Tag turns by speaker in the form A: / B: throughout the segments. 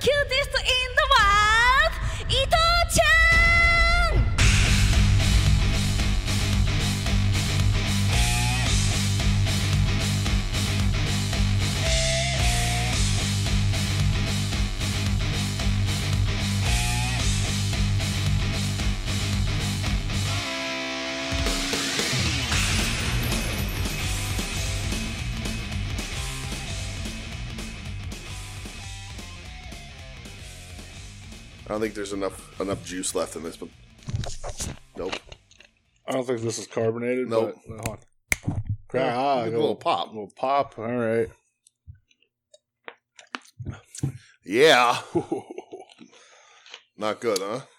A: cutest in the world, Ito-chan!
B: I don't think there's enough enough juice left in this, but nope.
C: I don't think this is carbonated.
B: Nope.
C: But, uh, hold on. Crack. ah,
B: Give it
C: go-
B: a little pop.
C: little pop. All right.
B: Yeah, not good, huh?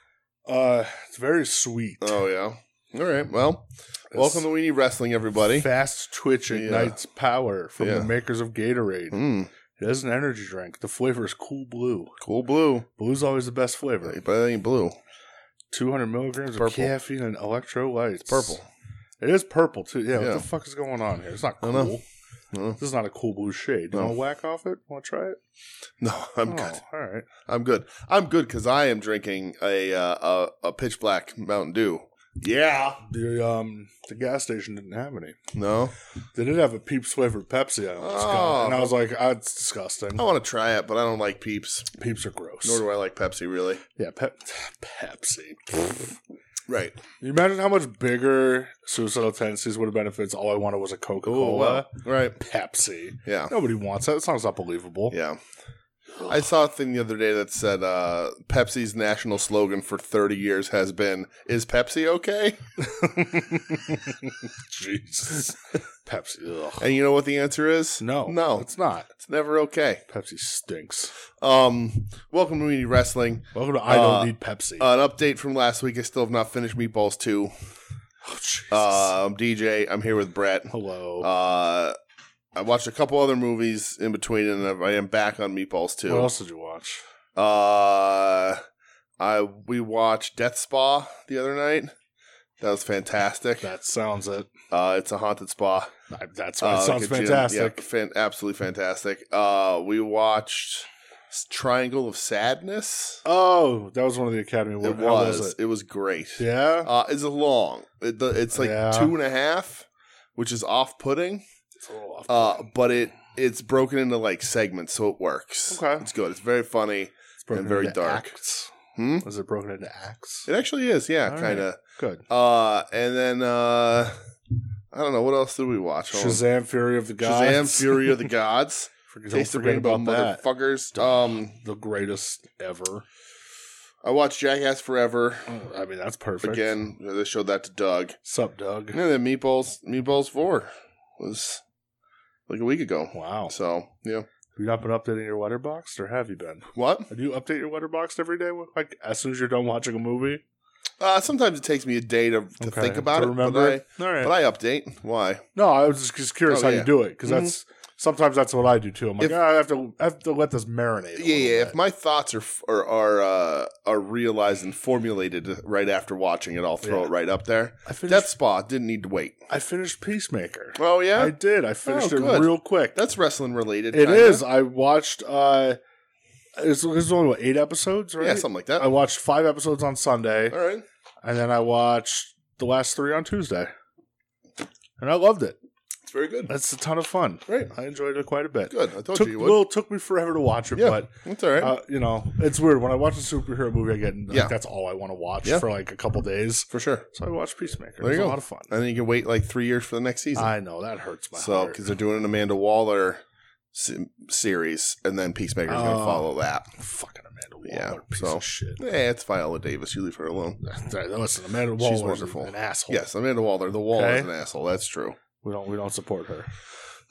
C: Uh, it's very sweet.
B: Oh yeah. All right. Well, welcome
C: It's
B: to We Need Wrestling, everybody.
C: Fast Twitch
B: Yeah.
C: ignites power from
B: Yeah.
C: the makers of Gatorade.
B: Mm,
C: It is an energy drink. The flavor is cool blue.
B: cool blue,
C: Blue's always the best flavor.
B: but it ain't blue.
C: 200 milligrams
B: Purple.
C: of caffeine and electrolytes.
B: Purple.
C: It is purple, too.
B: Yeah.
C: Yeah, what the fuck is going on here? It's not
B: I
C: cool.
B: don't know. No.
C: This is not a cool blue shade.
B: No.
C: You want to whack off it? Want to try it? Oh,
B: No, I'm good.
C: All right.
B: I'm good. I'm good because I am drinking a, uh, a a pitch black Mountain Dew. Yeah.
C: The, um, the gas station didn't have any.
B: No.
C: They did have a Peeps flavored Pepsi. I almost
B: Oh.
C: got, and I was like, ah, it's disgusting.
B: I want to try it, but I don't like Peeps.
C: Peeps are gross.
B: Nor do I like Pepsi, really.
C: yeah, pep- Pepsi. Can
B: Right.
C: you imagine how much bigger suicidal tendencies would have been if it's all I wanted was a Coca
B: Oh,
C: Cola,
B: Right.
C: Pepsi.
B: Yeah.
C: Nobody wants that. That sounds not believable.
B: Yeah. I saw a thing the other day that said uh, Pepsi's national slogan for 30 years has been "Is Pepsi okay?"
C: Jesus. Pepsi. Ugh.
B: And you know what the answer is?
C: No,
B: no, it's,
C: it's not.
B: never okay.
C: Pepsi stinks.
B: Um, welcome to Weenie Wrestling.
C: Welcome to I don't
B: Uh,
C: need Pepsi.
B: An update from last week. I still have not finished Meatballs Two.
C: oh, Jesus.
B: Uh, I'm DJ. I'm here with Brett.
C: Hello.
B: Uh, I watched a couple other movies in between, and I am back on Meatballs
C: what
B: Two.
C: else did you watch?
B: Uh, I we watched Death Spa the other night. That was fantastic.
C: That sounds it.
B: Uh, it's a haunted spa.
C: I- That's why
B: Uh,
C: it sounds
B: like a gym.
C: fantastic.
B: Yeah, fan- absolutely fantastic. Uh, we watched S- Triangle of Sadness.
C: Oh, that was one of the Academy
B: it
C: Awards. How
B: was. it? was great.
C: it? Yeah.
B: Uh, it's a long. It, the, it's like
C: Yeah.
B: two and a half, which is off-putting.
C: It's a little off.
B: Uh, but it it's broken into like segments, so it works.
C: Okay.
B: it's good. It's very funny.
C: it's broken
B: and very
C: into
B: dark.
C: Acts.
B: Hmm?
C: Is it broken into acts?
B: It actually is. Yeah,
C: All
B: kind of.
C: Good.
B: Uh, and then uh, I don't know what else did we watch. Hold on.
C: Shazam! Fury of the Gods.
B: Shazam, Fury of the Gods.
C: Forget- Don't
B: Taste the
C: forget
B: rainbow,
C: about that.
B: motherfuckers. Um,
C: The greatest ever.
B: I watched Jackass Forever
C: Oh, I mean, that's perfect.
B: again. They showed that to Doug.
C: Sup, Doug?
B: And then Meatballs, Meatballs Four was like a week ago.
C: Wow. Have
B: So yeah,
C: you not been updating your letterbox, or have you been?
B: what?
C: Do you update your letterbox every day? Like as soon as you're done watching a movie,
B: Uh, sometimes it takes me a day to, to
C: Okay.
B: think about
C: To
B: it,
C: Remember,
B: but
C: all
B: I,
C: right.
B: but I update. Why?
C: no, I was just- just curious
B: Oh,
C: how
B: yeah.
C: you do it because
B: Mhm.
C: that's sometimes that's what I do too. I'm like,
B: If-
C: "Ah, I have to I have to let this
B: Yeah,
C: marinate. a little
B: yeah.
C: bit."
B: If my thoughts are f- are are, uh, are realized and formulated right after watching it, I'll throw
C: Yeah.
B: it right up there.
C: I finished,
B: Death Spa didn't need to wait.
C: I finished Peacemaker.
B: Oh yeah,
C: I did. I finished
B: Oh,
C: it
B: good.
C: real quick.
B: that's wrestling related.
C: It
B: kinda.
C: is. I watched. uh It's there's only what, eight episodes, right?
B: Yeah, something like that.
C: I watched five episodes on Sunday,
B: All right.
C: and then I watched the last three on Tuesday, and I loved it.
B: It's very good.
C: It's a ton of fun.
B: Great.
C: I enjoyed it quite a bit.
B: Good. I told
C: Took,
B: you you would.
C: well, it took me forever to watch it,
B: Yeah.
C: but
B: That's all right.
C: uh, you know, it's weird when I watch a superhero movie. I get like,
B: Yeah.
C: that's all I want to watch
B: Yeah.
C: for like a couple days.
B: for sure.
C: So I watched Peacemaker.
B: There
C: There
B: you
C: it was
B: go.
C: a lot of fun.
B: And then you can wait like three years for the next season.
C: I know that hurts my
B: so
C: heart.
B: because they're doing an Amanda Waller se- series, and then Peacemaker's going to
C: Oh.
B: follow that.
C: Fucking Amanda Waller,
B: Yeah,
C: piece
B: so-
C: of shit.
B: Eh, it's Viola Davis. You leave her alone.
C: Listen, Amanda
B: She's
C: Waller
B: wonderful.
C: an asshole.
B: Yes, Amanda Waller. The wall
C: Okay.
B: is an asshole. That's true.
C: we don't we don't support her.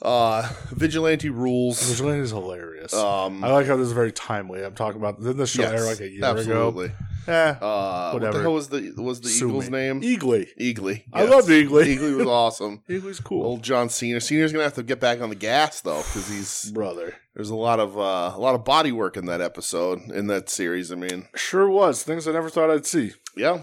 B: Uh, vigilante rules.
C: Vigilante is hilarious.
B: Um,
C: I like how this is very timely. I'm talking about didn't this show
B: yes,
C: air like a year ago?
B: absolutely.
C: Eh,
B: Uh, What the
C: Whatever.
B: hell was the was the
C: sue
B: Eagles'
C: me.
B: name?
C: Eagly.
B: Eagly.
C: I
B: yes.
C: love Eagly.
B: Eagly was awesome.
C: Eagly's cool,
B: Old John Cena. Cena's gonna have to get back on the gas though, because he's
C: brother.
B: There's a lot of uh, a lot of body work in that episode in that series. I mean,
C: Sure was things I never thought I'd see.
B: yeah.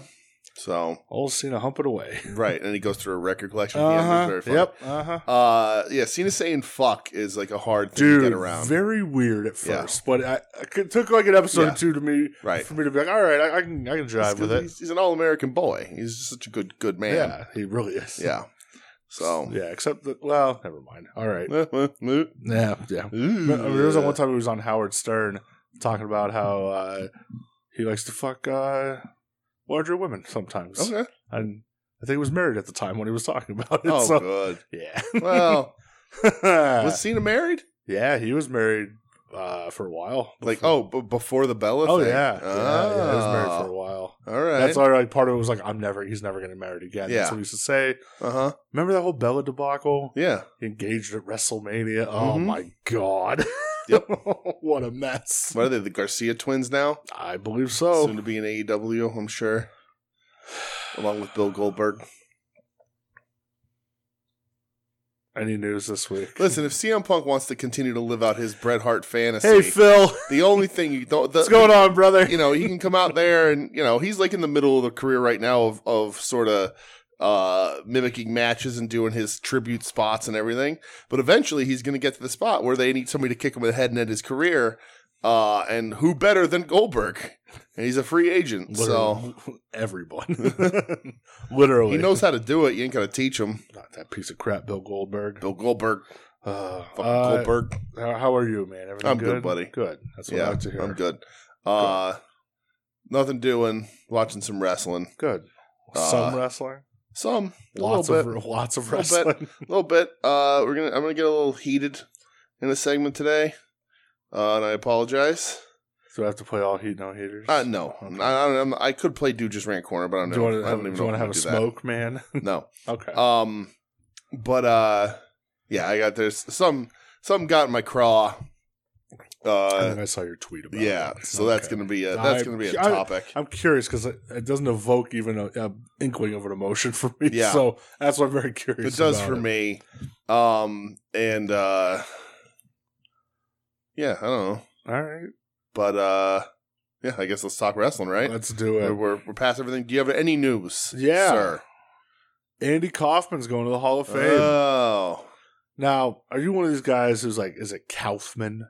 B: So
C: Old Cena hump it away.
B: right, and he goes through a record collection. at the end. It was
C: Uh huh.
B: very funny.
C: Yep. Uh huh.
B: Uh, yeah, Cena saying "fuck" is like a hard thing to
C: Dude,
B: get around.
C: very weird at
B: Yeah.
C: first, but I, it took like an episode
B: Yeah.
C: or two to me
B: Right.
C: for me to be like, all right, I, I can I can
B: It's
C: drive
B: 'cause
C: with it.
B: He's, he's an all-American boy. He's just such a good, good man.
C: Yeah, he really is.
B: Yeah. So.
C: yeah. Except that, well, never mind. All right.
B: There
C: Yeah, yeah. I mean, there was that one time he was on Howard Stern talking about how uh, he likes to fuck uh, larger women sometimes,
B: Okay.
C: and I think he was married at the time when he was talking about it.
B: Oh,
C: so
B: good.
C: yeah,
B: Well, was Cena married?
C: yeah, he was married uh, for a while.
B: Like,
C: before-
B: oh, b- before the Bella
C: oh
B: thing.
C: yeah, yeah, yeah, he was married
B: Ah.
C: for a while.
B: All right.
C: That's why like part of it was like I'm never, he's never getting married again.
B: Yeah.
C: That's what he used to say.
B: Uh huh.
C: Remember that whole Bella debacle?
B: Yeah.
C: He engaged at WrestleMania. Oh
B: Mhm.
C: my god.
B: Yep.
C: what a mess.
B: What are they? The Garcia twins now,
C: I believe so.
B: soon to be in AEW, I'm sure, along with Bill Goldberg.
C: Any news this week?
B: Listen, if CM Punk wants to continue to live out his Bret Hart fantasy,
C: Hey Phil,
B: the only thing you don't,
C: what's
B: the,
C: going on, brother?
B: you know, he can come out there and you know he's like in the middle of the career right now of of sort of uh mimicking matches and doing his tribute spots and everything. But eventually, he's going to get to the spot where they need somebody to kick him in the head and end his career. Uh, and who better than Goldberg? And he's a free agent, so
C: Literally, everyone, literally,
B: he knows how to do it. You ain't got to teach him.
C: Not that piece of crap, Bill Goldberg.
B: Bill Goldberg.
C: Uh,
B: Fucking
C: uh,
B: Goldberg.
C: How, how are you, man? Everything
B: I'm good, buddy.
C: Good. That's what I
B: Yeah,
C: like to hear.
B: I'm good. Uh, nothing doing. Watching some wrestling.
C: Good.
B: Uh,
C: Some wrestling.
B: Some. A
C: Lots
B: little
C: of
B: bit.
C: lots of
B: Little bit.
C: wrestling.
B: A little bit. Uh, we're gonna. I'm gonna get a little heated in a segment today, uh, and I apologize.
C: Do I have to play all heat, no heaters?
B: Uh, no,
C: Okay.
B: I, I, don't- I could play Dude Just Ran Corner, but I don't
C: do you
B: know.
C: want to
B: I
C: have,
B: don't
C: do
B: even
C: you
B: know
C: want to
B: if I'm
C: have a
B: gonna do
C: smoke, man?
B: that. No.
C: okay.
B: Um, but uh, yeah, I got there's some some got in my craw.
C: I
B: Uh,
C: think I saw your tweet about
B: yeah,
C: that.
B: so that's
C: Okay.
B: gonna be a that's
C: I-
B: gonna be a
C: I-
B: topic.
C: I'm curious because it, it doesn't evoke even a, a inkling of an emotion for me.
B: Yeah.
C: So that's why I'm very curious.
B: it does
C: about
B: for
C: it.
B: me. Um, and uh, yeah, I don't know,
C: All right,
B: but uh, yeah, I guess let's talk wrestling, right?
C: let's do
B: We're,
C: it.
B: we're, we're past everything. Do you have any news?
C: Yeah.
B: Sir?
C: Andy Kaufman's going to the Hall of
B: Uh,
C: Fame.
B: Oh,
C: now, are you one of these guys who's like, is it Kaufman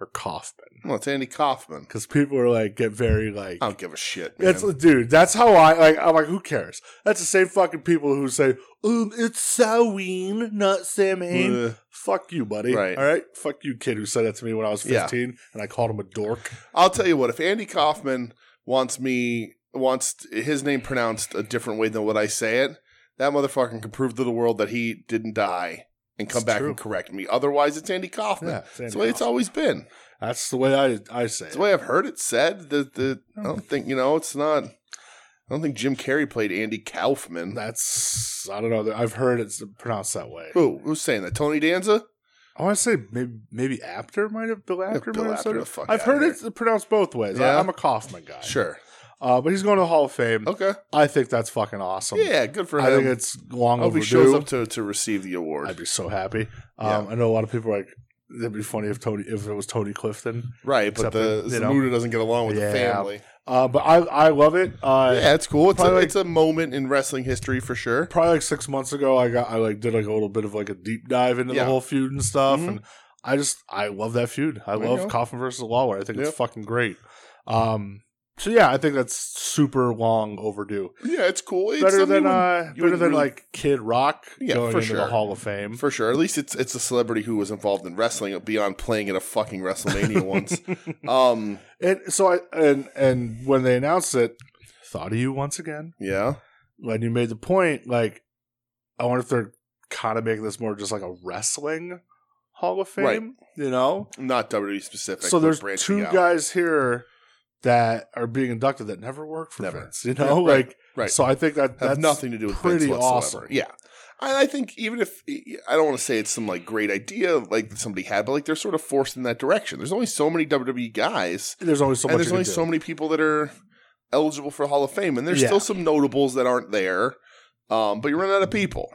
C: or Kaufman?
B: well, it's Andy Kaufman.
C: Because people are like, get very like.
B: I don't give a shit, man.
C: That's dude. That's how I like. I'm like, who cares? That's the same fucking people who say, um, "It's Samhain, not Samhain."
B: Ugh.
C: Fuck you, buddy.
B: Right.
C: All right. Fuck you, kid who said that to me when I was
B: Yeah.
C: 15, and I called him a dork.
B: I'll tell you what. If Andy Kaufman wants me wants his name pronounced a different way than what I say it, that motherfucker can prove to the world that he didn't die and come
C: It's
B: back
C: true.
B: and correct me. Otherwise, it's Andy Kaufman.
C: Andy
B: That's the way it's
C: Kaufman.
B: always been.
C: That's the way I I say.
B: It's
C: It.
B: the way I've heard it said. That the I don't think you know. It's not. I don't think Jim Carrey played Andy Kaufman.
C: That's I don't know. I've heard it's pronounced that way.
B: Who? Who's saying that? Tony Danza?
C: I want to say maybe maybe Apter might have Bill Apter
B: Bill
C: might have said
B: Apter,
C: it.
B: the fuck
C: I've
B: outta
C: heard
B: here.
C: it's pronounced both ways.
B: Yeah?
C: I, am a Kaufman guy,
B: Sure.
C: uh, but he's going to the Hall of Fame.
B: Okay.
C: I think that's fucking awesome.
B: Yeah. Good for
C: Um, I
B: him.
C: think it's long
B: I hope he
C: overdue.
B: shows up to, to receive the award.
C: I'd be so happy. Um, I know a lot of people are like it'd be funny if Tony if it was Tony Clifton,
B: right, but
C: Except
B: the
C: that, you know-
B: Zamuda doesn't get along with the
C: Yeah.
B: family.
C: uh, but I I love it. Uh,
B: Yeah, it's cool. It's a,
C: Probably-
B: it's a moment in wrestling history for sure.
C: probably like six months ago i got i like did like a little bit of like a deep dive into
B: Yeah.
C: the whole feud and stuff
B: Mhm.
C: and i just i love that feud i
B: There you go.
C: love coffin versus lawler i think
B: Yep.
C: it's fucking great um so yeah i think that's super long overdue
B: Yeah, it's cool. It's
C: better
B: something
C: than
B: you
C: uh
B: you
C: better
B: wouldn't
C: than
B: really-
C: like kid rock
B: Yeah,
C: going
B: for
C: into
B: sure.
C: the hall of fame
B: would- for sure. At least it's it's a celebrity who was involved in wrestling beyond playing at a fucking WrestleMania once. Um,
C: and so i and and when they announced it thought of you once again
B: yeah,
C: when you made the point like i wonder if they're kind of making this more just like a wrestling hall of fame
B: Right.
C: you know
B: not WWE specific.
C: so
B: but
C: there's
B: branching
C: two
B: out.
C: guys here that are being inducted that never worked for
B: Never.
C: Vince. You know,
B: Yeah, right,
C: like
B: right.
C: So I think that
B: have
C: that's
B: nothing to do with
C: pretty
B: Vince whatsoever.
C: awesome.
B: Yeah. I, I think even if I don't want to say it's some like great idea like that somebody had, but like they're sort of forced in that direction. There's only so many WWE guys,
C: There's always so
B: and
C: much.
B: there's only so many people that are eligible for Hall of Fame, and there's
C: Yeah.
B: still some notables that aren't there. Um, but you run out of people,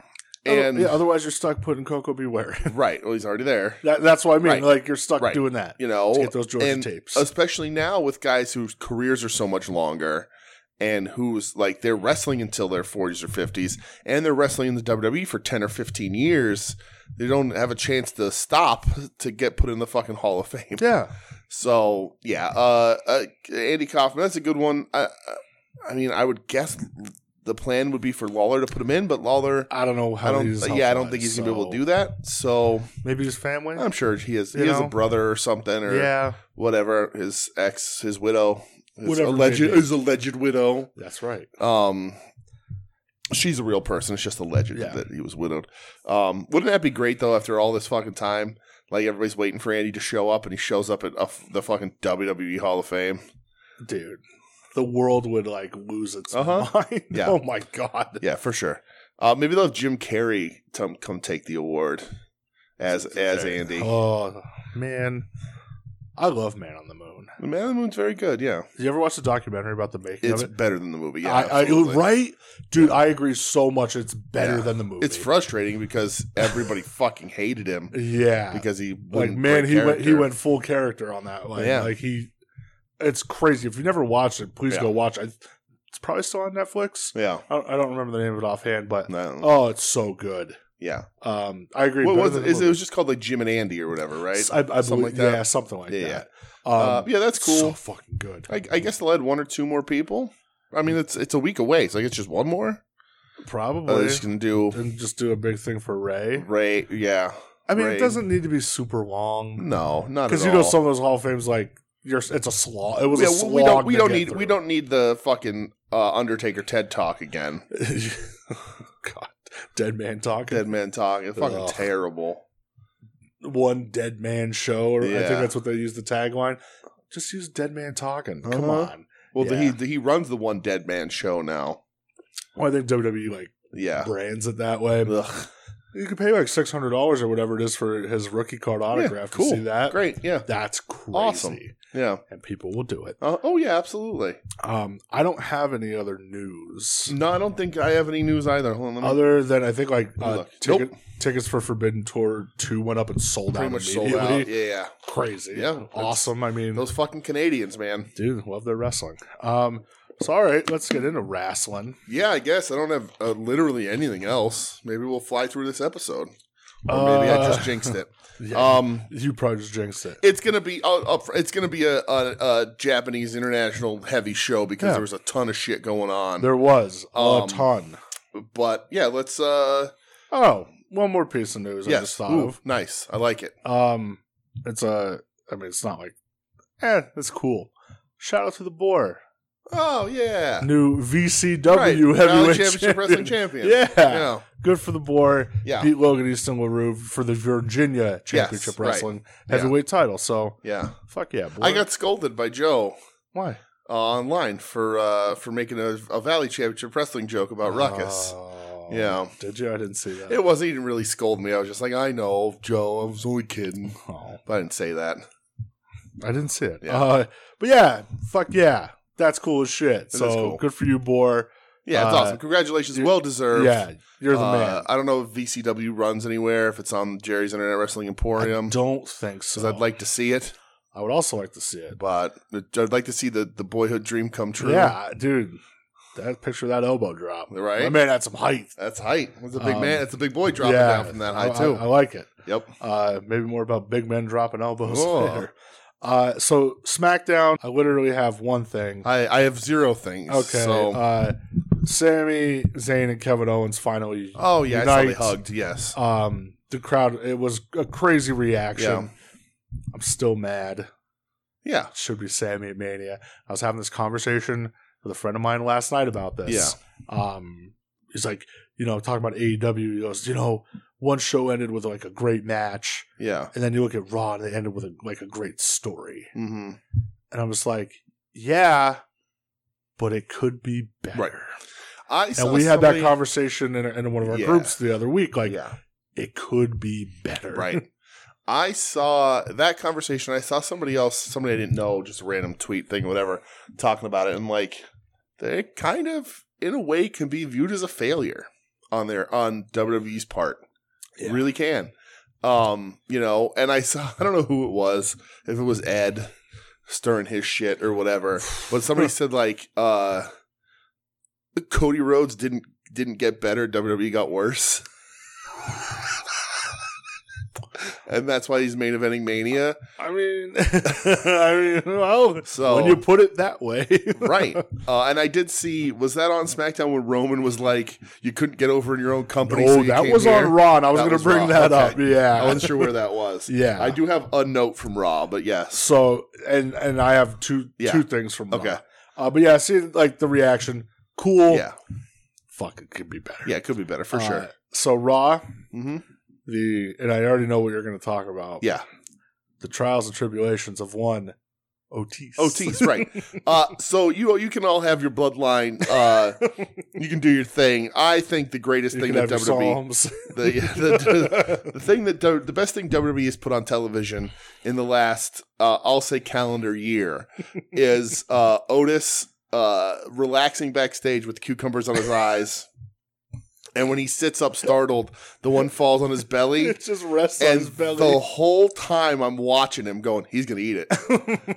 B: and
C: Oh, yeah, otherwise you're stuck putting Coco Beware.
B: right, well he's already there,
C: that, that's what I mean.
B: Right.
C: Like you're stuck
B: Right.
C: doing that.
B: you know.
C: to get those Georgia
B: and
C: tapes.
B: especially now with guys whose careers are so much longer, and who's like they're wrestling until their 40s or 50s and they're wrestling in the WWE for 10 or 15 years, they don't have a chance to stop to get put in the fucking Hall of Fame.
C: Yeah.
B: So yeah, uh, uh, Andy Kaufman, that's a good one. I, I- I mean, I would guess the plan would be for Lawler to put him in, but Lawler,
C: I don't know how.
B: I don't,
C: he's
B: yeah, I don't think he's gonna be able to do that. So
C: that. Maybe his family.
B: I'm sure he has, he
C: You
B: has a
C: know?
B: brother or something or
C: yeah,
B: whatever. His ex, his widow, his
C: Whatever it may
B: alleged,
C: be.
B: his alleged widow.
C: that's right.
B: Um, she's a real person. It's just a legend
C: Yeah.
B: that he was widowed. Um, wouldn't that be great though? After all this fucking time, like everybody's waiting for Andy to show up, and he shows up at uh, the fucking WWE Hall of Fame.
C: dude, the world would like lose its
B: Uh-huh.
C: mind.
B: Yeah.
C: Oh my god.
B: Yeah, for sure. Uh, maybe they'll have Jim Carrey to come take the award as as Andy.
C: Oh man, I love Man on the Moon.
B: The Man on the Moon's very good. Yeah,
C: Did you ever watch the documentary about the making
B: it's
C: of it?
B: better than the movie. Yeah,
C: I, I,
B: absolutely.
C: right, dude. I agree so much. It's better
B: Yeah.
C: than the movie.
B: It's frustrating because everybody fucking hated him
C: yeah.
B: because he
C: like
B: wouldn't
C: man,
B: break
C: he went he
B: character.
C: went full character on that. Like
B: Yeah.
C: like he, it's crazy. If you never watched it, please
B: Yeah.
C: go watch. it. It's probably still on Netflix.
B: Yeah,
C: I don't, I don't remember the name of it offhand, but
B: no,
C: oh, it's so good.
B: yeah.
C: Um, I agree.
B: What
C: better
B: was
C: than
B: it?
C: the
B: Is- It
C: movie.
B: was just called like Jim and Andy or whatever, right?
C: I,
B: Something
C: I believe,
B: like that.
C: yeah, something like
B: Yeah,
C: that. Um,
B: uh, yeah, that's cool.
C: So fucking good.
B: I, I guess they'll add one or two more people. I mean, it's it's a week away, so I guess just one more. Uh,
C: Probably
B: they're just gonna do
C: and just do a big thing for Ray.
B: Ray. Yeah,
C: I mean,
B: Ray.
C: it doesn't need to be super long
B: no, not
C: because
B: because
C: you know some of those Hall of Fames like you're, it's a slog. It was
B: yeah,
C: a
B: we-
C: slog.
B: we don't we
C: to
B: don't
C: get
B: need we
C: through.
B: don't need the fucking uh, Undertaker TED talk again.
C: God, dead man talking.
B: Dead man talk. It's fucking
C: Ugh.
B: terrible.
C: One dead man show, or I
B: Yeah.
C: think that's what they use the tagline. Just use dead man talking. Come
B: Uh-huh.
C: on.
B: Well, the,
C: Yeah.
B: he the, he runs the one dead man show now.
C: Well, I think WWE like
B: Yeah.
C: brands it that way.
B: Ugh.
C: You could pay like six hundred dollars or whatever it is for his rookie card autograph.
B: cool.
C: To see that?
B: Great. Yeah.
C: That's crazy.
B: Awesome. Yeah.
C: And people will do it.
B: Uh, oh yeah. Absolutely.
C: Um, I don't have any other news
B: No, I don't think I have any news either. Hold on. Let me,
C: other than I think like
B: Let me
C: uh,
B: Mm-hmm. look.
C: ticket, tickets for Forbidden Tour two went up and sold
B: pretty
C: out
B: much sold
C: immediately.
B: out. Yeah. yeah.
C: Crazy.
B: Yeah, that's-
C: Awesome. I mean,
B: Those fucking Canadians, man.
C: dude, love their wrestling. Um, so all right, let's get into wrestling.
B: Yeah, I guess I don't have uh, literally anything else. Maybe we'll fly through this episode, or
C: Uh,
B: maybe I just jinxed it.
C: Yeah,
B: Um,
C: you probably just jinxed it.
B: it's gonna be uh, up. It's gonna be a, a, a Japanese international heavy show because
C: Yeah.
B: there was a ton of shit going on.
C: There was
B: Um,
C: a ton.
B: but yeah, let's. uh
C: Oh, one more piece of news I
B: Yes,
C: just thought
B: Ooh,
C: of.
B: nice. I like it.
C: Um, it's a. I mean, it's not like, eh, that's cool. Shout out to the boar,
B: Oh yeah,
C: new VCW
B: Right, Valley
C: heavyweight
B: Championship
C: champion.
B: Wrestling Champion.
C: Yeah.
B: yeah,
C: good for the boar.
B: yeah,
C: Beat Logan Easton LaRue for the Virginia Championship
B: right.
C: Wrestling
B: Yeah.
C: heavyweight title. So
B: yeah.
C: fuck yeah, boar.
B: I got scolded by Joe
C: why
B: uh, online for uh for making a, a Valley Championship Wrestling joke about Ruckus.
C: Oh,
B: Yeah.
C: did you? I didn't see that.
B: It wasn't. He didn't really scold me. I was just like, I know, Joe. I was only kidding.
C: oh,
B: But I didn't say that.
C: I didn't see it.
B: Yeah.
C: Uh, but yeah, fuck yeah, that's cool as shit.
B: is
C: so
B: cool.
C: good for you, boar.
B: Yeah, it's
C: Uh,
B: awesome. Congratulations.
C: you're-
B: Well deserved.
C: Yeah, you're the
B: Uh,
C: man.
B: I don't know if VCW runs anywhere, if it's on Jerry's Internet Wrestling Emporium,
C: I don't think so.
B: because I'd like to see it,
C: I would also like to see it.
B: but I'd like to see the, the boyhood dream come true.
C: Yeah, dude. That picture of that elbow drop.
B: Right?
C: My man had some height.
B: That's height. That's a big
C: Um,
B: man. That's a big boy dropping
C: Yeah. Oh,
B: down from that high,
C: I-
B: too.
C: I, I like it.
B: yep.
C: Uh maybe more about big men dropping elbows
B: Oh.
C: later. Uh so SmackDown, I literally have one thing.
B: I, I have zero things.
C: Okay.
B: So,
C: Uh Sammy, Zayn, and Kevin Owens finally
B: oh, yeah. I saw they
C: Unite.
B: hugged. Yes.
C: um the crowd it was a crazy reaction. I'm still mad.
B: yeah.
C: should be Sammy at Mania. I was having this conversation with a friend of mine last night about this. Yeah. Um, he's like, you know, talking about AEW. He goes, you know, one show ended with like a great match,
B: Yeah.
C: and then you look at Raw, and they ended with a, like a great story.
B: hmm
C: And I'm just like, yeah, but it could be better.
B: Right. I
C: And we had that conversation in, in one of our
B: Yeah.
C: groups the other week. Like,
B: Yeah.
C: it could be better.
B: Right. I saw that conversation. I saw somebody else, somebody I didn't know, just a random tweet thing, whatever, talking about it. And like, they kind of, in a way, can be viewed as a failure on their on WWE's part.
C: Yeah.
B: Really can. Um, you know, and I saw I don't know who it was, if it was Ed stirring his shit or whatever, but somebody said like, uh, Cody Rhodes didn't didn't get better. WWE got worse. and that's why he's main eventing Mania.
C: I mean, I mean, well,
B: So-
C: when you put it that way,
B: Right. Uh, and I did see, was that on SmackDown when Roman was like, you couldn't get over in your own company? so
C: oh,
B: you
C: that
B: came
C: was
B: here?
C: on Raw. and I was
B: That
C: going
B: was
C: to bring
B: Raw.
C: that up.
B: Okay. I
C: Yeah.
B: wasn't sure where that was.
C: Yeah.
B: I do have a note from Raw, but yes.
C: So, and and I have two
B: Yeah.
C: two things from Raw.
B: Okay.
C: Uh, but yeah, see, like the reaction, cool.
B: Yeah.
C: Fuck, it could be better
B: Yeah, it could be better for
C: Uh,
B: sure.
C: So Raw,
B: hmm
C: the and I already know what you're going to talk about.
B: Yeah.
C: the trials and tribulations of one Otis.
B: Otis, right. Uh, so you you can all have your bloodline. Uh, you can do your thing. I think the greatest
C: You
B: thing
C: can
B: that
C: have your
B: WWE,
C: Psalms.
B: the, the, the thing that the best thing WWE has put on television in the last, uh, I'll say, calendar year is uh, Otis uh, relaxing backstage with cucumbers on his eyes, and when he sits up startled, the one falls on his belly.
C: It just rests on
B: And
C: his belly.
B: the whole time I'm watching him, going, he's gonna eat it.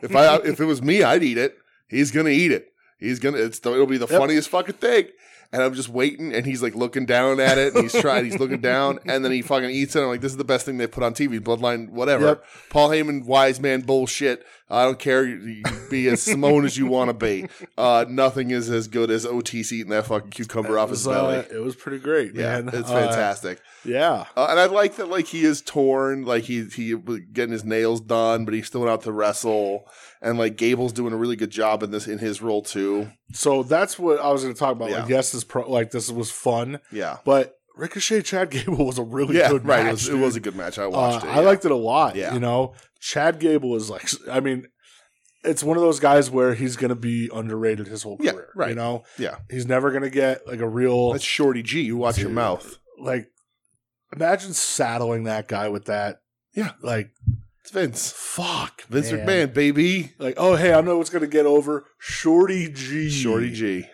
B: if I if it was me, I'd eat it. He's gonna eat it. He's gonna. It's the, it'll be the
C: Yep.
B: funniest fucking thing. And I'm just waiting, and he's like looking down at it, and he's trying. He's looking down, and then he fucking eats it. I'm like, this is the best thing they put on TV. Bloodline, whatever.
C: Yep.
B: Paul Heyman, wise man, bullshit. I don't care. You, you be as Simone as you want to be. Uh, nothing is as good as Otis eating that fucking cucumber off
C: It
B: his
C: was, uh,
B: belly.
C: it was pretty great,
B: yeah,
C: man.
B: it's
C: Uh,
B: fantastic.
C: yeah.
B: Uh, and I like that, like he is torn, like he he was getting his nails done, but he's still went out to wrestle. And like Gable's doing a really good job in this in his role too.
C: So that's what I was going to talk about. Like,
B: Yeah.
C: yes, this pro- like this was fun,
B: Yeah,
C: but Ricochet Chad Gable was a really
B: yeah,
C: good
B: right.
C: match.
B: it, was, it
C: dude.
B: was a good match. I
C: Uh,
B: watched it.
C: I
B: yeah.
C: liked it a lot.
B: Yeah.
C: You know, Chad Gable is like, I mean, it's one of those guys where he's going to be underrated his whole
B: Yeah,
C: career.
B: right.
C: You know,
B: Yeah.
C: he's never going to get like a real
B: that's Shorty G. You watch your
C: Dude.
B: mouth.
C: like. Imagine saddling that guy with that.
B: Yeah.
C: like
B: It's Vince,
C: fuck,
B: Vince
C: man.
B: McMahon, baby.
C: Like, oh hey, I know what's going to get over Shorty G.
B: Shorty G.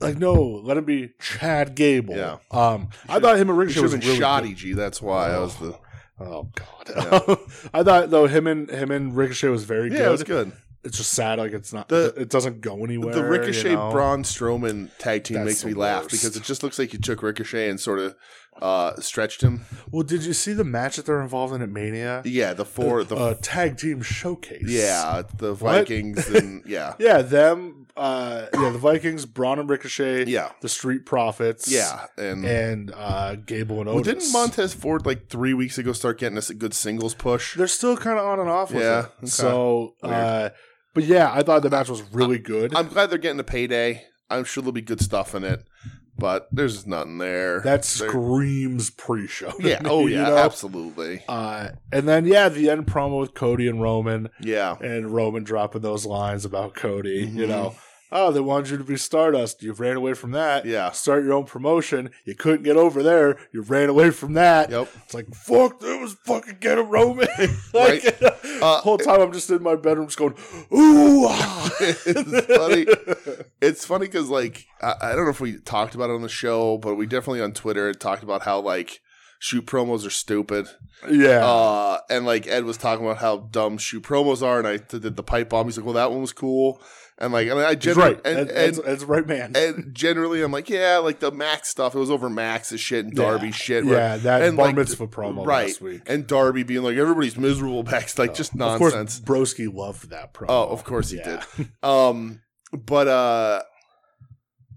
C: Like, no, let him be Chad Gable.
B: Yeah.
C: Um, I thought him and
B: It
C: Ricochet
B: should
C: was
B: have
C: really
B: been Shoddy
C: good.
B: G. That's why I was the
C: Oh god.
B: Yeah.
C: I thought though him and him and Ricochet was very
B: yeah.
C: good.
B: It was good.
C: It's just sad, like it's not.
B: The-
C: it doesn't go anywhere.
B: the Ricochet
C: you know?
B: Braun Strowman tag team
C: That's
B: makes
C: the
B: me laugh
C: worst.
B: because it just looks like you took Ricochet and sort of uh, stretched him.
C: Well, did you see the match that they're involved in at Mania?
B: Yeah, the four the
C: uh, tag team showcase.
B: Yeah, the
C: What?
B: Vikings and yeah,
C: yeah, them. Uh, yeah, the Vikings, Braun and Ricochet.
B: Yeah.
C: the Street Profits.
B: yeah, and,
C: and uh, Gable and Otis.
B: well, didn't Montez Ford like three weeks ago start getting us a good singles push?
C: They're still kind of on and off. With
B: Yeah,
C: it.
B: okay.
C: So,
B: Weird.
C: uh, but yeah, I thought the match was really good.
B: I'm glad they're getting a payday. I'm sure there'll be good stuff in it, but there's just nothing there.
C: that
B: There-
C: screams pre-show. to
B: yeah.
C: me,
B: Oh
C: you
B: yeah,
C: know?
B: absolutely.
C: Uh, and then yeah, the end promo with Cody and Roman.
B: Yeah,
C: and Roman dropping those lines about Cody, you
B: Mhm.
C: know. Oh, they wanted you to be Stardust. You ran away from that.
B: yeah.
C: Start your own promotion. You couldn't get over there. You ran away from that.
B: Yep.
C: It's like, fuck, that was fucking get a Roman. like,
B: Right. Uh,
C: whole time I'm just in my bedroom just going, ooh. ah."
B: It's funny. It's funny because like I, I don't know if we talked about it on the show, but we definitely on Twitter had talked about how like shoot promos are stupid.
C: Yeah.
B: Uh, and like Ed was talking about how dumb shoe promos are, and I th- did the pipe bomb. He's like, "Well, that one was cool," and like, and I
C: He's
B: generally,
C: right.
B: and,
C: That's-
B: and,
C: that's, that's right, man.
B: and generally, I'm like, yeah, like the Max stuff. It was over Max's shit and
C: Yeah.
B: Darby shit, right?
C: yeah, that
B: and,
C: bar
B: like,
C: mitzvah promo
B: right.
C: last week. Oh,
B: And Darby being like, everybody's miserable back, like just nonsense.
C: Of course, Broski loved that promo.
B: oh, of course he
C: Yeah.
B: did. Um, but uh,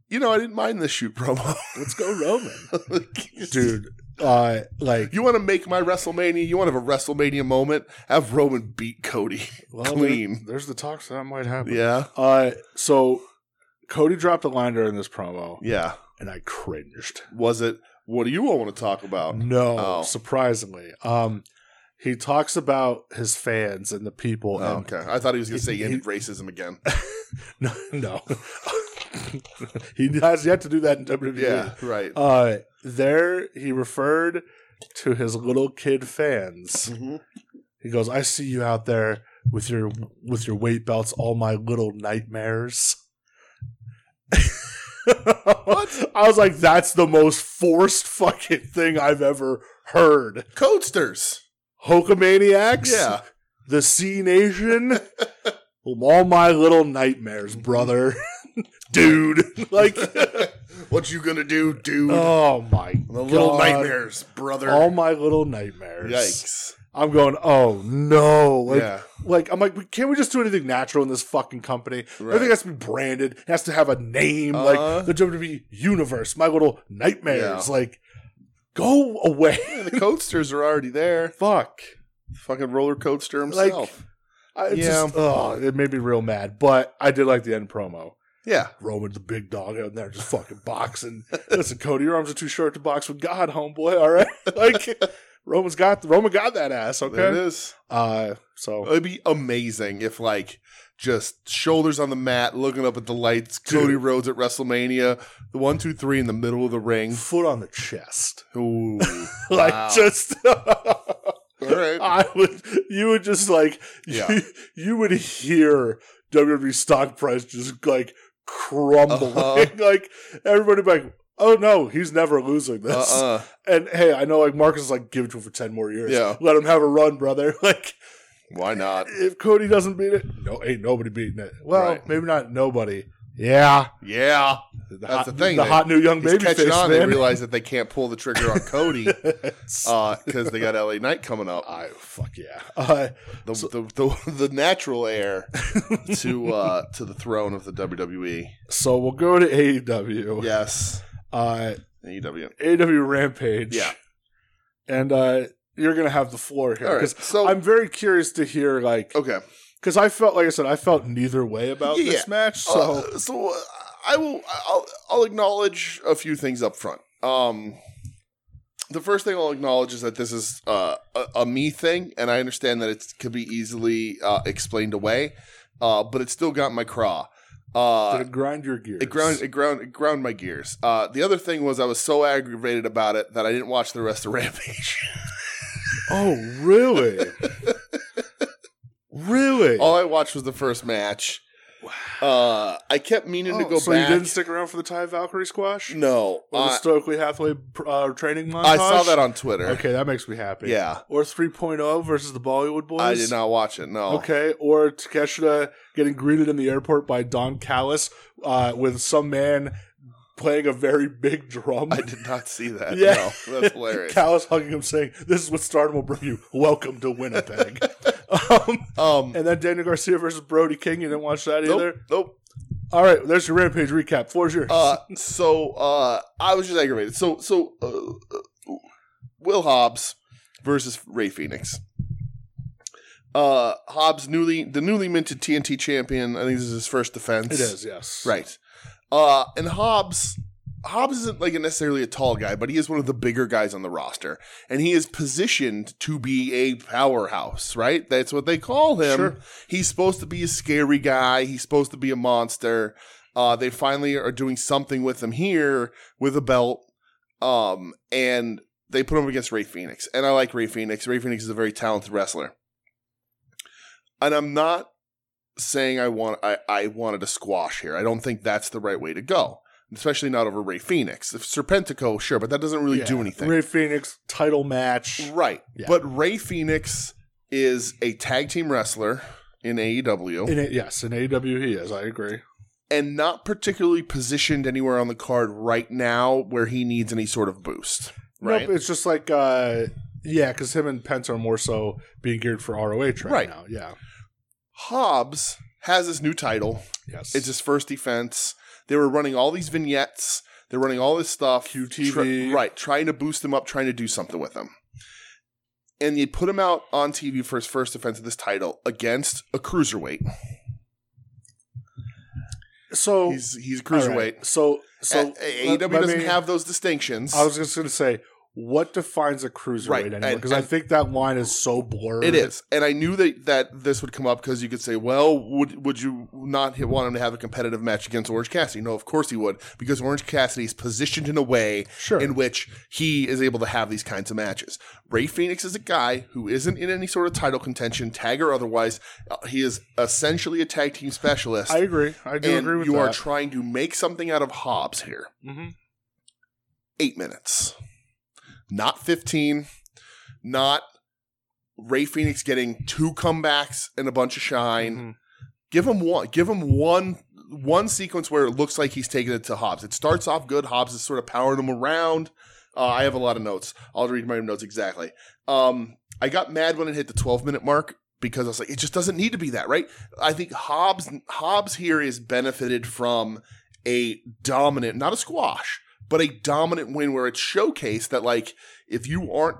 B: you know, I didn't mind the shoot promo,
C: Let's go Roman. Dude, uh, like,
B: You want to make my WrestleMania? You want to have a WrestleMania moment? Have Roman beat Cody.
C: Well, there-
B: Clean.
C: there's the talks that might happen.
B: Yeah.
C: Uh, so Cody dropped a line during this promo,
B: Yeah.
C: and I cringed.
B: Was it, what do you all want to talk about?
C: No,
B: Oh.
C: surprisingly, um, he talks about his fans and the people.
B: Oh,
C: and,
B: okay. I thought he was going to say
C: He-
B: he,
C: he-
B: racism again.
C: No, no, he has yet to do that in WWE.
B: Yeah. Right.
C: Uh, there he referred to his little kid fans.
B: Mhm.
C: He goes, "I see you out there with your with your weight belts, all my little nightmares." I was like, "That's the most forced fucking thing I've ever heard."
B: Codesters.
C: Hokamaniacs,
B: Yeah.
C: the C Nation, all my little nightmares, brother, dude. like,
B: What you gonna do, dude?
C: Oh my
B: the little
C: God.
B: nightmares, brother.
C: All my little nightmares.
B: Yikes.
C: I'm going, oh no. Like,
B: yeah.
C: like I'm like, can't we just do anything natural in this fucking company?
B: Right.
C: Everything has to be branded, it has to have a name,
B: Uh-huh.
C: like the WWE universe, my little nightmares. Like, go away.
B: Yeah, the coasters are already there.
C: Fuck.
B: Fucking roller coaster
C: Like,
B: himself.
C: I it's
B: Yeah.
C: just oh, it made me real mad. But I did like the end promo.
B: yeah.
C: Roman the big dog out there just fucking boxing. Listen, Cody, your arms are too short to box with God, homeboy. All right. Like Roman's got Roman got that ass,
B: There it
C: okay?
B: is.
C: Uh so
B: It'd be amazing if like just shoulders on the mat, looking up at the lights, Cody
C: Dude.
B: Rhodes at WrestleMania, the one, two, three in the middle of the ring.
C: foot on the chest.
B: Ooh. Uh, Wow.
C: Like just
B: All right.
C: I would you would just like
B: Yeah.
C: you, you would hear WWE stock price just like crumbling.
B: Uh-huh.
C: like everybody would be like, oh no, he's never losing this.
B: Uh-uh.
C: And hey, I know like Marcus is like give it to him for ten more years.
B: Yeah.
C: Let him have a run, brother. Like
B: Why not?
C: if Cody doesn't beat it, no ain't nobody beating it. Well,
B: Right.
C: maybe not nobody. Yeah.
B: Yeah.
C: The
B: That's
C: hot,
B: the thing,
C: The
B: they-
C: hot new young
B: He's
C: baby
B: catching
C: face,
B: on. They
C: man.
B: realize that they can't pull the trigger on Cody because they got LA Knight coming up.
C: I fuck yeah. Uh,
B: the, the, the, the natural heir to uh, to the throne of the WWE.
C: so we'll go to AEW.
B: Yes, E
C: Uh
B: AEW.
C: AEW Rampage.
B: Yeah.
C: And uh you're gonna have the floor here
B: All right.
C: because
B: So
C: I'm very curious to hear like
B: okay.
C: because I felt like I said I felt neither way about
B: Yeah.
C: this match.
B: So
C: So
B: so uh, I will. I'll, I'll acknowledge a few things up front. Um, the first thing I'll acknowledge is that this is uh, a, a me thing, and I understand that it could be easily uh, explained away, uh, but it still got my craw. Uh,
C: did it grind your gears?
B: It ground it ground it ground my gears. Uh, the other thing was I was so aggravated about it that I didn't watch the rest of Rampage.
C: Oh, really? really?
B: All I watched was the first match. Uh, I kept meaning to
C: Oh,
B: go
C: so
B: back.
C: you didn't stick around for the Ty Valkyrie squash?
B: no,
C: Or the
B: I,
C: Stokely Hathaway uh, training montage?
B: I saw that on Twitter.
C: Okay, that makes me happy.
B: Yeah,
C: Or 3.0 versus the Bollywood Boys?
B: I did not watch it. No.
C: Okay, or Takeshita getting greeted in the airport by Don Callis uh, with some man playing a very big drum.
B: I did not see that.
C: Yeah.
B: No, that's hilarious.
C: Callis hugging him, saying, "This is what Stardom will bring you. Welcome to Winnipeg." um,
B: Um,
C: and then Daniel Garcia versus Brody King. You didn't watch that either.
B: nope, nope.
C: All right, there's your rampage recap. Floor's yours.
B: Uh, so uh, I was just aggravated. So so uh, uh, Will Hobbs versus Ray Phoenix. Uh, Hobbs newly the newly minted TNT champion. I think this is his first defense.
C: it is yes.
B: right. Uh, and Hobbs Hobbs isn't like necessarily a tall guy, but he is one of the bigger guys on the roster, and he is positioned to be a powerhouse. Right, that's what they call him.
C: Sure.
B: He's supposed to be a scary guy. He's supposed to be a monster. Uh, they finally are doing something with him here with a belt, um, and they put him against Ray Phoenix. And I like Ray Phoenix. Ray Phoenix is a very talented wrestler, and I'm not saying I want I, I wanted to squash here. I don't think that's the right way to go, especially not over Ray Phoenix. If Serpentico, sure, but that doesn't really
C: Yeah.
B: do anything.
C: Ray Phoenix title match.
B: Right.
C: Yeah.
B: But Ray Phoenix is a tag team wrestler in E AEW
C: In it, yes, in AEW he is. I agree.
B: and not particularly positioned anywhere on the card right now where he needs any sort of boost. Right.
C: Nope, it's just like, uh, yeah, because him and Pence are more so being geared for ROH right,
B: Right.
C: now. Yeah.
B: Hobbs has his new title.
C: Yes.
B: It's his first defense. They were running all these vignettes. They're running all this stuff.
C: QTV.
B: Tr- right, trying to boost him up, trying to do something with him. And they put him out on TV for his first defense of this title against a cruiserweight.
C: so
B: He's he's a
C: Oh. all
B: cruiserweight.
C: right, So so
B: So AEW
C: let- let
B: E doesn't
C: me-
B: have those distinctions.
C: I was just going to say, what defines a cruiserweight
B: Right,
C: anymore?
B: and-
C: Because I
B: and-
C: think that line is so blurred.
B: It is, and I knew that that this would come up because you could say, "Well, would would you not hit- want him to have a competitive match against Orange Cassidy?" No, of course he would, because Orange Cassidy is positioned in a way
C: Sure.
B: in which he is able to have these kinds of matches. Ray Phoenix is a guy who isn't in any sort of title contention, tag or otherwise. Uh, he is essentially a tag team specialist,
C: I agree. I do
B: and
C: agree with
B: you
C: that.
B: are trying to make something out of Hobbs here.
C: mm-hmm.
B: Eight minutes, not fifteen, not. Ray Phoenix getting two comebacks and a bunch of shine give him one give him one one sequence where it looks like he's taking it to Hobbs. It starts off good. Hobbs is sort of powering him around. Uh, I have a lot of notes. I'll read my notes exactly. Um, I got mad when it hit the 12 minute mark because I was like, it just doesn't need to be that, right? I think Hobbs Hobbs here is benefited from a dominant, not a squash, but a dominant win where it showcased that like if you aren't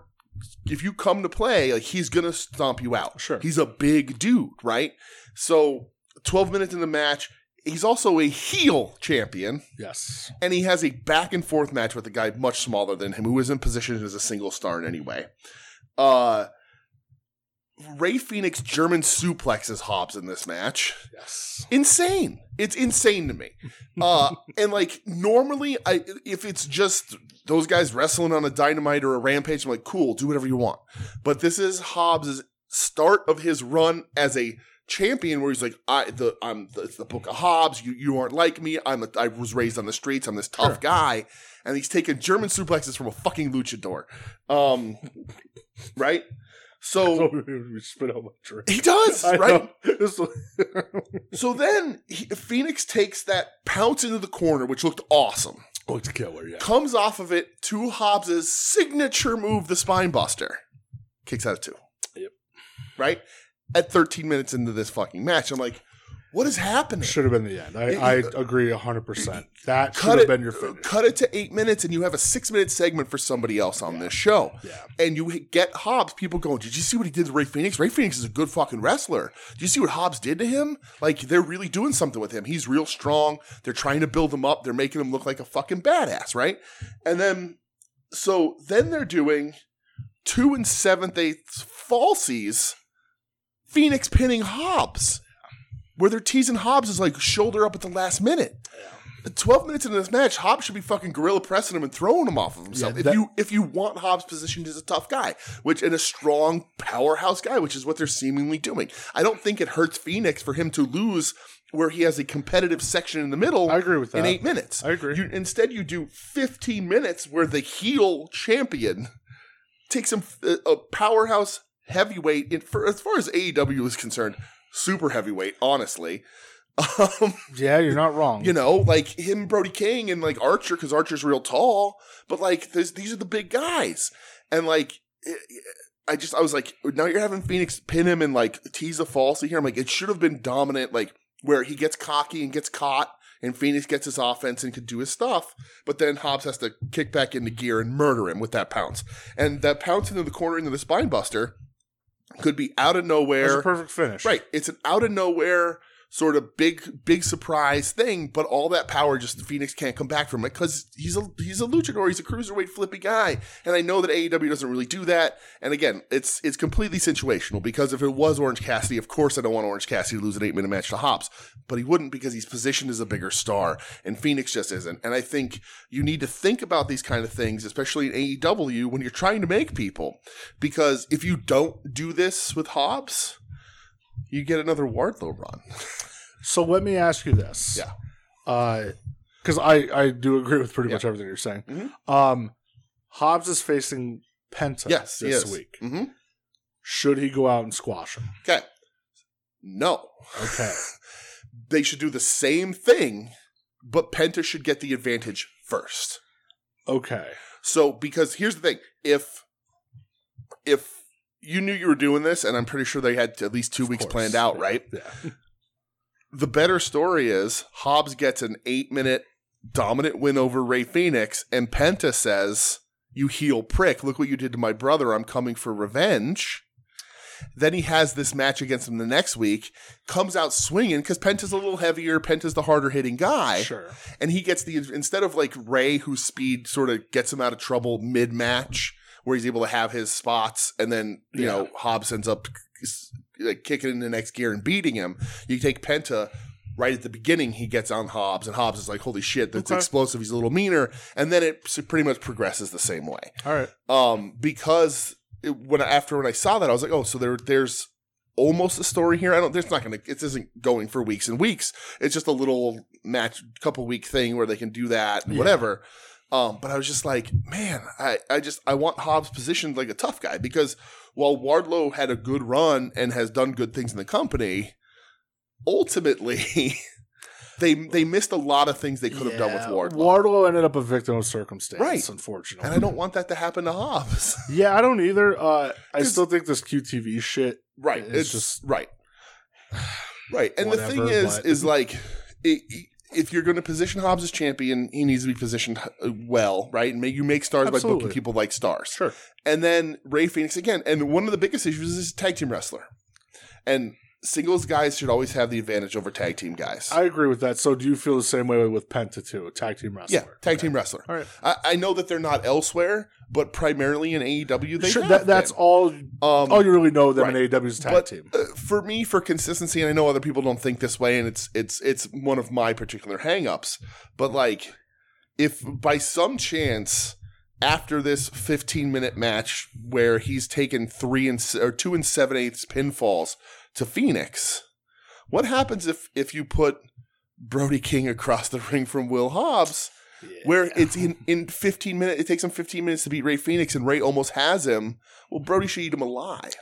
B: if you come to play, like he's gonna stomp you out.
C: Sure.
B: He's a big dude, right? So 12 minutes in the match, he's also a heel champion
C: Yes.
B: and he has a back and forth match with a guy much smaller than him who isn't positioned as a single star in any way. Uh, Ray Phoenix German suplexes Hobbs in this match.
C: Yes.
B: Insane. It's insane to me. Uh, and like normally, I if it's just those guys wrestling on a dynamite or a rampage, I'm like, cool, do whatever you want. But this is Hobbs's start of his run as a champion, where he's like, I the I'm the, it's the Book of Hobbs. You you aren't like me. I'm a, I was raised on the streets. I'm this tough
C: Sure.
B: guy, and he's taking German suplexes from a fucking luchador, um, right? So
C: we spit out my drink.
B: he does
C: I
B: right.
C: know. This was-
B: So then he, Phoenix takes that pounce into the corner, which looked awesome,
C: oh, it's killer. Yeah.
B: comes off of it to Hobbs's signature move, the spine buster. Kicks out of two.
C: Yep.
B: Right? At 13 minutes into this fucking match, I'm like, what is happening?
C: Should have been the end. I, I agree 100%. That should
B: Cut
C: have
B: it,
C: been your finish.
B: cut it to eight minutes, and you have a six minute segment for somebody else on this show.
C: Yeah.
B: and you get Hobbs, people going, Did you see what he did to Ray Phoenix? Ray Phoenix is a good fucking wrestler. Do you see what Hobbs did to him? Like, they're really doing something with him. He's real strong. They're trying to build him up. They're making him look like a fucking badass, right? And then, so then they're doing two and seventh eighths falsies, Phoenix pinning Hobbs, where they're teasing Hobbs is like shoulder up at the last minute. 12 minutes into this match, Hobbs should be fucking gorilla pressing him and throwing him off of himself.
C: Yeah, that-
B: if you if you want Hobbs positioned as a tough guy, which and a strong powerhouse guy, which is what they're seemingly doing. I don't think it hurts Phoenix for him to lose where he has a competitive section in the middle.
C: I agree with
B: In
C: that.
B: eight minutes,
C: I agree.
B: You, instead, you do 15 minutes where the heel champion takes him uh, a powerhouse heavyweight in, for, as far as AEW is concerned, super heavyweight. Honestly, um,
C: Yeah, you're not wrong.
B: you know, like him, Brody King, and like Archer, because Archer's real tall. But like, there's, these are the big guys, and like, it- I just, I was like, now you're having Phoenix pin him and like tease a falsy here. I'm like, it should have been dominant, like where he gets cocky and gets caught, and Phoenix gets his offense and could do his stuff. But then Hobbs has to kick back into gear and murder him with that pounce, and that pounce into the corner into the spine buster could be out of nowhere.
C: That's a perfect finish.
B: Right. It's an out of nowhere sort of big big surprise thing, but all that power just Phoenix can't come back from it because he's a he's a luchador, he's a cruiserweight flippy guy. And I know that AEW doesn't really do that. And again, it's it's completely situational because if it was Orange Cassidy, of course I don't want Orange Cassidy to lose an eight minute match to Hobbs. But he wouldn't because he's positioned as a bigger star and Phoenix just isn't. And I think you need to think about these kind of things, especially in AEW, when you're trying to make people. Because if you don't do this with Hobbs, you get another Wardlow run.
C: So let me ask you this.
B: Yeah.
C: Because I, I do agree with pretty
B: Yeah.
C: much everything you're saying.
B: Mhm.
C: Um, Hobbs is facing Penta
B: Yes, he
C: this
B: is.
C: week.
B: Mm-hmm.
C: Should he go out and squash him?
B: Okay. No,
C: Okay.
B: they should do the same thing, but Penta should get the advantage first.
C: okay.
B: So because here's the thing, if if you knew you were doing this, and I'm pretty sure they had at least two weeks
C: course.
B: planned out,
C: Yeah.
B: right?
C: Yeah.
B: The better story is Hobbs gets an eight minute dominant win over Ray Phoenix, and Penta says, You heel prick, look what you did to my brother. I'm coming for revenge. Then he has this match against him the next week, comes out swinging because Penta's a little heavier. Penta's the harder hitting guy
C: Sure.
B: and he gets the instead of like Ray, whose speed sort of gets him out of trouble mid match, where he's able to have his spots, and then you
C: Yeah.
B: know Hobbs ends up like kicking in the next gear and beating him. You take Penta. Right at the beginning, he gets on Hobbs, and Hobbs is like, "Holy shit, that's
C: Okay.
B: explosive." He's a little meaner, and then it s- pretty much progresses the same way
C: All right.
B: um, because it, when I- after when I saw that, I was like, oh, so there there's almost a story here. I don't. There's not going to. It isn't going for weeks and weeks. It's just a little match, couple week thing where they can do that and
C: Yeah.
B: whatever. Um, but I was just like, man, I, I just I want Hobbs positioned like a tough guy because while Wardlow had a good run and has done good things in the company, ultimately They they missed a lot of things they could have done with
C: Yeah,
B: Wardlow.
C: Wardlow ended up a victim of circumstance,
B: Right.
C: unfortunately.
B: and I don't want that to happen to Hobbs.
C: yeah, I don't either. Uh, I
B: 'Cause-
C: still think this QTV shit.
B: right.
C: It's
B: It's,
C: just-
B: just right. Right. And the
C: Whatever,
B: thing is,
C: but-
B: is like it, if you're going to position Hobbs as champion, he needs to be positioned uh, well, right? And make you make stars by
C: Absolutely.
B: booking people like stars.
C: Sure.
B: And then Ray Phoenix again. And one of the biggest issues is he's a tag team wrestler. And singles guys should always have the advantage over tag team guys.
C: I agree with that. So do you feel the same way with Penta too, a tag team wrestler?
B: yeah, tag team wrestler.
C: All right.
B: I, I know that they're not elsewhere, but primarily in AEW, they
C: Sure,
B: have
C: that, that's
B: been.
C: all.
B: Um,
C: all you really know of them
B: right.
C: in AEW is a tag
B: but
C: team.
B: uh, for me, for consistency, and I know other people don't think this way, and it's it's it's one of my particular hangups. But like, if by some chance after this 15 minute match where he's taken three and s- or two and seven eighths pinfalls to Phoenix, what happens if if you put Brody King across the ring from Will Hobbs? Where it's in, in 15 minutes, it takes him 15 minutes to beat Ray Phoenix, and Ray almost has him. Well, Brody should eat him alive.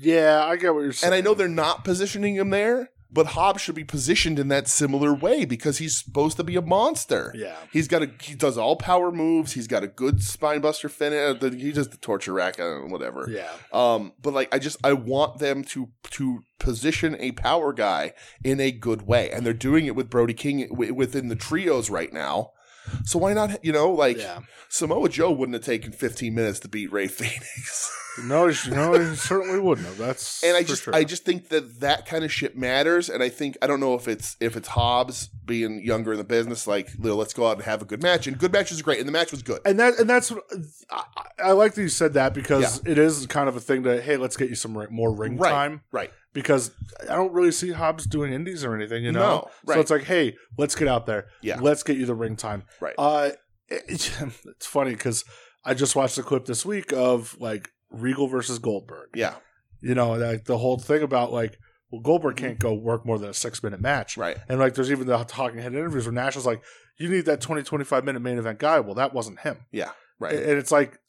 C: Yeah, I get what you're saying.
B: And I know they're not positioning him there, but Hobbs should be positioned in that similar way because he's supposed to be a monster.
C: Yeah.
B: He's got a he does all power moves. He's got a good spinebuster finish. Uh, the- He does the torture rack and whatever.
C: Yeah.
B: Um, but like I just I want them to to position a power guy in a good way, and they're doing it with Brody King w- within the trios right now. So why not? You know, like
C: Yeah.
B: Samoa Joe wouldn't have taken 15 minutes to beat Ray Phoenix.
C: No, you no, it certainly wouldn't have. That's
B: and I
C: for
B: just
C: sure.
B: I just think that that kind of shit matters. And I think I don't know if it's if it's Hobbs being younger in the business, like you know, let's go out and have a good match. And good matches are great, and the match was good.
C: and that and that's what, I, I I like that you said that because it is kind of a thing to hey, let's get you some ri- more ring
B: Right.
C: time
B: Right,
C: because I don't really see Hobbs doing indies or anything, you know.
B: No,
C: So
B: right.
C: it's like hey, let's get out there,
B: Yeah.
C: let's get you the ring time.
B: right,
C: Uh, it- it's funny because I just watched a clip this week of like Regal versus Goldberg.
B: yeah,
C: You know, like the whole thing about like, well, Goldberg can't go work more than a six minute match.
B: Mm-hmm. right,
C: And like, there's even the talking head interviews where Nash is like, you need that 20, 25 minute main event guy. Well, that wasn't him.
B: right.
C: And it's like,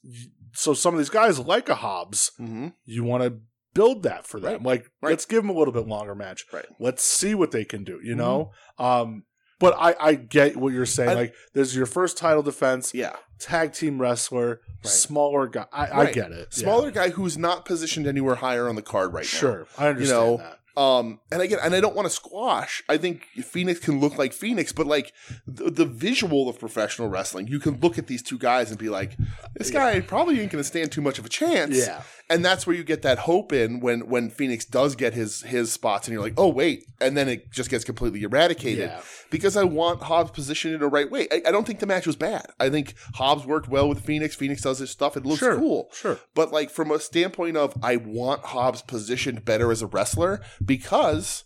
C: so some of these guys, like a Hobbs,
B: mm-hmm.
C: you want to build that for them.
B: Right.
C: Like,
B: Right.
C: let's give them a little bit longer match.
B: Right. Mm-hmm.
C: Let's see what they can do, you know? Um, but I, I get what you're saying.
B: I-
C: like, this is your first title defense
B: Yeah,
C: tag team wrestler,
B: Right.
C: smaller guy. I, I
B: Right.
C: get it.
B: smaller guy who's not positioned anywhere higher on the card
C: Yeah.
B: right now.
C: Sure, I understand
B: know,
C: that.
B: Um, and again, and I don't want to squash. I think Phoenix can look like Phoenix, but like the, the visual of professional wrestling, you can look at these two guys and be like, this guy probably ain't going to stand too much of a chance.
C: Yeah.
B: and that's where you get that hope in when when Phoenix does get his his spots, and you're like, oh wait, and then it just gets completely eradicated
C: Yeah.
B: because I want Hobbs positioned in the right way. I, I don't think the match was bad. I think Hobbs worked well with Phoenix. Phoenix does his stuff. It looks
C: Sure,
B: cool.
C: sure.
B: But like from a standpoint of I want Hobbs positioned better as a wrestler because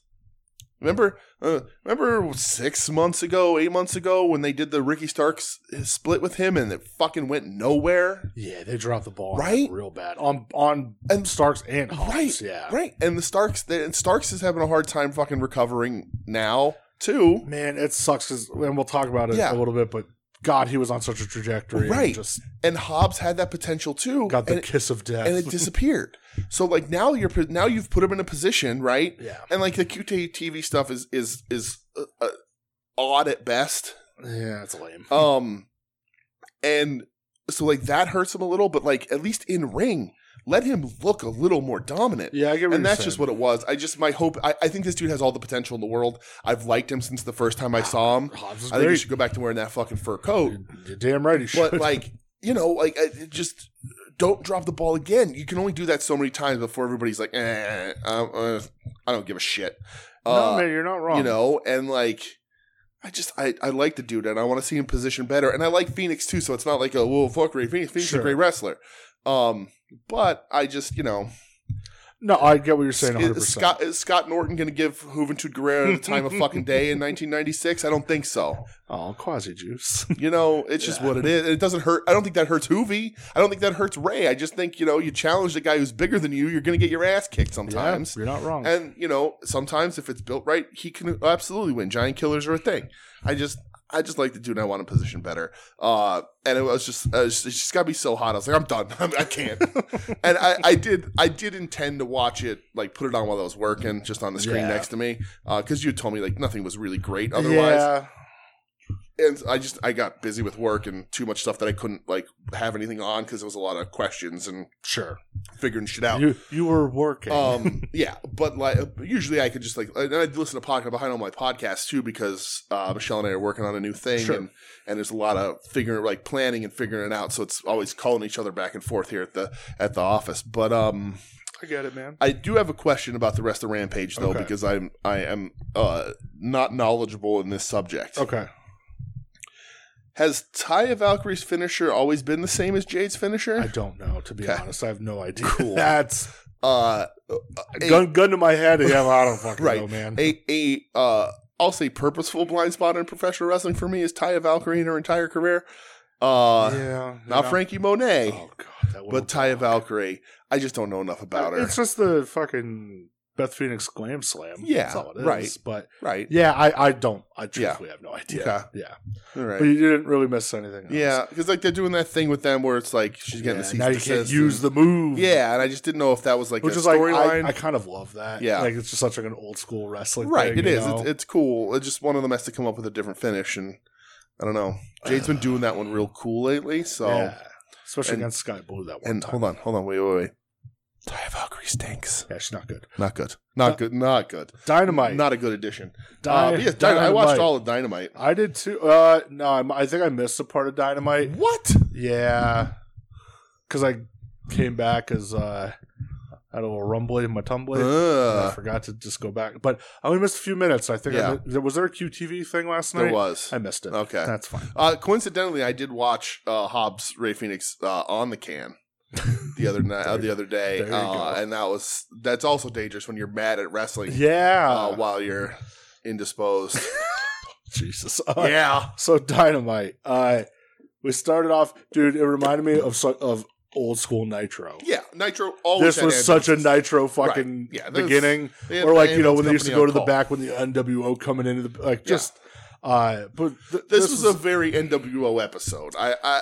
B: remember uh, remember six months ago, eight months ago when they did the Ricky Starks uh, split with him and it fucking went nowhere.
C: Yeah, they dropped the ball on
B: Right?
C: that real bad on on
B: And-
C: Starks and Hobbs.
B: Right.
C: Yeah,
B: Right. And the Starks and Starks is having a hard time fucking recovering now too.
C: man, it sucks. 'cause- and we'll talk about it
B: Yeah.
C: a little bit, but God, he was on such a trajectory. and
B: Right.
C: just
B: And Hobbs had that potential too.
C: got the
B: and,
C: kiss of death.
B: and it disappeared. So like now you're now you've put him in a position, right?
C: yeah,
B: And like the QTV stuff is is is uh, uh, odd at best.
C: yeah, it's lame.
B: Um, and so like that hurts him a little, but like at least in ring, let him look a little more dominant.
C: yeah, I get. What
B: And
C: you're
B: that's just
C: saying.
B: what it was. I just my hope. I, I think this dude has all the potential in the world. I've liked him since the first time I saw him.
C: Hobbs is
B: I think he
C: great.
B: should go back to wearing that fucking fur coat.
C: You're damn right. He should.
B: But like you know, like I, it just don't drop the ball again. You can only do that so many times before everybody's like, eh, uh, uh, I don't give a shit. Uh,
C: no, man, you're not wrong.
B: you know, and like I just I, I like the dude and I want to see him positioned better. And I like Phoenix too, so it's not like a whoa fuck Ray Phoenix. Phoenix is
C: Sure.
B: a great wrestler. Um but I just, you know,
C: no, I get what you're saying. 100.
B: is
C: percent
B: Scott is Scott Norton going to give Juventud Guerrero the time of fucking day in 1996? I don't think so.
C: Oh, quasi juice.
B: You know, it's just
C: Yeah.
B: what it is. And It doesn't hurt. I don't think that hurts Hoovy. I don't think that hurts Ray. I just think you know, you challenge the guy who's bigger than you, you're going to get your ass kicked
C: yeah,
B: sometimes.
C: you're not wrong.
B: And you know, sometimes if it's built right, he can absolutely win. Giant killers are a thing. I just I just like the dude. and I want to position better. Uh, and it was just, uh, it's just got me so hot. I was like, I'm done. I'm, I can't. and I, I did, I did intend to watch it, like put it on while I was working, just on the screen
C: Yeah.
B: next to me, because you told me like nothing was really great otherwise.
C: Yeah.
B: And I just, I got busy with work and too much stuff that I couldn't like have anything on because there was a lot of questions and
C: Sure.
B: figuring shit out.
C: You you were working.
B: Um, yeah, but like usually I could just like and I listen to pocket behind all my podcasts too because uh, Michelle and I are working on a new thing
C: Sure.
B: and and there's a lot of figuring like planning and figuring it out. So it's always calling each other back and forth here at the at the office. But um,
C: I get it, man.
B: I do have a question about the rest of Rampage though
C: Okay.
B: because I'm I am uh not knowledgeable in this subject.
C: Okay.
B: Has Taya Valkyrie's finisher always been the same as Jade's
C: I
B: finisher?
C: don't know, to be
B: Okay.
C: honest. I have no idea.
B: Cool.
C: That's
B: Uh, Hey.
C: gun gun to my head. Yeah, I don't fucking
B: Right.
C: know, man.
B: a a uh I'll say purposeful blind spot in professional wrestling for me is Taya Valkyrie in her entire career. Uh
C: yeah.
B: not
C: yeah.
B: Frankie Monet,
C: Oh god, that
B: but Taya Valkyrie. I just don't know enough about her.
C: It's just the fucking Beth Phoenix glam slam.
B: Yeah,
C: That's all it is.
B: right.
C: But
B: right.
C: yeah, I, I don't I truthfully have no idea.
B: Okay.
C: Yeah.
B: All right.
C: But you didn't really miss anything else.
B: yeah, because like they're doing that thing with them where it's like she's getting
C: Yeah,
B: the cease
C: now
B: and
C: you can't
B: desist and-
C: use the move.
B: Yeah, and I just didn't know if that was like
C: Which
B: a
C: is like
B: storyline.
C: I, I kind of love that.
B: Yeah.
C: Like it's just such like an old school wrestling.
B: right, it
C: thing, you
B: is.
C: know?
B: It's, it's cool. It's just one of them has to come up with a different finish, and I don't know. Jade's been doing that one real cool lately. So
C: Yeah. Especially
B: and-
C: against Sky Blue that one
B: and
C: time.
B: hold on, hold on, wait, wait, wait. Taya Valkyrie stinks.
C: Yeah, she's not good.
B: Not good. Not good. Not good.
C: Dynamite.
B: Not a good addition.
C: Di-
B: Uh, but yes, Dynamite. I watched
C: Dynamite.
B: all of Dynamite.
C: I did too. Uh, no, I'm, I think I missed a part of Dynamite.
B: What?
C: Yeah, because I came back as uh, out of a rumbly in my tumbly. I
B: Uh,
C: forgot to just go back, but I only missed a few minutes. I think I
B: Yeah.
C: mi- there- was there a QTV thing last night.
B: there was.
C: I missed it.
B: Okay.
C: that's fine.
B: Uh, coincidentally, I did watch uh, Hobbs Ray Phoenix uh, on the can the other night, uh, the other day,
C: There you
B: uh,
C: go.
B: and that was that's also dangerous when you're mad at wrestling
C: Yeah,
B: uh, while you're indisposed.
C: Jesus. Uh,
B: yeah.
C: So Dynamite. Uh, we started off, dude. It reminded me of so- of old school Nitro.
B: Yeah. Nitro always.
C: This was such a Nitro fucking
B: Right. Yeah, there's-
C: beginning.
B: a
C: or like you know when they used to go to the back when the NWO coming into the like
B: Yeah.
C: just uh but th-
B: This, was, a very NWO episode. I, I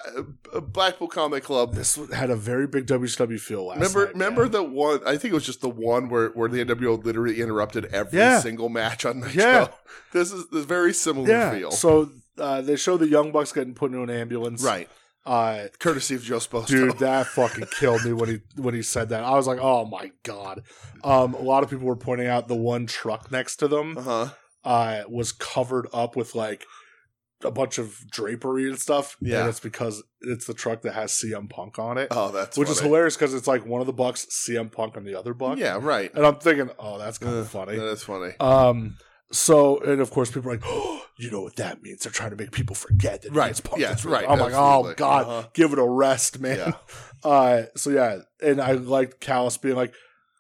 B: Black Bull Comic Club
C: this had a very big WCW feel last
B: Remember,
C: night,
B: remember
C: man.
B: the one? I think it was just the one where, where the NWO literally interrupted every
C: Yeah.
B: single match on Nitro.
C: Yeah.
B: This is this very similar
C: yeah
B: feel,
C: so uh they show the young bucks getting put into an ambulance
B: right?
C: uh
B: Courtesy of Joe Sposto.
C: dude that fucking killed me when he when he said that i was like oh my god um a lot of people were pointing out the one truck next to them
B: uh huh.
C: uh, was covered up with like a bunch of drapery and stuff.
B: Yeah.
C: and it's because it's the truck that has CM Punk on it,
B: Oh, that's
C: which is
B: funny.
C: hilarious because it's like one of the bucks CM Punk and the other buck.
B: Yeah, right.
C: and I'm thinking, oh, that's kind
B: Uh,
C: of funny.
B: That's funny.
C: Um, so and of course people are like, oh, you know what that means? They're trying to make people forget that
B: Right.
C: it's Punk.
B: Yes,
C: that's
B: right.
C: I'm like,
B: Absolutely.
C: oh god,
B: Uh-huh.
C: give it a rest, man.
B: Yeah.
C: Uh, so yeah, and I liked Callus being like,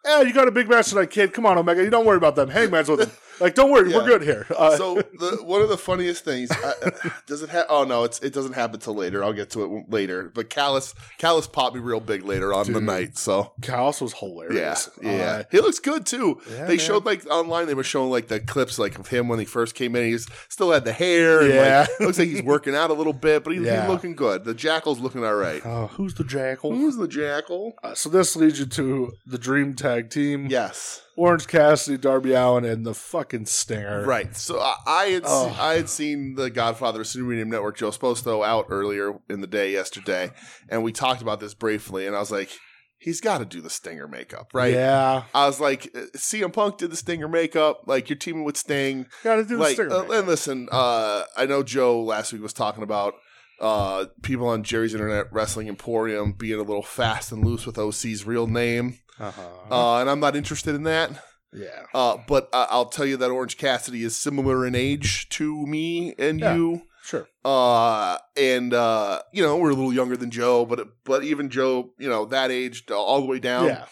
C: "Yeah, you got a big match tonight, kid. Come on, Omega. You don't worry about them. Hang match with them. Like, don't worry,
B: Yeah.
C: we're good here." Uh,
B: so the, one of the funniest things uh, does it have? Oh no, it's it doesn't happen till later. I'll get to it later. But Callus Callus popped me real big later on the
C: Dude.
B: night. So
C: Callus was
B: yeah,
C: hilarious.
B: yeah,
C: Uh,
B: he looks good too.
C: Yeah,
B: they
C: man.
B: showed like online. They were showing like the clips like of him when he first came in. He was, still had the hair. And,
C: Yeah.
B: like, looks like he's working out a little bit, but he,
C: Yeah.
B: he's looking good. The jackal's looking all right.
C: uh, who's the jackal?
B: Who's the jackal?
C: Uh, so this leads you to the Dream Tag Team:
B: Yes,
C: Orange Cassidy, Darby Allen, and the fucking Stinger.
B: right. So I, I had
C: Oh.
B: se- I had seen the Godfather of Cinemedium Network Joe Sposto out earlier in the day yesterday, and we talked about this briefly. And I was like, he's got to do the stinger makeup, right?
C: Yeah,
B: I was like, uh, CM Punk did the stinger makeup. Like you're teaming with Sting.
C: gotta do the
B: like,
C: Stinger.
B: uh,
C: man.
B: and listen, uh, I know Joe last week was talking about uh, people on Jerry's Internet Wrestling Emporium being a little fast and loose with OC's real name,
C: uh-huh.
B: uh, and I'm not interested in that.
C: yeah,
B: Uh, but I- I'll tell you that Orange Cassidy is similar in age to me and
C: Yeah.
B: you.
C: sure.
B: Uh, and uh, you know we're a little younger than Joe, but but even Joe, you know that age uh, all the way down.
C: yeah,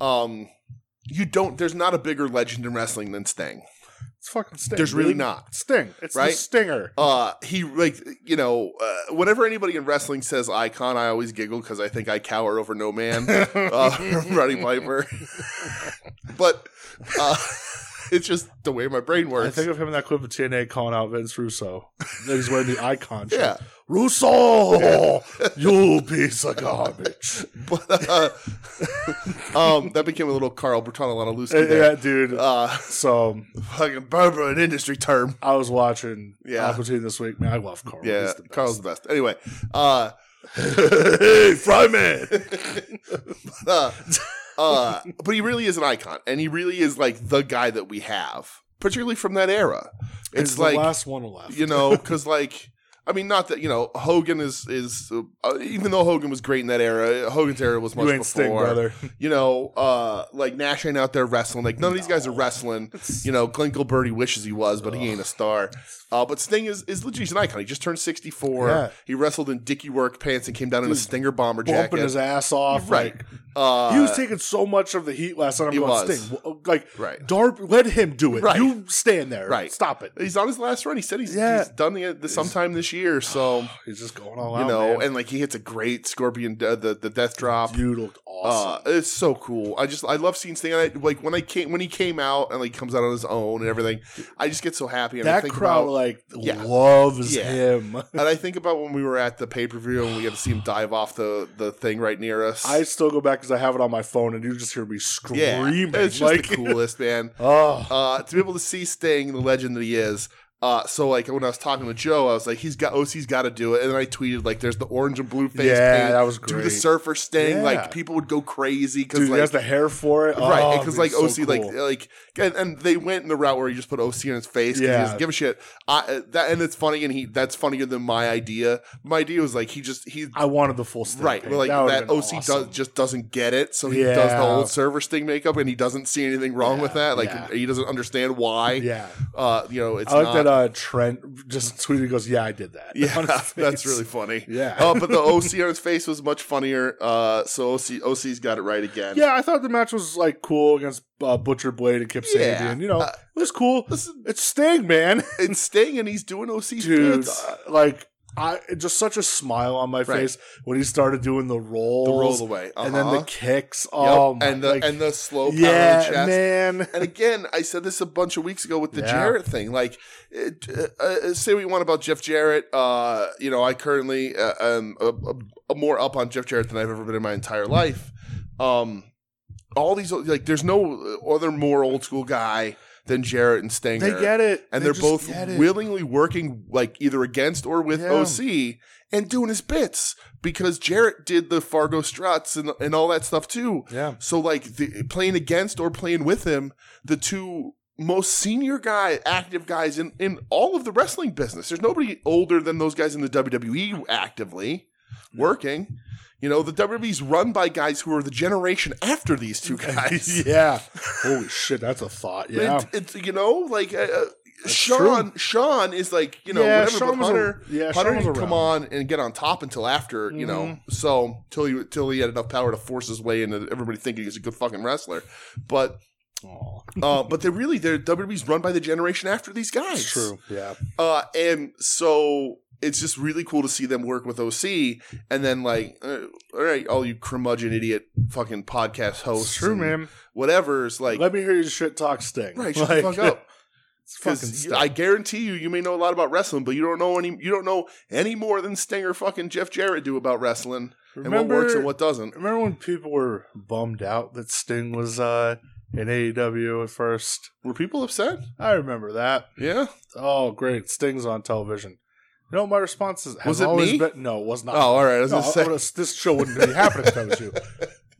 B: Um, you don't. There's not a bigger legend in wrestling than Sting.
C: it's fucking Sting.
B: There's really
C: dude.
B: not.
C: Sting. It's the
B: Right?
C: Stinger.
B: uh he like you know uh, whenever anybody in wrestling says icon i always giggle because i think i cower over uh, no man uh Roddy piper but uh it's just the way my brain
C: I
B: works.
C: think of him in that clip of TNA calling out Vince Russo. He's wearing the icon. shirt.
B: yeah,
C: Russo, you piece of garbage.
B: but uh, um, that became a little Carl Bertanolanowski
C: yeah,
B: there.
C: dude.
B: Uh,
C: so
B: fucking Barbara, an industry term.
C: I was watching
B: Yeah.
C: Aquatine this week. Man, I love Carl.
B: Yeah,
C: He's the best.
B: Carl's the best. Anyway, uh,
C: hey, Fryman.
B: uh, uh, but he really is an icon, and he really is like the guy that we have, particularly from that era. It's
C: It's
B: like
C: the last one left.
B: you know, because like. I mean, not that you know Hogan is is uh, even though Hogan was great in that era, Hogan's era was much
C: you ain't
B: before.
C: Sting, brother.
B: You know, uh, like Nash ain't out there wrestling. Like none of these guys are wrestling. You know, Glenn Gilbert he wishes he was, but he ain't a star. Uh, but Sting is is legit he's an icon. He just turned sixty four.
C: Yeah.
B: He wrestled in dicky work pants and came down in a Stinger bomber
C: Bumping
B: jacket.
C: his ass off.
B: right.
C: Like,
B: uh,
C: he was taking so much of the heat last night. I'm
B: he
C: going,
B: was.
C: Sting, w- like,
B: Right.
C: Darby, let him do it.
B: Right.
C: You stand there.
B: Right.
C: Stop it.
B: he's on his last run. He said he's,
C: Yeah.
B: he's done the, the sometime this year. So
C: He's just going all
B: you
C: out.
B: know,
C: man.
B: and like he hits a great Scorpion uh, the the death drop.
C: you looked awesome.
B: Uh, it's so cool. I just I love seeing Sting. I, like when I came when he came out and like comes out on his own and everything. I just get so happy. And I
C: that
B: think
C: crowd
B: about,
C: like
B: Yeah.
C: loves
B: Yeah.
C: him.
B: and I think about when we were at the pay per view and we got to see him dive off the the thing right near us.
C: I still go back because I have it on my phone, and you just hear me screaming.
B: yeah, it's just
C: like,
B: the coolest man.
C: oh,
B: Uh, to be able to see Sting, the legend that he is. Uh, so like when I was talking with Joe, I was like, he's got OC's got to do it, and then I tweeted like, there's the orange and blue face.
C: Yeah,
B: paint.
C: that was
B: Do the
C: great.
B: surfer Sting,
C: Yeah.
B: like people would go crazy because
C: dude, he
B: like
C: has the hair for it,
B: right?
C: Oh,
B: Because
C: dude,
B: like
C: so
B: OC, like
C: cool.
B: like, and, and they went in the route where he just put OC on his face. 'cause he
C: Yeah.
B: doesn't give a shit. I uh, that and it's funny, and he that's funnier than my idea. My idea was like he just he
C: I wanted the full stick.
B: right
C: paint.
B: like
C: would've
B: that,
C: been
B: OC
C: awesome.
B: does just doesn't get it, so he does the
C: Yeah.
B: old server sting makeup, and he doesn't see anything wrong with
C: Yeah,
B: that. Like
C: yeah.
B: he doesn't understand why.
C: Yeah,
B: Uh, you know, it's
C: I like
B: not,
C: that. Uh, Trent just tweeted, he "Goes, yeah, I did that."
B: yeah,
C: On his face.
B: that's really funny.
C: Yeah.
B: uh, but the OC on his face was much funnier. Uh, so OC OC's got it right again.
C: Yeah, I thought the match was like cool against uh, Butcher Blade and Kip
B: Yeah.
C: Sabian. You know,
B: Uh,
C: it was cool.
B: listen-
C: It's Sting, man.
B: it's Sting, and he's doing OC's
C: dude.
B: bits.
C: uh, Like I just such a smile on my
B: Right.
C: face when he started doing the rolls,
B: the rolls away,
C: and then
B: Uh-huh.
C: the kicks.
B: Yep.
C: Oh, my,
B: and the
C: like,
B: and the slow pound
C: yeah,
B: on the chest.
C: man.
B: And again, I said this a bunch of weeks ago with the
C: Yeah.
B: Jarrett thing. Like, it, uh, uh, say what you want about Jeff Jarrett. Uh, you know, I currently uh, am uh, uh, more up on Jeff Jarrett than I've ever been in my entire life. Um, all these like, there's no other more old school guy than Jarrett and Stinger.
C: They get it,
B: and
C: They
B: they are
C: just
B: both
C: get it.
B: willingly working like either against or with
C: Yeah.
B: OC and doing his bits because Jarrett did the Fargo struts and and all that stuff too.
C: Yeah.
B: So like the, playing against or playing with him, the two most senior guy active guys in in all of the wrestling business. There's nobody older than those guys in the WWE actively working. You know, the WWE's run by guys who are the generation after these two guys.
C: yeah. Holy shit, that's a thought. Yeah.
B: It- it's you know like uh, uh,
C: true.
B: Sean. Sean is like you know
C: Yeah,
B: whatever.
C: Sean
B: but
C: was a-
B: Hunter,
C: yeah,
B: Hunter
C: Sean was
B: didn't come
C: around. Mm-hmm.
B: on and get on top until after you know. So till he till he had enough power to force his way into everybody thinking he's a good fucking wrestler. But
C: Aw,
B: uh, but they really they're WWE's run by the generation after these guys.
C: it's true. Yeah.
B: Uh, and so it's just really cool to see them work with OC and then like uh, all right, all you curmudgeon idiot fucking podcast hosts,
C: It's true,
B: and
C: man.
B: Whatever's like.
C: Let me hear your shit talk Sting.
B: Right, shut
C: Like,
B: the fuck up.
C: It's fucking
B: Because
C: Sting.
B: I guarantee you, you may know a lot about wrestling, but you don't know any. You don't know any more than Stinger fucking Jeff Jarrett do about wrestling and what
C: Remember-
B: works and what doesn't.
C: Remember when people were bummed out that Sting was uh, in AEW at first?
B: Were people upset?
C: I remember that.
B: Yeah.
C: Oh, great. Sting's on television. You know, my response is, has
B: Was it
C: always
B: me?
C: been, no, it was not.
B: Oh, all right. I was
C: No,
B: gonna
C: I
B: say,
C: would've- this show wouldn't be happening if that was you.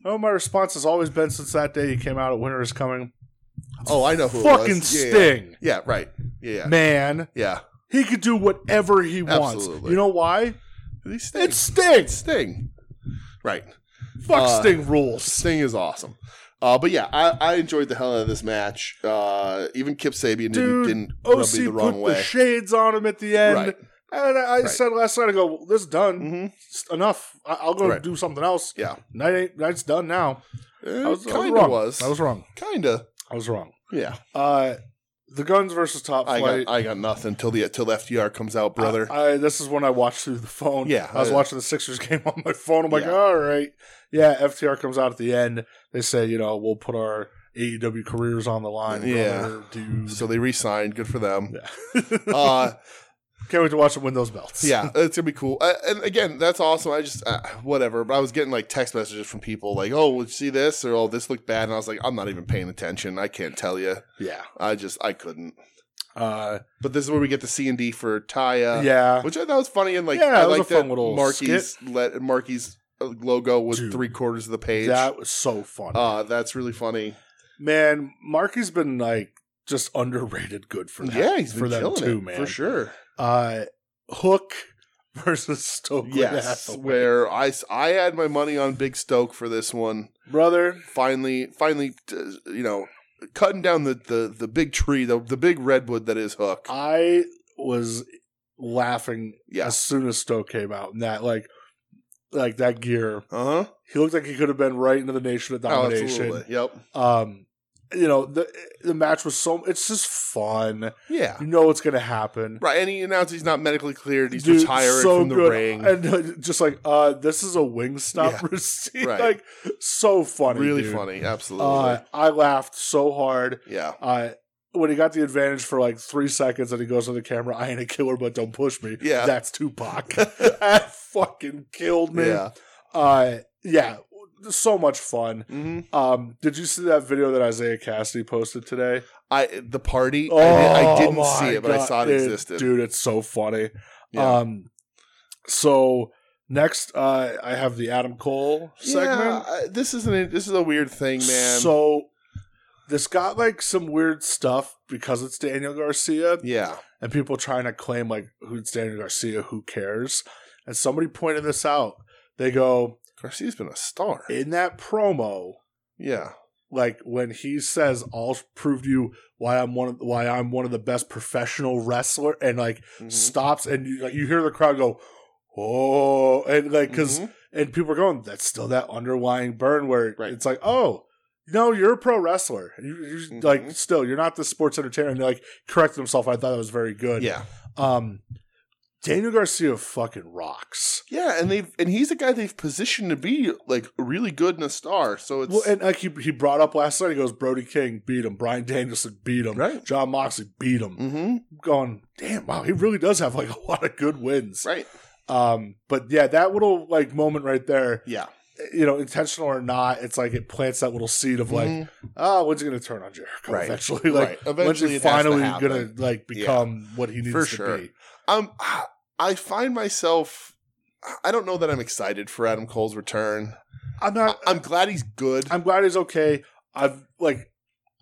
C: No, my response has always been since that day he came out at Winter is Coming.
B: oh, I know who. it
C: Fucking
B: was. Yeah, yeah.
C: Sting,
B: Yeah, right. Yeah, yeah.
C: man.
B: yeah.
C: He could do whatever he wants.
B: Absolutely.
C: You know why?
B: He's Sting.
C: It's Sting.
B: Sting. Right.
C: Fuck
B: Uh,
C: Sting rules.
B: Sting is awesome. Uh, but yeah, I, I enjoyed the hell out of this match. Uh, even Kip Sabian didn't,
C: Dude,
B: didn't rub
C: OC
B: me the
C: put
B: wrong
C: the
B: way.
C: shades on him at the end.
B: Right.
C: And I, I
B: Right.
C: said last night, I go, well, this is done.
B: Mhm.
C: It's enough. I, I'll go
B: Right.
C: do something else.
B: yeah,
C: Night ain't, night's done now. I was, I was
B: kind of
C: wrong.
B: was.
C: I was wrong.
B: kind of.
C: I was wrong.
B: Yeah,
C: Uh, the guns versus top
B: I
C: flight.
B: got I got nothing till the till FDR comes out, brother.
C: I, I- this is when I watched through the phone.
B: Yeah,
C: I was
B: I-
C: watching the Sixers game on my phone. I'm like,
B: Yeah.
C: all right, yeah. FTR comes out at the end. They say, you know, we'll put our AEW careers on the line. brother,
B: Yeah.
C: dude.
B: So they re-signed. Good for them.
C: yeah.
B: Uh,
C: Can't wait to watch them win those belts.
B: yeah, it's gonna be cool. Uh, and again, that's awesome. I just uh, whatever. But I was getting like text messages from people like, "Oh, would you see this?" or "Oh, this looked bad," and I was like, "I'm not even paying attention. I can't tell you.
C: yeah.
B: I just I couldn't."
C: Uh,
B: But this is where we get the C and D for Taya.
C: yeah.
B: which I thought was funny and like
C: Yeah,
B: I
C: it was a
B: like
C: fun
B: that
C: little
B: Marky's let Marky's uh, logo was
C: Dude.
B: three quarters of the page.
C: That was so fun.
B: uh, that's really funny.
C: man, Marky's been like just underrated good for that.
B: yeah, he's
C: for
B: been
C: them
B: killing
C: too,
B: it
C: man.
B: for sure.
C: Uh, Hook versus Stokely
B: Yes,
C: Hathaway.
B: where I s- I had my money on Big Stoke for this one.
C: brother.
B: Finally, finally, t- you know, cutting down the the the big tree, the the big redwood that is Hook.
C: I was laughing
B: Yeah.
C: as soon as Stoke came out and that like like that gear.
B: Uh huh.
C: He looked like he could have been right into the nation of
B: Oh,
C: domination.
B: absolutely. Yep.
C: um, you know the the match was so it's just fun.
B: Yeah.
C: You know what's gonna happen.
B: Right, and he announced he's not medically cleared. He's
C: Dude,
B: retired
C: so
B: from the
C: good.
B: ring.
C: And uh, just like uh, this is a Wingstop
B: Yeah.
C: receipt,
B: Right.
C: like so funny,
B: really
C: dude.
B: funny, absolutely.
C: Uh, I laughed so hard.
B: yeah,
C: Uh, when he got the advantage for like three seconds, and he goes to the camera, "I ain't a killer, but don't push me."
B: Yeah.
C: that's Tupac. that fucking killed me.
B: yeah.
C: Uh, yeah, so much fun.
B: hmm
C: Um, did you see that video that Isaiah Cassidy posted today? Oh
B: I the party. I, did, not see
C: my
B: it, but I
C: God.
B: saw it, existed.
C: Dude, it's so funny.
B: Yeah.
C: Um, so next, uh, I have the Adam Cole segment.
B: Yeah, I- this is an this is a weird thing, man.
C: So this got like some weird stuff because it's Daniel Garcia
B: yeah,
C: and people trying to claim like who's Daniel Garcia, who cares? And somebody pointed this out. They go
B: Garcia's been a star.
C: in that promo,
B: Yeah,
C: like when he says, "I'll prove to you why I'm one of why I'm one of the best professional wrestler," and like
B: Mhm.
C: stops and you like you hear the crowd go oh and like because
B: Mhm.
C: and people are going that's still that underlying burn where
B: Right.
C: it's like oh no you're a pro wrestler you, you like
B: Mhm.
C: still you're not the sports entertainer and they like corrected himself i thought that was very good
B: yeah,
C: um daniel garcia fucking rocks
B: yeah, and they've and he's a guy they've positioned to be like really good and a star. So it's
C: well, and like he, he brought up last night, he goes, Brody King beat him, Brian Danielson beat him,
B: Right.
C: John Moxley beat him.
B: hmm
C: Going, damn, wow, he really does have like a lot of good wins.
B: right.
C: Um, but yeah, that little like moment right there,
B: Yeah,
C: you know, intentional or not, it's like it plants that little seed of like,
B: Mhm.
C: oh, when's he gonna turn on Jericho
B: Right.
C: eventually?
B: right.
C: Like when's
B: Eventually,
C: he
B: it has to
C: finally
B: happen.
C: gonna like become what he needs
B: For
C: to
B: sure.
C: be?
B: Um, I find myself. I don't know that I'm excited for Adam Cole's return.
C: I'm
B: I,
C: not
B: I'm glad he's good.
C: I'm glad he's okay. I've like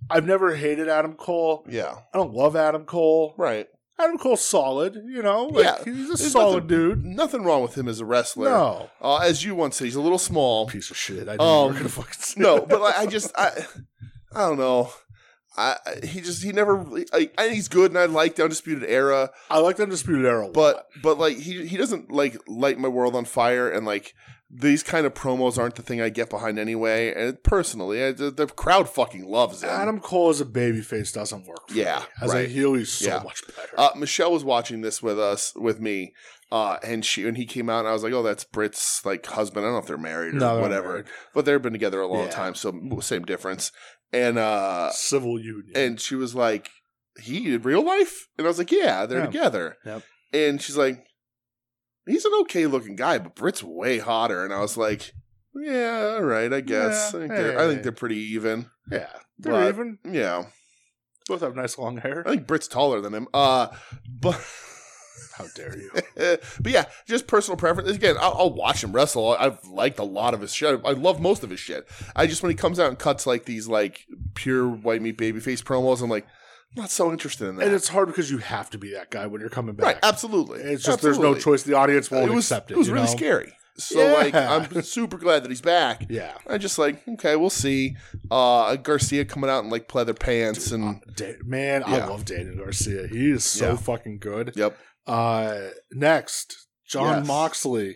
C: I've never hated Adam Cole.
B: yeah,
C: I don't love Adam Cole.
B: right.
C: Adam Cole's solid, you know, like
B: Yeah.
C: he's a
B: There's
C: solid
B: nothing-
C: dude.
B: Nothing wrong with him as a wrestler.
C: No.
B: Uh, as you once said, he's a little small.
C: Piece of shit. I didn't
B: Um,
C: um, gonna fucking say
B: No,
C: that.
B: but like, I just I, I don't know. I I- he just he never really- I, and he's good and I like the undisputed era,
C: I like the Undisputed Era. a lot.
B: but but like he he doesn't like light my world on fire and like these kind of promos aren't the thing I get behind anyway. And personally, I, the, the crowd fucking loves him.
C: Adam Cole as a babyface doesn't work. For
B: Yeah,
C: me. as
B: right.
C: a heel, he's so
B: Yeah.
C: much better.
B: Uh, Michelle was watching this with us with me, uh, and she and he came out and I was like, oh, that's Britt's like husband. I don't know if they're married or
C: No, they're not
B: whatever,
C: married.
B: but they've been together a long
C: Yeah.
B: time, so same difference. And uh,
C: Civil union.
B: and she was like, "He in real life?" And I was like, "Yeah, they're
C: Yeah.
B: together."
C: Yep.
B: And she's like, "He's an okay looking guy, but Britt's way hotter." And I was like, "Yeah, all right, I guess.
C: Yeah,
B: I, think they're, I
C: hey.
B: think they're pretty even.
C: yeah, they're
B: But-
C: even.
B: Yeah,
C: Both have nice long hair.
B: I think Britt's taller than him. Uh, but."
C: How dare you?
B: but yeah, just personal preference. Again, I'll, I'll watch him wrestle. I- I've liked a lot of his shit. I love most of his shit. I just when he comes out and cuts like these like pure white meat babyface promos, I'm like, I'm not so interested in that.
C: And it's hard because you have to be that guy when you're coming back.
B: right, absolutely.
C: It's just there's no
B: Absolutely. Uh,
C: choice. The audience won't
B: it was,
C: accept it.
B: was
C: you
B: really
C: know?
B: scary. So
C: Yeah.
B: like I'm super glad that he's back.
C: Yeah.
B: I just like, okay, we'll see. Uh Garcia coming out in like pleather pants and
C: Da- man, I
B: Yeah.
C: love Daniel Garcia. He is so
B: Yeah.
C: fucking good.
B: Yep.
C: Uh, next, John
B: Yes.
C: Moxley.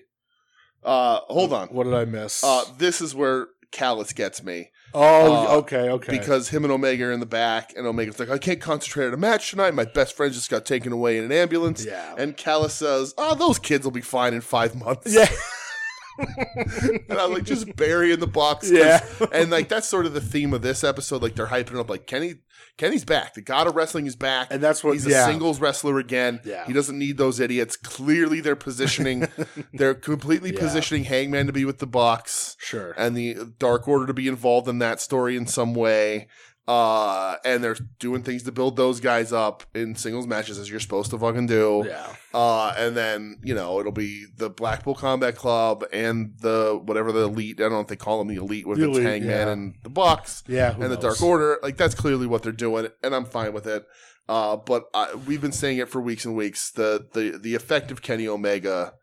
B: Uh hold on.
C: What did I miss?
B: Uh this is where Callus gets me.
C: oh,
B: uh,
C: okay, okay.
B: because him and Omega are in the back, and Omega's like, I can't concentrate on a match tonight. My best friend just got taken away in an ambulance.
C: yeah,
B: "Ah, And Callus says, Oh, those kids will be fine in five months.
C: yeah.
B: and I was like, just burying the Bucks. 'cause-
C: Yeah.
B: and like that's sort of the theme of this episode. Like they're hyping up like Kenny Kenny's back. The god of wrestling is back.
C: And that's what
B: He's
C: yeah.
B: a singles wrestler again.
C: Yeah.
B: He doesn't need those idiots. Clearly they're positioning they're completely
C: Yeah.
B: positioning Hangman to be with the Bucks
C: Sure.
B: and the Dark Order to be involved in that story in some way. Uh, and they're doing things to build those guys up in singles matches as you're supposed to fucking do.
C: yeah.
B: Uh, and then, you know, it'll be the Black Bull Combat Club and the whatever the elite, I don't know if they call them the elite with
C: The
B: it's
C: Elite,
B: Hangman
C: yeah.
B: and the Bucks
C: Yeah. who
B: and the
C: knows?
B: Dark Order. Like, that's clearly what they're doing, and I'm fine with it. Uh, but I, we've been saying it for weeks and weeks. The, the, the effect of Kenny Omega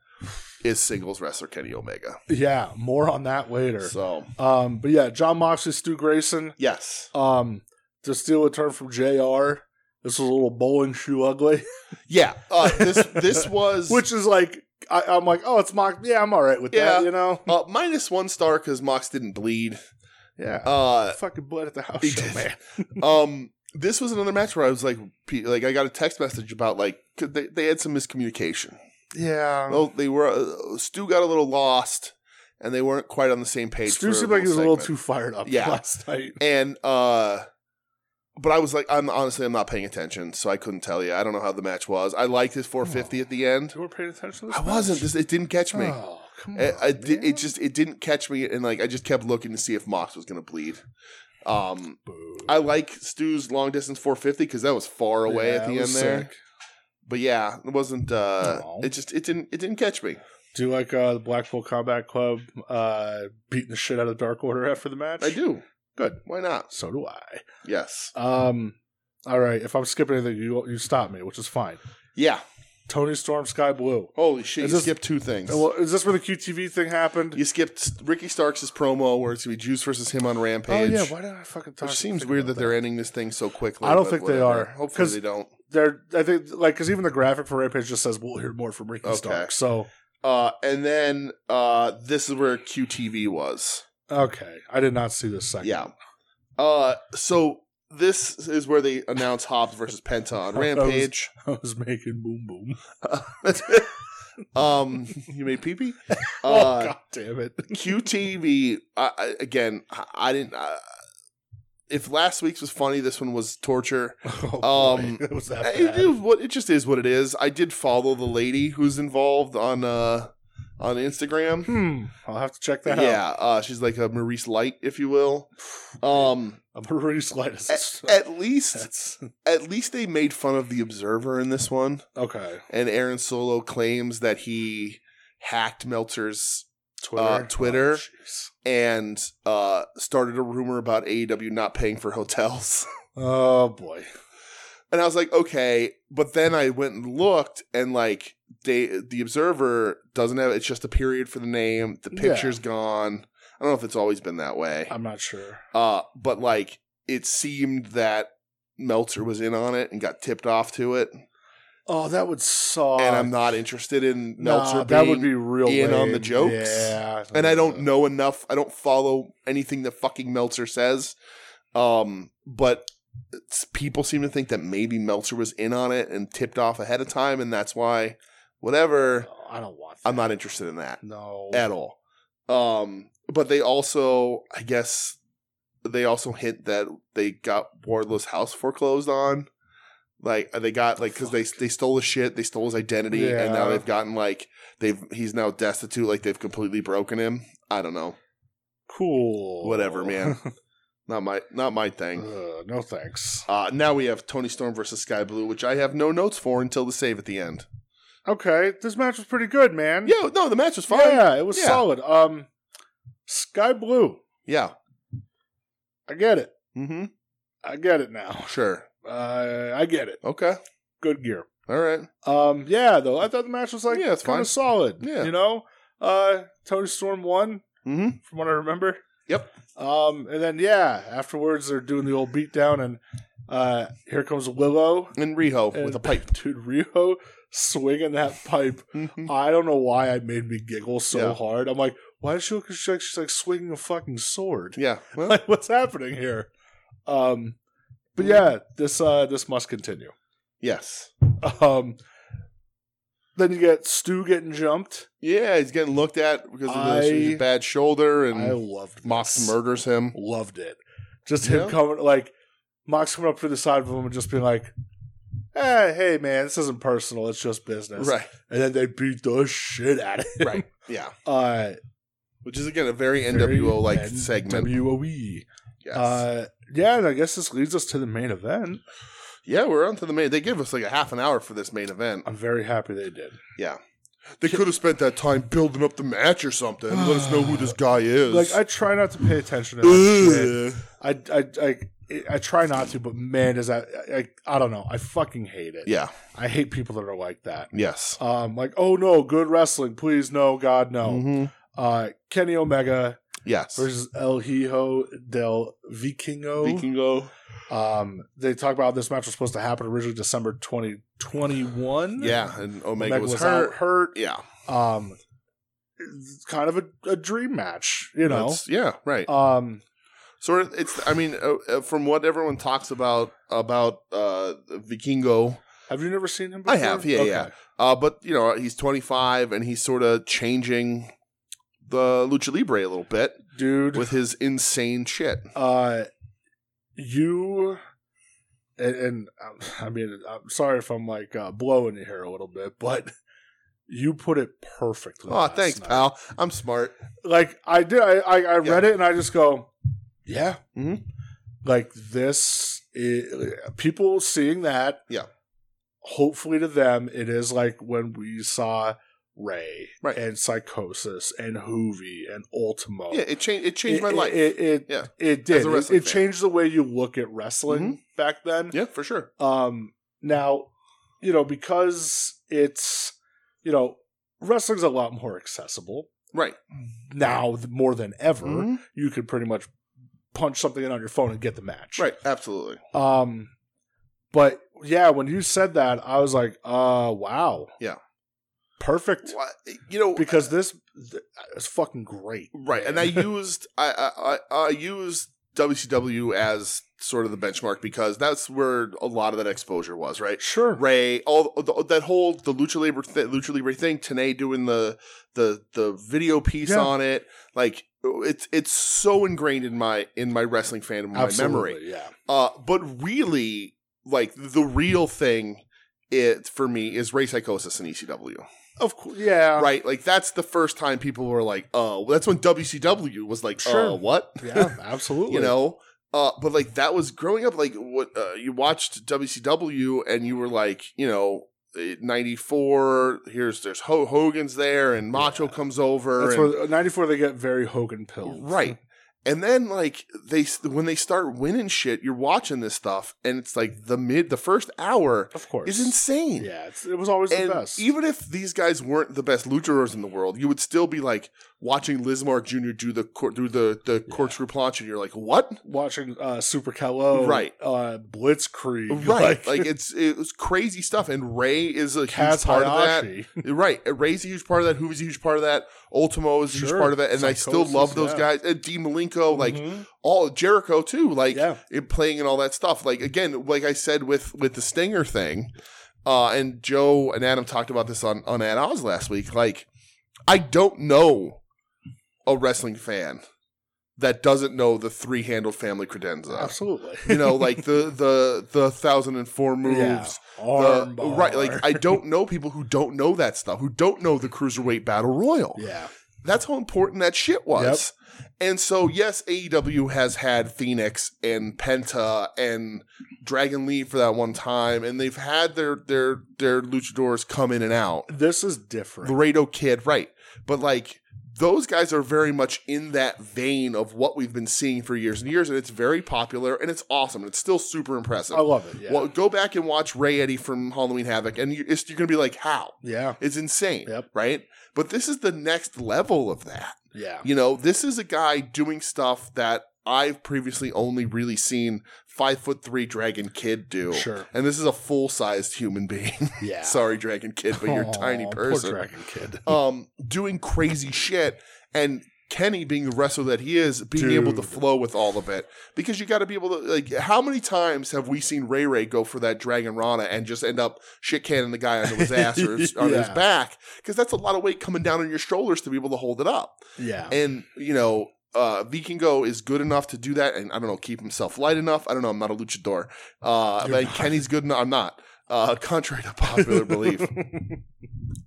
B: is singles wrestler Kenny Omega.
C: Yeah. More on that later.
B: So,
C: Um, but yeah, John Moxley, Stu Grayson.
B: yes.
C: Um, to steal a term from JR, this was a little bowling shoe ugly,
B: Yeah. Uh, this, this was.
C: which is like, I, I'm like, oh, it's Moxley. Yeah, I'm all right with
B: Yeah.
C: that, you know?
B: uh, minus one star because Mox didn't bleed.
C: Yeah.
B: Uh,
C: Fucking blood at the house
B: He
C: show,
B: did.
C: man.
B: um this was another match where i was like pe- like i got a text message about like 'cause they, they had some miscommunication
C: Yeah.
B: well they were uh, stu got a little lost and they weren't quite on the same page
C: Stu
B: for
C: seemed like he was a little too
B: segment.
C: fired up
B: Yeah.
C: last night.
B: and uh but i was like i'm honestly i'm not paying attention so i couldn't tell you i don't know how the match was i liked his 450 at the end
C: You weren't paying attention to
B: i wasn't just it didn't catch me
C: Oh, come on.
B: I, I did,
C: man.
B: it just it didn't catch me, and like I just kept looking to see if Mox was going to bleed. Um, I like Stu's long distance 450 because that was far away
C: Yeah,
B: at
C: it
B: the end
C: was
B: there.
C: sick.
B: But yeah, it wasn't. uh
C: Aw.
B: It just it didn't it didn't catch me.
C: Do you like uh, the Blackpool Combat Club uh, beating the shit out of Dark Order after the match?
B: I do
C: Good.
B: Why not?
C: So do I.
B: Yes.
C: Um, all right. If I'm skipping anything, you you stop me, which is fine.
B: Yeah.
C: Tony Storm, Sky Blue.
B: Holy shit!
C: Is
B: you
C: this-
B: skipped two things.
C: Well, is this where the QTV thing happened?
B: you skipped Ricky Starks' promo where it's gonna be Juice versus him on
C: oh
B: Rampage.
C: yeah. Why did I fucking talk?
B: which seems
C: think
B: weird
C: about
B: that they're ending this thing so quickly.
C: I don't
B: but
C: think they
B: whatever.
C: are,
B: Hopefully
C: 'cause-
B: they don't.
C: they're. I think like because even the graphic for Rampage just says we'll hear more from Ricky
B: Okay.
C: Stark. So
B: Uh, and then uh, this is where QTV was.
C: okay, I did not see this second.
B: Yeah. Uh, so this is where they announce Hobbs versus Penta on Rampage.
C: I was making boom boom.
B: Uh, um, you made pee pee.
C: oh
B: Uh,
C: god damn it!
B: QTV. I, I, again, I, I didn't. Uh, if last week's was funny, this one was torture.
C: Oh, boy.
B: um,
C: it was that
B: It,
C: bad.
B: is what it just is what it is. I did follow the lady who's involved on uh on Instagram.
C: Hmm. I'll have to check that out.
B: Yeah, uh, she's like a Maurice Light, if you will. Um,
C: I'm a Maurice Lightest.
B: at least,
C: That's
B: at least they made fun of the Observer in this one.
C: okay.
B: and Aaron Solo claims that he hacked Meltzer's
C: Twitter.
B: Uh, Twitter.
C: Oh, jeez.
B: and uh, started a rumor about AEW not paying for hotels.
C: Oh, boy.
B: and I was like, okay, but then I went and looked, and like they, the Observer doesn't have it's just a period for the name. The
C: Yeah. Um,
B: picture's gone. I don't know if it's always been that way,
C: I'm not sure.
B: uh, but like it seemed that Meltzer was in on it and got tipped off to it,
C: Oh, that would suck.
B: and I'm not interested in
C: Uh, Nah,
B: Meltzer.
C: that would
B: being-
C: be real
B: in on the
C: lame.
B: jokes.
C: Yeah.
B: and I don't know enough. I don't follow anything that fucking Meltzer says. Um, but it's- people seem to think that maybe Meltzer was in on it and tipped off ahead of time, and that's why, whatever.
C: No, I don't want. That.
B: I'm not interested in that
C: No.
B: at all. Um, but they also, I guess, they also hint that they got Wardlow's house foreclosed on. Like uh, they got like because they
C: Fuck.
B: they stole his shit, they stole his identity, and now
C: Yeah.
B: they've gotten like they've he's now destitute, like they've completely broken him. I don't know.
C: cool.
B: Whatever, man. Not my not my thing.
C: Ugh, no thanks.
B: Uh, now we have Tony Storm versus Sky Blue, which I have no notes for until the save at the end.
C: Okay, this match was pretty good, man.
B: Yeah, no, the match was fine. Yeah,
C: Yeah, it was
B: Yeah.
C: solid. Um, Sky Blue. I get it.
B: hmm
C: I get it now.
B: sure,
C: Uh, I get it.
B: okay,
C: Good gear.
B: all right.
C: Um, yeah, though I thought the match was like
B: Yeah, it's
C: kind
B: fine.
C: of solid.
B: Yeah.
C: you know, uh, Tony Storm won
B: hmm
C: from what I remember.
B: Yep.
C: Um, and then yeah, afterwards they're doing the old beatdown, and uh, here comes Willow
B: And Riho
C: and-
B: with a pipe.
C: dude. Rio swinging that pipe.
B: Mhm.
C: I don't know why it made me giggle so
B: Yeah.
C: hard. I'm like, why does she look? She's like, she's like swinging a fucking sword.
B: Yeah, well,
C: Like, what's happening here? Um, but
B: Mm.
C: yeah, this uh, this must continue.
B: yes.
C: Um, Then you get Stu getting jumped.
B: Yeah, he's getting looked at because of the
C: I-
B: his bad shoulder,
C: I
B: and
C: loved
B: Mox
C: this.
B: murders him.
C: Loved it. Just him
B: Yeah.
C: coming like Mox coming up to the side of him and just being like, eh, "Hey, man, this isn't personal. It's just business."
B: Right,
C: And then they beat the shit out of him.
B: right, yeah.
C: Uh,
B: Which is again a very NWO like segment.
C: WOE.
B: Yes.
C: Uh, yeah, and I guess this leads us to the main event.
B: yeah, we're on to the main. They give us like a half an hour for this main event.
C: I'm very happy they did.
B: They could have spent that time building up the match or something. Let us know who this guy is.
C: Like I try not to pay attention to that shit.
B: Ugh.
C: I, I, I, I try not to, but man, does that, I, I, I don't know. I fucking hate it.
B: yeah.
C: I hate people that are like that.
B: Yes.
C: Um, like, oh no, good wrestling. Please, no, God, no.
B: Mhm.
C: Uh, Kenny Omega
B: Yes.
C: versus El Hijo del Vikingo.
B: go.
C: Um, they talk about how this match was supposed to happen originally December 2021.
B: Yeah, and Omega,
C: Omega
B: was,
C: was
B: hurt.
C: out hurt.
B: Yeah.
C: Um, it's kind of a, a dream match, you know?
B: That's- yeah. Right.
C: um,
B: Sort of. It's. I mean, uh, uh, from what everyone talks about about uh, Vikingo,
C: have you never seen him before?
B: I have, yeah, yeah. uh, but you know he's 25 and he's sort of changing the lucha libre a little bit
C: Dude.
B: with his insane shit.
C: uh you and, and um, i mean i'm sorry if i'm like uh, blowing you here a little bit but you put it perfectly
B: Oh,
C: last
B: thanks,
C: night.
B: pal. I'm smart.
C: like i did i i, I read it and i just go yeah
B: Mhm.
C: like this i people seeing that
B: Yeah.
C: hopefully to them it is like when we saw ray
B: Right.
C: and psychosis and hoovy and ultimo
B: Yeah, it changed. It changed
C: Oh. it,
B: my
C: it-
B: life.
C: It it,
B: Yeah.
C: it did.
B: As a
C: It,
B: wrestling
C: it
B: fan. Mm-hmm.
C: changed the way you look at wrestling back then.
B: yeah, for sure.
C: Um, now you know because it's you know wrestling's a lot more accessible
B: Right.
C: now th- more than ever.
B: Mhm.
C: You could pretty much punch something in on your phone and get the match.
B: Right. Absolutely.
C: Um, but yeah, when you said that, I was like, uh, wow.
B: Yeah.
C: Perfect.
B: Why- You know,
C: Because this th- it's fucking great.
B: Right, and I used I I, I I used WCW as sort of the benchmark because that's where a lot of that exposure was. Right,
C: Sure.
B: Ray, all the, that whole the lucha libre th- lucha libre thing. Tanay doing the the the video piece
C: Yeah.
B: on it, like it's it's so ingrained in my in my wrestling fandom, my memory.
C: Absolutely, Yeah.
B: Uh, but really, like the real thing. It for me is Ray Psychosis and ECW
C: Of course. Yeah.
B: right? Like that's the first time people were like, "Oh, well, that's when WCW was like,
C: Sure.
B: uh, what?"
C: Yeah, absolutely.
B: you know. Uh, but like that was growing up. Like what uh, you watched WCW, and you were like, you know, '94. Here's there's Ho- Hogan's there, and Macho
C: Yeah.
B: comes over.
C: that's
B: and-
C: where '94 they get very Hogan pilled,
B: Right. And then like they when they start winning shit, you're watching this stuff, and it's like the mid the first hour
C: Of course,
B: is insane.
C: Yeah, it's, it was always
B: and
C: the best.
B: even if these guys weren't the best luchadors in the world, you would still be like watching Lismar Jr. do the cor- do the the
C: Yeah.
B: corkscrew planche, and you're like, what?
C: Watching uh, Super Kello,
B: Right.
C: Uh, Blitzkrieg,
B: Right? Like, it's it was crazy stuff. And Ray is a
C: Kaz
B: huge part of
C: Hayashi.
B: that. Right? Ray's a huge part of that. Who is a huge part of that? Ultimo is a huge
C: Sure.
B: part of that. And I still
C: Psychosis,
B: love those
C: yeah.
B: guys. And D Malenko, like
C: Mhm.
B: all Jericho too, like
C: Yeah.
B: it playing and all that stuff. Like again, like I said with with the Stinger thing, uh, and Joe and Adam talked about this on on Ad Oz last week. Like I don't know a wrestling fan that doesn't know the three handled family credenza.
C: absolutely.
B: You know, like the the the thousand and four moves. the-
C: yeah. Armbar.
B: right, like I don't know people who don't know that stuff, who don't know the cruiserweight battle royal.
C: yeah,
B: That's how important that shit was. And so, yes, AEW has had Phoenix and Penta and Dragon Lee for that one time, and they've had their their their luchadors come in and out.
C: this is different.
B: Laredo Kid, right? But like those guys are very much in that vein of what we've been seeing for years and years, and it's very popular and it's awesome and it's still super impressive.
C: I love it. Yeah,
B: Well, go back and watch Ray Eddie from Halloween Havoc, and you it's, you're gonna be like, how?
C: yeah,
B: It's insane,
C: Yep.
B: right? But this is the next level of that.
C: yeah.
B: You know, this is a guy doing stuff that I've previously only really seen five foot three Dragon Kid do.
C: Sure.
B: And this is a full sized human being.
C: Yeah.
B: Sorry, Dragon Kid, but you're a tiny
C: Aw, poor
B: person.
C: Dragon Kid.
B: Um, doing crazy shit and Kenny, being the wrestler that he is, being
C: Dude.
B: able to flow with all of it. Because you got to be able to, like, how many times have we seen Ray Ray go for that Dragon Rana and just end up shit canning the guy under his ass or his, on his
C: Yeah.
B: back? Because that's a lot of weight coming down on your shoulders to be able to hold it up.
C: Yeah.
B: And, you know, uh, Vikingo is good enough to do that and, I don't know, keep himself light enough. I don't know. I'm not a luchador. Uh,
C: You're
B: but
C: not.
B: Kenny's good enough. I'm not. Uh, contrary to popular belief,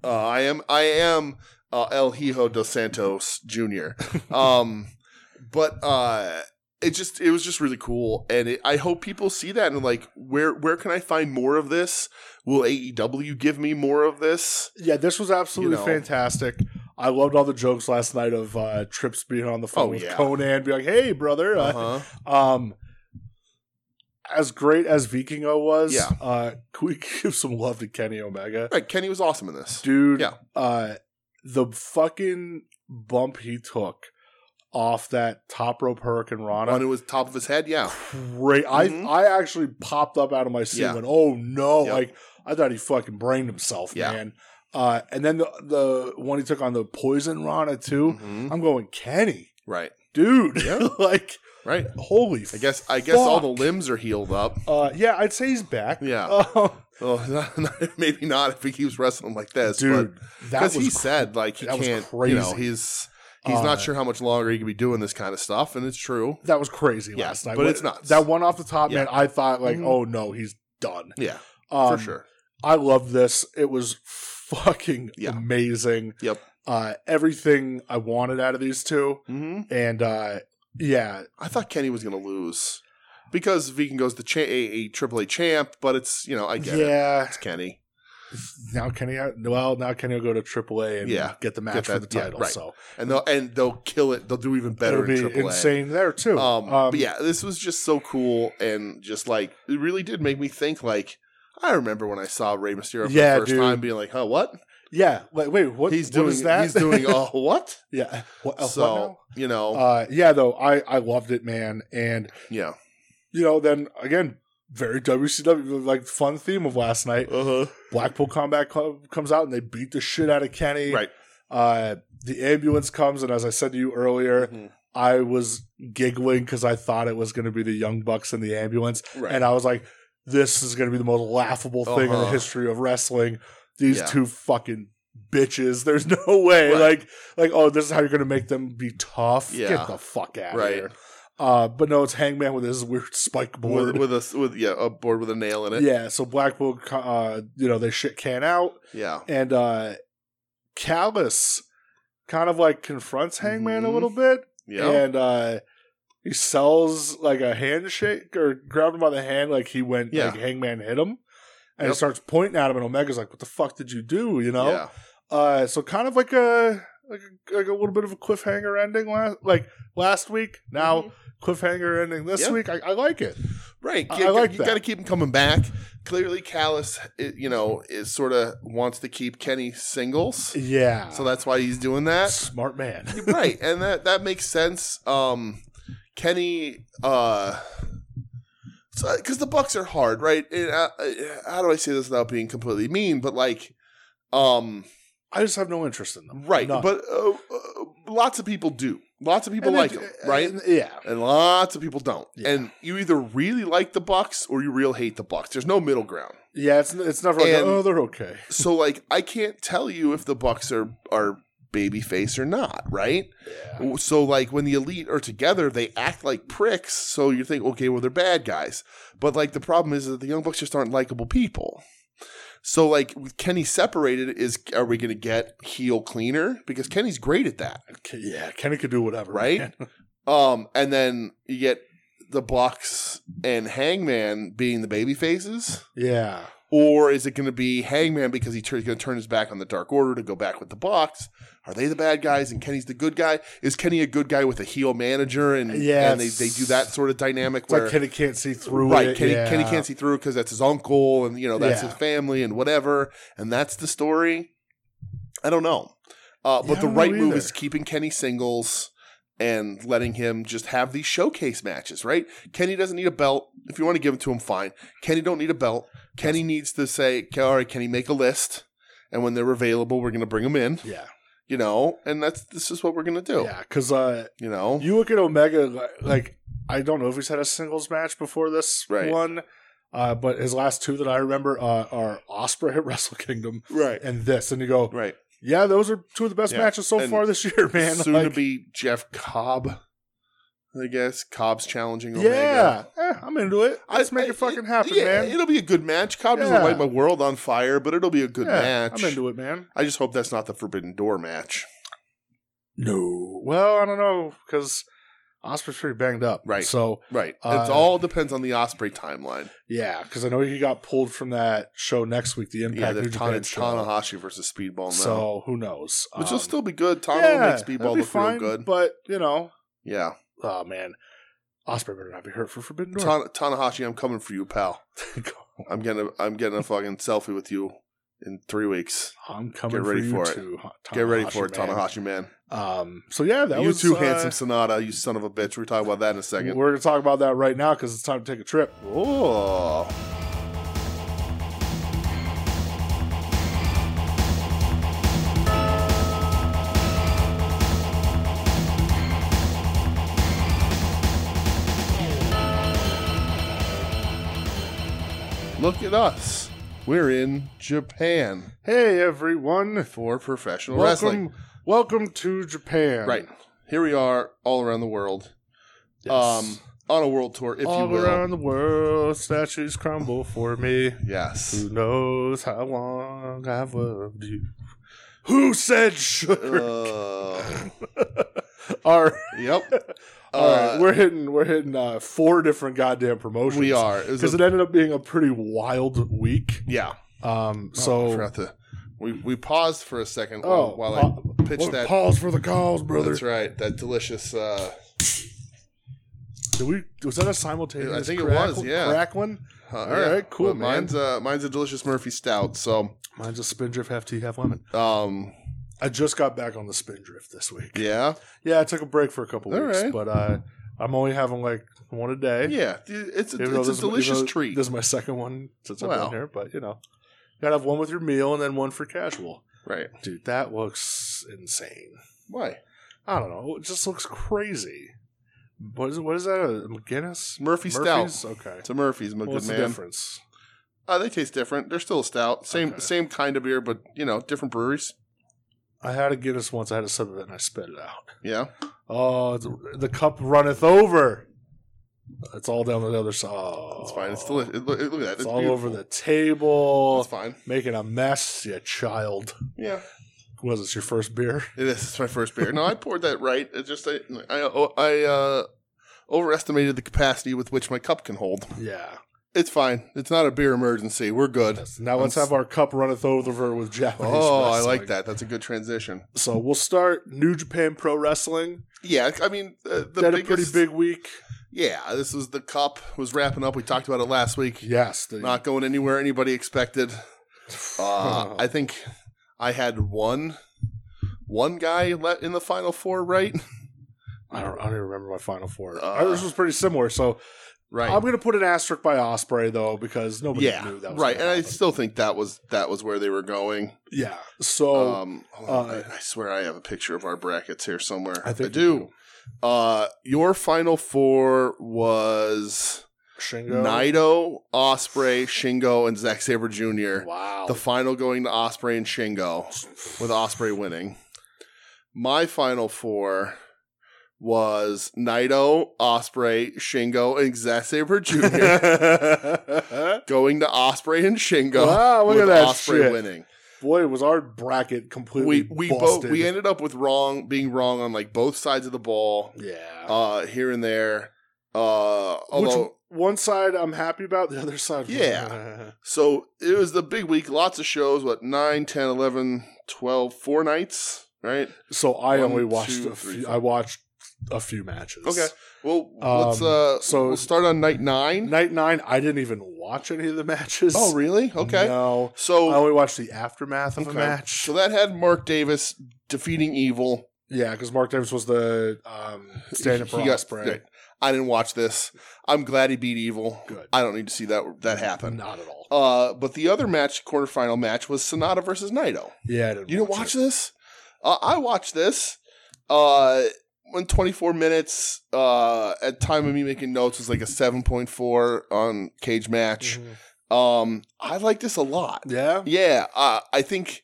B: uh, I am. I am uh, El Hijo dos Santos Jr. Um, but uh, it just it was just really cool, and it, I hope people see that and like where where can I find more of this? Will AEW give me more of this?
C: yeah, this was absolutely
B: know.
C: fantastic. I loved all the jokes last night of uh, Trips being on the phone
B: Oh,
C: with
B: yeah.
C: Conan, being like, "Hey, brother." uh,
B: Uh-huh.
C: um, as great as Vikingo was,
B: Yeah.
C: uh, can we give some love to Kenny Omega?
B: Right, Kenny was awesome in this.
C: dude.
B: Yeah.
C: Uh, the fucking bump he took off that top rope Hurricane Rana.
B: On it was top of his head, yeah.
C: Great.
B: Mhm.
C: I I actually popped up out of my seat.
B: Yeah.
C: and Went, oh no!
B: Yep.
C: Like I thought he fucking brained himself,
B: Yeah.
C: man. Uh, and then the the one he took on the poison Rana too.
B: Mhm.
C: I'm going Kenny,
B: Right,
C: dude.
B: Yeah.
C: like
B: right.
C: holy.
B: I guess I guess all the
C: Fuck.
B: limbs are healed up.
C: Uh, yeah, I'd say he's back.
B: Yeah.
C: Um,
B: Oh, maybe not if he keeps wrestling like this, but
C: dude. That
B: because
C: was
B: he said like he
C: that was
B: can't you know
C: crazy.
B: he's he's
C: Uh,
B: not sure how much longer he could be doing this kind of stuff and it's true
C: that was crazy
B: Yeah,
C: last night.
B: but
C: What-
B: it's nuts.
C: That one off the top,
B: Yeah.
C: man. I thought like,
B: Mhm.
C: oh no, he's done
B: yeah
C: Um,
B: for sure
C: I love this. It was fucking
B: Yeah.
C: amazing.
B: Yep.
C: Uh, everything I wanted out of these two,
B: mm-hmm.
C: and uh, yeah,
B: i thought kenny was gonna lose because vegan goes the cha- a, a triple a champ but it's you know i get it
C: yeah.
B: it's kenny
C: Now Kenny, well, now Kenny will go to AAA and
B: Yeah.
C: get the match
B: Get
C: for the
B: that- yeah,
C: title.
B: right.
C: So
B: and they'll and they'll kill it they'll do even better
C: it'll
B: in
C: be
B: triple a
C: insane there too.
B: um, but yeah this was just so cool and just like it really did make me think like i remember when i saw Rey mysterio for
C: Yeah,
B: the first
C: dude.
B: time being like huh what
C: yeah. Like, wait, what?
B: he's
C: what
B: doing
C: is that?
B: he's doing oh what
C: yeah. What, uh, what
B: so you know
C: now? uh, yeah, though I I loved it, man, and
B: yeah
C: you know, then again, very WCW like fun theme of last night.
B: uh-huh
C: Blackpool Combat Club comes out and they beat the shit out of Kenny.
B: right
C: Uh, the ambulance comes, and as I said to you earlier,
B: Mm-hmm.
C: I was giggling because I thought it was going to be the Young Bucks in the ambulance,
B: Right.
C: and I was like, "This is going to be the most laughable thing in the
B: Uh-huh.
C: history of wrestling." These
B: Yeah.
C: two fucking bitches. There's no way,
B: Right.
C: like, like oh, this is how you're going to make them be tough.
B: Yeah.
C: Get the fuck out
B: Right.
C: here. Uh, but no, it's Hangman with his weird spike board.
B: with, with a with yeah a board with a nail in it.
C: Yeah, so Blackpool, uh, you know, they shit can out,
B: Yeah,
C: and uh Callus kind of like confronts Hangman
B: Mhm.
C: a little bit,
B: yeah,
C: and uh he sells like a handshake or grabbed him by the hand, like he went,
B: Yeah.
C: like Hangman hit him, and
B: Yep.
C: he starts pointing at him, and Omega's like, "What the fuck did you do?" You know,
B: yeah.
C: uh, so kind of like a like a, like a little bit of a cliffhanger ending last like last week. Now
B: Mhm.
C: cliffhanger ending this
B: Yeah.
C: week. I, I like it.
B: right.
C: I-
B: You,
C: I like
B: you
C: that.
B: got to keep him coming back. Clearly, Callus, i- you know, is sort of wants to keep Kenny singles,
C: Yeah,
B: so that's why he's doing that.
C: smart man.
B: right, and that that makes sense. Um, Kenny, uh. Because the Bucks are hard, right? And, uh, uh, how do I say this without being completely mean? But like, um,
C: I just have no interest in them.
B: right?
C: None.
B: But uh, uh, lots of people do. Lots of people
C: And
B: like
C: it-
B: him, right?
C: and- yeah.
B: and lots of people don't.
C: Yeah.
B: And you either really like the Bucks or you real hate the Bucks. There's no middle ground.
C: Yeah, it's it's never like
B: And-
C: oh they're okay.
B: So like I can't tell you if the Bucks are are babyface or not, right?
C: Yeah.
B: So like when the elite are together, they act like pricks. So you think, okay, well they're bad guys. But like the problem is that the young bucks just aren't likable people. So like with Kenny separated, is are we going to get heel cleaner because Kenny's great at that?
C: Okay, yeah, Kenny could do whatever,
B: Right?
C: man.
B: Um, and then you get the Bucks and Hangman being the baby faces,
C: Yeah,
B: or is it going to be Hangman because he tur- he's going to turn his back on the Dark Order to go back with the Bucks? Are they the bad guys and Kenny's the good guy? Is Kenny a good guy with a heel manager and
C: Yes.
B: and they, they do that sort of dynamic
C: it's
B: where
C: like Kenny can't see through
B: right
C: it.
B: Kenny
C: yeah.
B: Kenny can't see through because that's his uncle and you know that's
C: Yeah.
B: his family and whatever and that's the story. I don't know, uh,
C: Yeah,
B: but
C: I
B: the
C: don't
B: right
C: know
B: move
C: either.
B: is keeping Kenny singles and letting him just have these showcase matches. Right? Kenny doesn't need a belt. If you want to give it to him, fine. Kenny don't need a belt. Kenny needs to say, "Okay, all right, Kenny, make a list, and when they're available, we're going to bring them in.
C: Yeah,
B: you know, and that's this is what we're gonna do.
C: Yeah, because uh,
B: You know,
C: you look at Omega, li- like I don't know if he's had a singles match before this
B: Right.
C: one, uh, but his last two that I remember uh, are Osprey at Wrestle Kingdom
B: right,
C: and this, and you go,
B: right.
C: yeah, those are two of the best
B: Yeah.
C: matches so
B: And
C: far this year, man.
B: Soon
C: Like,
B: to be Jeff Cobb, I guess. Cobb's challenging Omega.
C: yeah, eh, I'm into it. Let's
B: I-
C: make
B: I-
C: it fucking happen,
B: yeah,
C: man.
B: It'll be a good match. Cobb doesn't
C: Yeah.
B: light my world on fire, but it'll be a good
C: Yeah,
B: match.
C: I'm into it, man.
B: I just hope that's not the Forbidden Door match.
C: No, well, I don't know because Osprey's pretty banged up,
B: Right.
C: So
B: Right.
C: Uh,
B: it all depends on the Osprey timeline.
C: Yeah, because I know he got pulled from that show next week, the Impact
B: Yeah,
C: New
B: the
C: Japan
B: Tana,
C: show.
B: Tanahashi versus Speedball now.
C: So who knows?
B: which will
C: Um,
B: still be good. Tana
C: yeah,
B: will make
C: that'd
B: Speedball
C: be
B: look
C: fine,
B: real good.
C: But you know,
B: yeah.
C: oh man, Osprey better not be hurt for Forbidden Door.
B: Tana, Tanahashi, I'm coming for you, pal. I'm getting a, I'm getting a fucking selfie with you in three weeks.
C: I'm coming.
B: Get ready
C: for, you
B: for it.
C: Too, Ha-
B: Get ready for it,
C: Tanahashi,
B: Tanahashi,
C: man.
B: man.
C: Um. So yeah, that
B: you
C: was
B: too,
C: uh,
B: handsome Sonata, you son of a bitch. We're talking about that in a second.
C: We're gonna talk about that right now because it's time to take a trip.
B: Oh. Look at us. We're in Japan
C: Hey everyone,
B: for professional
C: welcome,
B: wrestling.
C: welcome to Japan.
B: Right. Here we are all around the world.
C: Yes.
B: Um on a world tour, if
C: all
B: you will.
C: around the world, statues crumble for me.
B: Yes.
C: Who knows how long I've loved you? Who said sugar?
B: Uh,
C: all right,
B: yep.
C: all right,
B: Uh,
C: we're hitting we're hitting uh, four different goddamn promotions.
B: We are. It was
C: because
B: a-
C: it ended up being a pretty wild week.
B: yeah.
C: Um,
B: Oh, I
C: so
B: forgot to- we we paused for a second while,
C: oh,
B: while I
C: pa-
B: pitched
C: well,
B: that.
C: pause for the calls, brother.
B: That's right. That delicious. Uh,
C: Did we? Was that a simultaneous?
B: I think it
C: crackle-
B: was, yeah.
C: crackling.
B: huh,
C: All right, cool,
B: Well,
C: man.
B: Mine's uh, mine's a delicious Murphy Stout. So,
C: Mine's a spindrift, half tea, half lemon.
B: um,
C: I just got back on the spindrift this week.
B: yeah,
C: Yeah, I took a break for a couple
B: All
C: weeks,
B: right.
C: but uh, I'm only having like one a day.
B: yeah. It's a,
C: Even though
B: it's
C: this
B: a
C: is my-
B: delicious
C: even though
B: treat.
C: This is my second one since I've
B: Wow.
C: been here, but you know, gotta have one with your meal and then one for casual.
B: right?
C: Dude, that looks insane.
B: Why?
C: I don't know. It just looks crazy. What is what is that? A McGinnis?
B: Murphy
C: Murphy's?
B: Stout.
C: Okay.
B: It's a Murphy's, my
C: What's
B: good
C: the
B: man.
C: difference?
B: Uh, they taste different. They're still a stout. Same
C: Okay.
B: same kind of beer, but you know, different breweries.
C: I had a Guinness once. I had a sip of it and I spit it out.
B: Yeah.
C: Oh, the, the cup runneth over. It's all down the other side. Oh,
B: It's fine. It's delicious. It, look, look at that.
C: It's, all over
B: beautiful.
C: the table,
B: It's fine.
C: making a mess, you child.
B: Yeah.
C: Was this your first beer?
B: It is. It's my first beer. No, I poured that right. It's just I I, I uh, overestimated the capacity with which my cup can hold.
C: Yeah.
B: It's fine. It's not a beer emergency. We're good.
C: Now let's
B: I'm s-
C: have our cup runneth over with Japanese.
B: Oh, I
C: wrestling.
B: like that. That's a good transition.
C: So we'll start New Japan Pro Wrestling.
B: Yeah, I mean, uh, the
C: They had
B: biggest,
C: a pretty big week.
B: Yeah, this was the cup was wrapping up. We talked about it last week.
C: Yes, the,
B: Not going anywhere anybody expected. Uh,
C: Oh.
B: I think I had one one guy let in the final four. Right,
C: I, don't, I don't even remember my final four.
B: Uh,
C: Ours was pretty similar. So
B: right.
C: I'm going to put an asterisk by Osprey though because nobody
B: yeah,
C: knew that. Was
B: right. And
C: gonna
B: I
C: happen.
B: still think that was that was where they were going.
C: yeah. So
B: um, hold on,
C: uh,
B: I, I swear I have a picture of our brackets here somewhere.
C: I think
B: do. Uh, your final four was
C: Shingo.
B: Naito, Osprey, Shingo, and Zack Saber Jr.
C: Wow.
B: The final going to Osprey and Shingo, with Osprey winning. My final four was Naito, Osprey, Shingo, and Zack Saber Jr. going to Osprey and Shingo.
C: Wow, look
B: with
C: at that
B: Osprey
C: shit.
B: winning.
C: Boy, was our bracket completely
B: we we both
C: busted.
B: we ended up with wrong being wrong on like both sides of the ball
C: yeah.
B: uh here and there uh although
C: Which one side I'm happy about, the other side.
B: Yeah. so it was the big week lots of shows what 9 10 11 12 four nights right
C: so I
B: One,
C: only watched
B: two,
C: a
B: three,
C: few.
B: four.
C: I watched a few matches.
B: Okay. well
C: Um,
B: let's uh so
C: so-
B: we'll start on night 9
C: Night nine, I didn't even watch any of the matches.
B: oh really okay
C: No, I
B: so
C: only watched the aftermath of
B: Okay.
C: a match.
B: so that had mark davis defeating evil
C: yeah, because Mark Davis was the um, stand-up
B: He
C: for
B: got-
C: Osprey.
B: right. i didn't watch this i'm glad he beat evil
C: Good.
B: i don't need to see that that Oh. happen
C: Not at all.
B: uh but the other match quarterfinal match was sonata versus naito
C: yeah, I didn't.
B: You didn't watch
C: it.
B: this? Uh, I watched this. Uh, when 24 minutes uh, at time of me making notes was like a 7.4 on Cage
C: Mm-hmm.
B: Match. Um, I like this a lot.
C: Yeah.
B: Yeah, uh, I think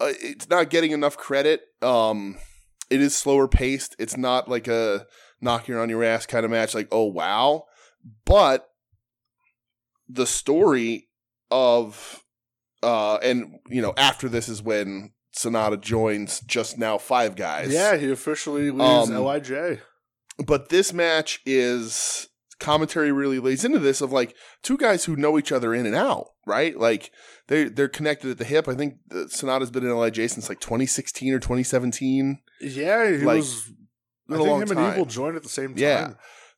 B: uh, it's not getting enough credit. Um, it is slower paced. It's not like a knock your on your ass kind of match. Like oh wow, but the story of uh, and you know after this is when Sonata joins just now Five Guys.
C: Yeah, he officially leaves
B: Um,
C: LIJ.
B: but this match is commentary really lays into this of like two guys who know each other in and out, right? Like they they're connected at the hip. I think the Sonata's been in LIJ since like 2016 or 2017.
C: Yeah, he
B: like,
C: was. I
B: been a
C: think
B: long
C: him and
B: time.
C: Evil joined at the same time.
B: Yeah.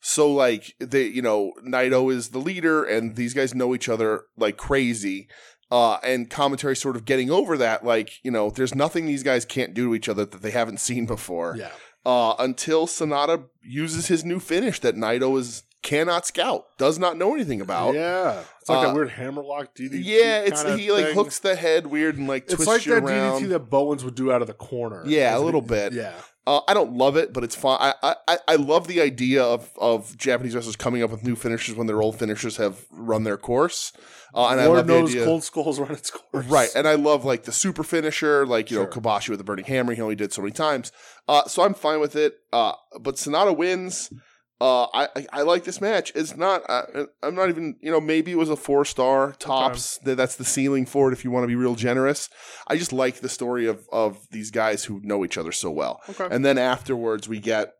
B: So like they you know Naito is the leader and these guys know each other like crazy. Uh, and commentary sort of getting over that, like, you know, there's nothing these guys can't do to each other that they haven't seen before.
C: Yeah.
B: uh, until Sonata uses his new finish that Naito is cannot scout, does not know anything about. Yeah,
C: Yeah. It's like
B: Uh,
C: that weird hammerlock DDT.
B: it's
C: kinda
B: he like
C: thing.
B: hooks the head weird and like
C: It's
B: twists
C: like
B: you
C: that
B: around.
C: DDT that Bowens would do out of the corner.
B: yeah, a
C: Isn't
B: little
C: it?
B: bit.
C: Yeah.
B: Uh, I don't love it, but it's fine. I, I- I I love the idea of of Japanese wrestlers coming up with new finishes when their old finishers have run their course. Uh, and I
C: Lord
B: love the
C: knows
B: idea.
C: Cold Skull's run its course.
B: Right, and I love like the super finisher, like you know
C: Sure.
B: Kobashi with the burning hammer. He only did so many times, uh, so I'm fine with it. Uh, but Sonata wins. Uh, I, I I like this match. It's not. I, I'm not even. You know, maybe it was a four star tops. That that's the ceiling for it. If you want to be real generous, I just like the story of of these guys who know each other so well.
C: Okay.
B: And then afterwards, we get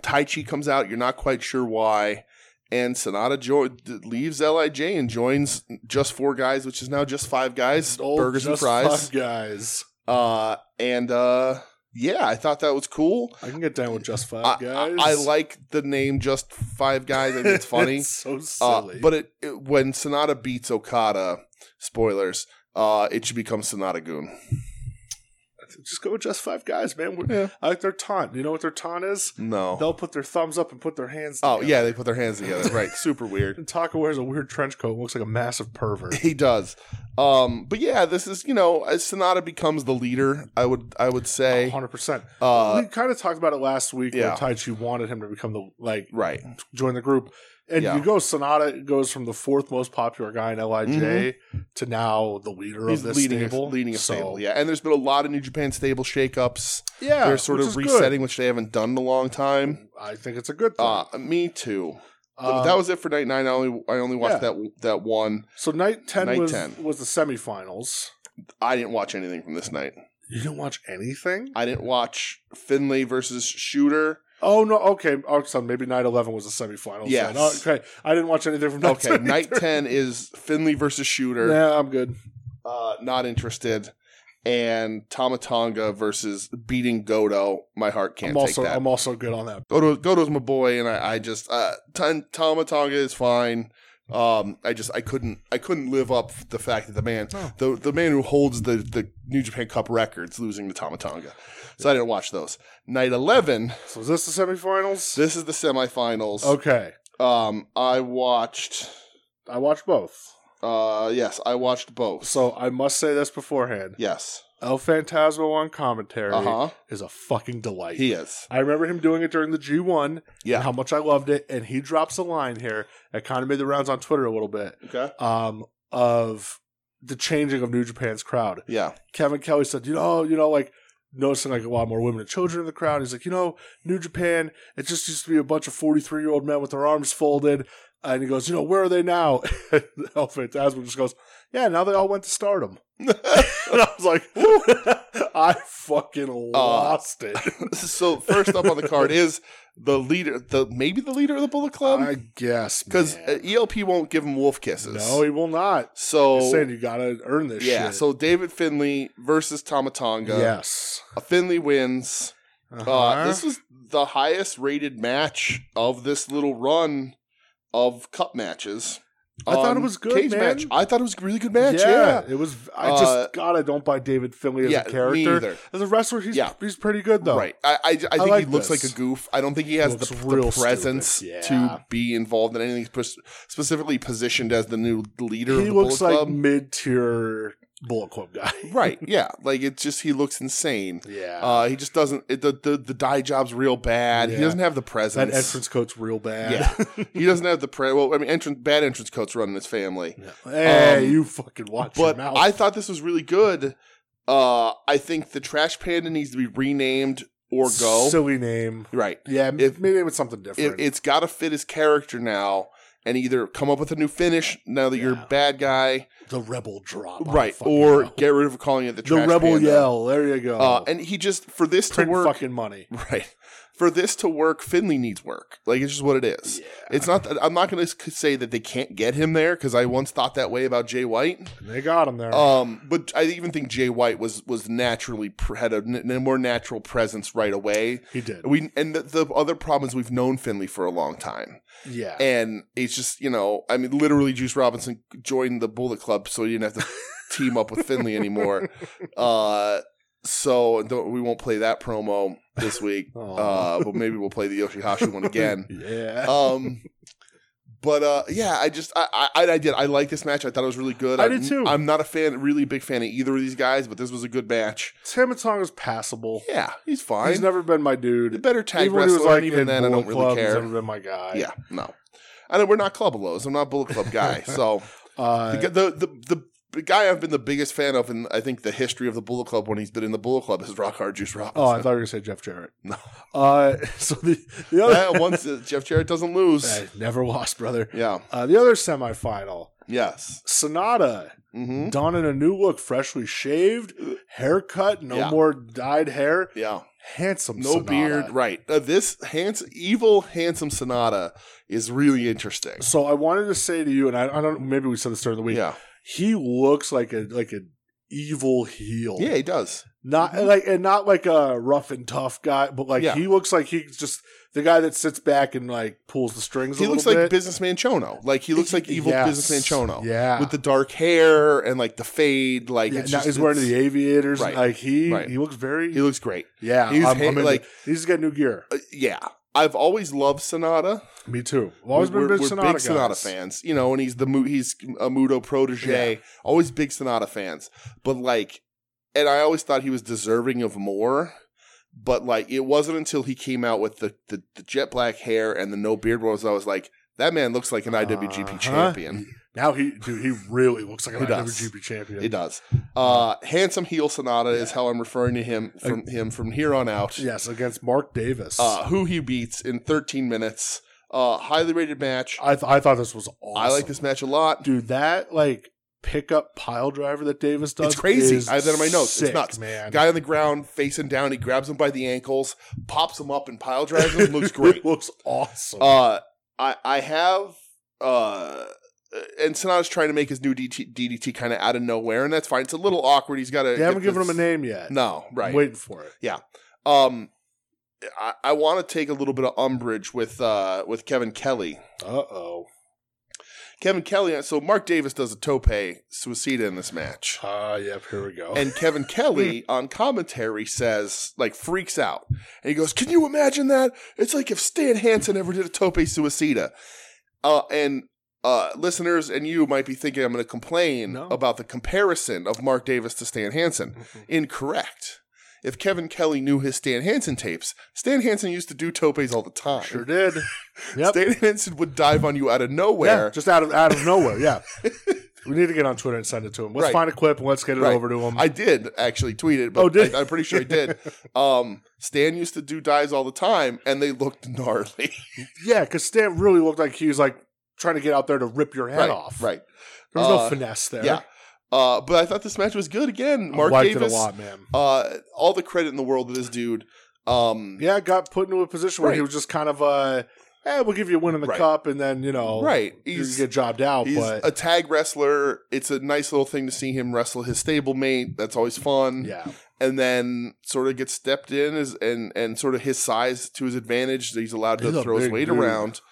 B: Tai Chi comes out. You're not quite sure why. And Sonata jo- d- leaves Lij and joins just four guys, which is now just five guys,
C: Old
B: burgers and
C: Just
B: fries.
C: Fuck guys.
B: Uh, and uh, yeah, I thought that was cool.
C: I can get down with Just Five
B: I,
C: Guys.
B: I, I like the name Just Five Guys. I think it's funny.
C: it's so
B: Uh,
C: silly.
B: but it, it- when Sonata beats Okada, spoilers, uh, it should become Sonata Goon.
C: just go with Just Five Guys, man. We're-
B: Yeah.
C: I like their taunt. You know what their taunt is?
B: No.
C: They'll put their thumbs up and put their hands.
B: oh,
C: together.
B: yeah, they put their hands together. Right. Super weird.
C: And Taka wears a weird trench coat. and Looks like a massive pervert.
B: He does. Um, but yeah, this is you know, as Sonata becomes the leader, I would I would say.
C: Hundred percent.
B: Uh,
C: We kind of talked about it last week.
B: yeah.
C: Where Tai Chi wanted him to become the like
B: right.
C: join the group. And
B: Yeah.
C: you go Sonata goes from the fourth most popular guy in Lij to now the leader
B: Mm-hmm. He's
C: of this
B: leading a
C: stable.
B: leading a
C: So,
B: stable. Yeah. And there's been a lot of New Japan stable shakeups.
C: yeah,
B: They're sort
C: which
B: of
C: is good.
B: resetting, which they haven't done in a long time.
C: I think it's a good thing.
B: Uh me too.
C: Um,
B: But that was it for night nine. I only I only watched
C: yeah.
B: that that one.
C: so night ten
B: Night
C: was
B: 10.
C: was the semifinals.
B: I didn't watch anything from this night.
C: You didn't watch anything?
B: I didn't watch Finlay versus Shooter.
C: Oh no, okay. Oh, so maybe night eleven was the semifinals.
B: Yes.
C: then. Oh, okay. I didn't watch anything from night
B: Okay,
C: 10
B: night
C: either.
B: ten is Finlay versus Shooter.
C: Nah, I'm good.
B: uh, not interested. And Tamatanga versus beating Godo. My heart can't
C: I'm also
B: take that.
C: I'm also good on that.
B: Godo, Godo's my boy, and I, I just uh, Tan- Tamatanga is fine. Um, I just I couldn't I couldn't live up the fact that the man the the man who holds the the New Japan Cup records losing to Tamatanga. So I didn't watch those. Night eleven.
C: So is this the semifinals?
B: This is the semifinals.
C: okay.
B: Um, I watched.
C: I watched both.
B: Uh, yes, I watched both.
C: So I must say this beforehand.
B: yes.
C: El Phantasmo on commentary
B: Uh huh.
C: is a fucking delight.
B: He is.
C: I remember him doing it during the G1 and
B: Yeah.
C: how much I loved it. And he drops a line here that kind of made the rounds on Twitter a little bit
B: Okay.
C: um, of the changing of New Japan's crowd.
B: Yeah.
C: Kevin Kelly said, you know, you know, like noticing like a lot more women and children in the crowd. He's like, you know, New Japan, it just used to be a bunch of 43 year old men with their arms folded. And he goes, you know, where are they now? And El Phantasmo just goes, yeah, now they all went to stardom. and I was like, I fucking
B: Uh,
C: lost it.
B: so first up on the card is the leader, the maybe the leader of the Bullet
C: I
B: Club, uh,
C: guess.
B: because
C: man.
B: ELP won't give him wolf kisses.
C: no, he will not. He's
B: so
C: saying you got to earn this
B: yeah.
C: shit.
B: So David Finley versus Tomatonga.
C: yes.
B: Uh, Finley wins. Uh,
C: Uh-huh.
B: This was the highest rated match of this little run of cup matches.
C: I thought it
B: Um,
C: was good,
B: cage
C: man.
B: match. I thought it was a really good match. Yeah.
C: it was. I
B: Uh,
C: just God, I don't buy David Finley as
B: yeah,
C: a
B: me
C: character.
B: either.
C: As a wrestler, he's
B: Yeah.
C: he's pretty good though.
B: Right. I I, I think
C: like
B: he looks
C: this.
B: like a goof. I don't think he has the,
C: Looks
B: the
C: real
B: presence
C: stupid. Yeah.
B: to be involved in anything spe- specifically positioned as the new leader of
C: He
B: the
C: looks
B: Bullet
C: like
B: Club.
C: mid tier Bullet Club guy.
B: right. Yeah. Like it's just he looks insane.
C: Yeah.
B: Uh, he just doesn't. It, the, the the dye job's real bad.
C: Yeah.
B: He doesn't have the
C: that
B: presence.
C: entrance coat's real bad.
B: Yeah. he doesn't have the pre. Well, I mean, entrance bad entrance coats running his family.
C: Hey,
B: Um,
C: you fucking watch
B: But
C: your mouth.
B: I thought this was really good. Uh, I think the trash panda needs to be renamed or go.
C: Silly name.
B: right.
C: Yeah,
B: If-
C: if, maybe it's something different.
B: It, it's got to fit his character now. And either come up with a new finish now that you're
C: Yeah.
B: a bad guy,
C: the rebel drop. I
B: right?
C: fucking
B: Or
C: know.
B: get rid of calling it the
C: the
B: trash
C: rebel
B: panda.
C: yell. There you go.
B: Uh, and he just for this
C: print
B: to work,
C: fucking money.
B: Right. For this to work, Finley needs work. Like it's just what it is. It's not. That, I'm not going to say that they can't get him there because I once thought that way about Jay White.
C: And they got him there.
B: Um, but I even think Jay White was was naturally pr- had a, n- a more natural presence right away.
C: he did.
B: We and the, the other problem is we've known Finley for a long time,
C: yeah.
B: and it's just you know I mean literally Juice Robinson joined the Bullet Club so he didn't have to team up with Finley anymore. Uh, so don't, we won't play that promo this week
C: Aw.
B: uh, but maybe we'll play the Yoshihashi one again.
C: yeah.
B: Um, but uh, yeah, I just I, I I did I like this match. I thought it was really good.
C: I
B: I'm-
C: did too.
B: I'm not a fan, really big fan of either of these guys, but this was a good match.
C: Tamatonga's passable.
B: Yeah, he's fine.
C: He's never been my
B: the
C: dude.
B: better tag
C: even when he
B: wrestler.
C: was like
B: and even
C: in
B: then, I don't
C: Bullet
B: really
C: Club, he's
B: care.
C: never been my guy.
B: yeah, no. I know we're not Club Lows. I'm not a Bullet Club guy. So
C: Uh,
B: the, the the the guy I've been the biggest fan of in I think the history of the Bullet Club when he's been in the Bullet Club is Rock Hard Juice Robinson.
C: oh, I thought you were gonna say Jeff Jarrett.
B: No.
C: Uh, so the the other
B: Yeah, once uh, Jeff Jarrett doesn't lose.
C: Hey, never lost, brother.
B: Yeah.
C: Uh, the other semifinal,
B: Yes.
C: Sonata
B: hmm
C: donning a new look, freshly shaved, haircut, no
B: Yeah.
C: more dyed hair,
B: Yeah.
C: handsome,
B: no
C: Sonata.
B: beard right uh, this hands evil handsome sonata is really interesting
C: So I wanted to say to you, and I, I don't. Maybe we said this during the week.
B: yeah
C: He looks like a like an evil heel.
B: yeah he does
C: Not like and not like a rough and tough guy, but like
B: Mm-hmm. Yeah.
C: he looks like he's just the guy that sits back and like pulls the strings.
B: he
C: a
B: looks
C: little
B: like
C: bit.
B: businessman chono like he looks like evil
C: Yes.
B: businessman chono
C: Yeah,
B: with the dark hair and like the fade like
C: yeah,
B: it's
C: now
B: just-
C: he's wearing
B: it's-
C: the aviators.
B: Right.
C: Like he
B: Right.
C: he looks very
B: he looks great
C: yeah.
B: he's
C: I'm,
B: ha-
C: I'm into
B: like-
C: it. he's got new gear.
B: Uh, yeah I've always loved Sonata.
C: Me too. I've always
B: we're,
C: been a big
B: we're
C: Sonata
B: big Sonata
C: guys.
B: fans, you know, and he's the Mu- he's a Mudo protege. Always big Sonata fans, but like, and I always thought he was deserving of more. But like, it wasn't until he came out with the the, the jet black hair and the no beard was I was like, that man looks like an IWGP
C: Uh-huh.
B: champion.
C: Now he dude, he really looks like an
B: He does.
C: IWGP champion.
B: It does. Uh, handsome heel Sonata is how I'm referring to him from him from here on out.
C: Yes, against Mark Davis.
B: Uh, who he beats in 13 minutes. Uh, highly rated match.
C: I th- I thought this was awesome.
B: I like this match a lot.
C: dude. That like pickup pile driver that Davis does.
B: It's crazy.
C: is
B: I have that in my notes.
C: sick,
B: it's nuts.
C: man.
B: Guy on the ground, facing down. He grabs him by the ankles, pops him up, and pile drives him. Looks great.
C: It looks awesome.
B: Uh, I I have uh, and Sonata's trying to make his new DT, DDT kind of out of nowhere, and that's fine. It's a little awkward. He's got to.
C: they haven't given him a name yet.
B: No,
C: I'm
B: right.
C: waiting for it.
B: Um, I, I want to take a little bit of umbrage with uh with Kevin Kelly.
C: Uh oh.
B: Kevin Kelly. So Mark Davis does a tope suicida in this match.
C: Ah, yep. Here we go.
B: And Kevin Kelly
C: Hmm.
B: on commentary says, like, freaks out. And he goes, Can you imagine that? It's like if Stan Hansen ever did a tope suicida. Uh, and uh, listeners and you might be thinking I'm going to complain
C: No. Mm-hmm.
B: about the comparison of Mark Davis to Stan Hansen. Incorrect. If Kevin Kelly knew his Stan Hansen tapes, Stan Hansen used to do topes all the time.
C: sure did. Yep.
B: Stan Hansen would dive on you out of nowhere.
C: Yeah, just out of out of nowhere. Yeah. we need to get on Twitter and send it to him. Let's
B: Right.
C: find a clip and let's get it
B: Right.
C: over to him.
B: I did actually tweet it, but
C: Oh, did-
B: I, am pretty sure I did. Um, Stan used to do dives all the time, and they looked gnarly.
C: yeah, because Stan really looked like he was like trying to get out there to rip your head
B: right,
C: off.
B: right?
C: There was
B: Uh,
C: no finesse there.
B: Yeah. Uh, but I thought this match was good again.
C: I
B: Mark
C: liked
B: Davis,
C: it a lot, man.
B: Uh, all the credit in the world to this dude. Um,
C: Yeah, got put into a position where he
B: Right.
C: was just kind of uh eh, we'll give you a win in the
B: Right.
C: cup and then, you know,
B: right.
C: you
B: He's
C: get jobbed out.
B: he's
C: But
B: a tag wrestler. It's a nice little thing to see him wrestle his stablemate. That's always fun.
C: yeah.
B: And then sort of gets stepped in as, and and sort of his size to his advantage. that He's allowed to
C: He's a
B: throw his
C: big
B: weight
C: dude.
B: around.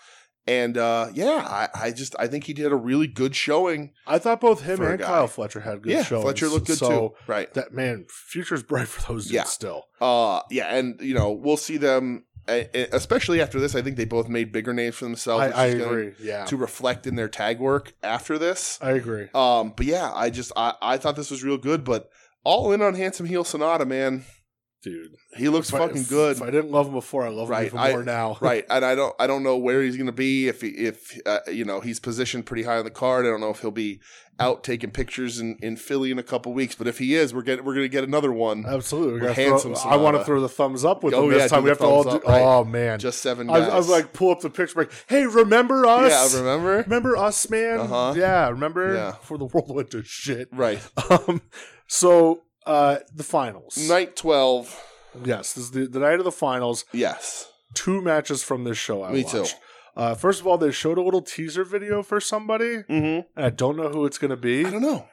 B: And uh, yeah, I, I just I think he did a really good showing.
C: I thought both him
B: For a
C: and
B: guy.
C: Kyle Fletcher had good
B: yeah,
C: shows.
B: Fletcher looked good
C: so
B: too. Right.
C: That man, future's bright for those dudes
B: Yeah.
C: still.
B: Uh yeah, and you know, we'll see them I, I- especially after this, I think they both made bigger names for themselves.
C: I,
B: which
C: I
B: is gonna-
C: agree. Yeah,
B: To reflect in their tag work after this.
C: I agree.
B: Um, but yeah, I just I, I thought this was real good, but all in on handsome heel Sonata, man.
C: Dude,
B: He looks
C: If I-
B: fucking
C: if-
B: good,
C: If I didn't love him before, I love him
B: Right,
C: even
B: I-
C: more now.
B: right? And I don't I don't know where he's gonna be if he, if uh, you know he's positioned pretty high on the card. I don't know if he'll be out taking pictures in, in Philly in a couple weeks, but if he is, we're getting we're gonna get another one.
C: Absolutely. We
B: With
C: gotta
B: handsome
C: throw, I want to
B: Sonata.
C: throw the thumbs up with
B: Oh,
C: him this
B: yeah,
C: time.
B: do
C: We
B: the
C: have to all do.
B: thumbs up, right.
C: Oh man,
B: Just seven
C: I,
B: guys.
C: I was like, pull up the picture. Like, hey, remember us?
B: yeah, remember?
C: Remember us, man?
B: Uh-huh.
C: Yeah, remember?
B: Yeah.
C: Before the world went to shit.
B: Right,
C: Um, so uh, the finals.
B: night twelve.
C: Yes, this is the, the night of the finals.
B: Yes,
C: Two matches from this show. I
B: me
C: watched.
B: too.
C: Uh, first of all, they showed a little teaser video for somebody.
B: Mm-hmm.
C: And I don't know who it's going to be.
B: I don't know.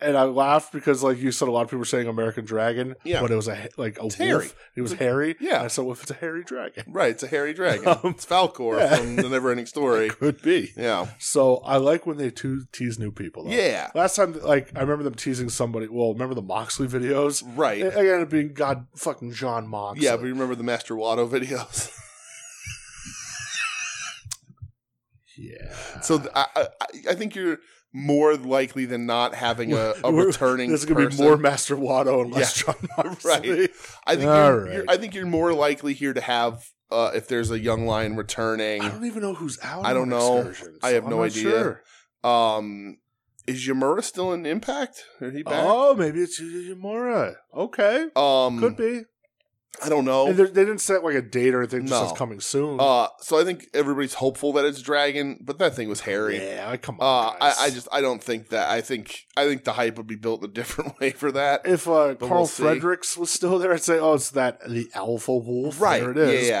C: and I laughed because, like you said, a lot of people were saying American Dragon,
B: Yeah.
C: but it was a like a
B: It's hairy.
C: wolf. It was hairy.
B: Yeah.
C: And I said, well, if it's a hairy dragon,
B: Right, it's a hairy dragon.
C: Um,
B: it's Falcor
C: yeah.
B: from the Neverending Story.
C: could be.
B: Yeah,
C: So I like when they too tease new people. Though.
B: yeah,
C: Last time, like I remember them teasing somebody. Well, remember the Moxley videos?
B: right.
C: It, it ended up being God fucking John Moxley.
B: Yeah, but you remember the Master Watto videos.
C: yeah.
B: so th- I, I, I- I think you're more likely than not having a, a
C: We're-
B: returning.
C: There's gonna
B: person.
C: be more Master Watto and less John Moxley.
B: Right. I think
C: All
B: you're,
C: right.
B: you're- I think you're more likely here to have uh, if there's a young lion returning.
C: I don't even know who's out.
B: I
C: on
B: don't know.
C: excursion,
B: I
C: so
B: have
C: I'm
B: no
C: not
B: idea.
C: sure.
B: Um, is Yamura still in Impact? Are he back?
C: Oh, maybe it's Yuya Yamura. Okay,
B: um,
C: Oh, could be.
B: I don't
C: And
B: know.
C: there- they didn't set like a date or anything. Just
B: Oh. No.
C: says coming soon.
B: Uh, so I think everybody's hopeful that it's Dragon, but that thing was hairy.
C: yeah, come
B: Uh,
C: on.
B: I,
C: guys.
B: I just I don't think that. I think I think the hype would be built a different way for that.
C: if uh,
B: but
C: Carl
B: we'll see.
C: Fredericks was still there, I'd say, oh, it's that the Alpha Wolf.
B: Right,
C: there it is.
B: yeah, yeah.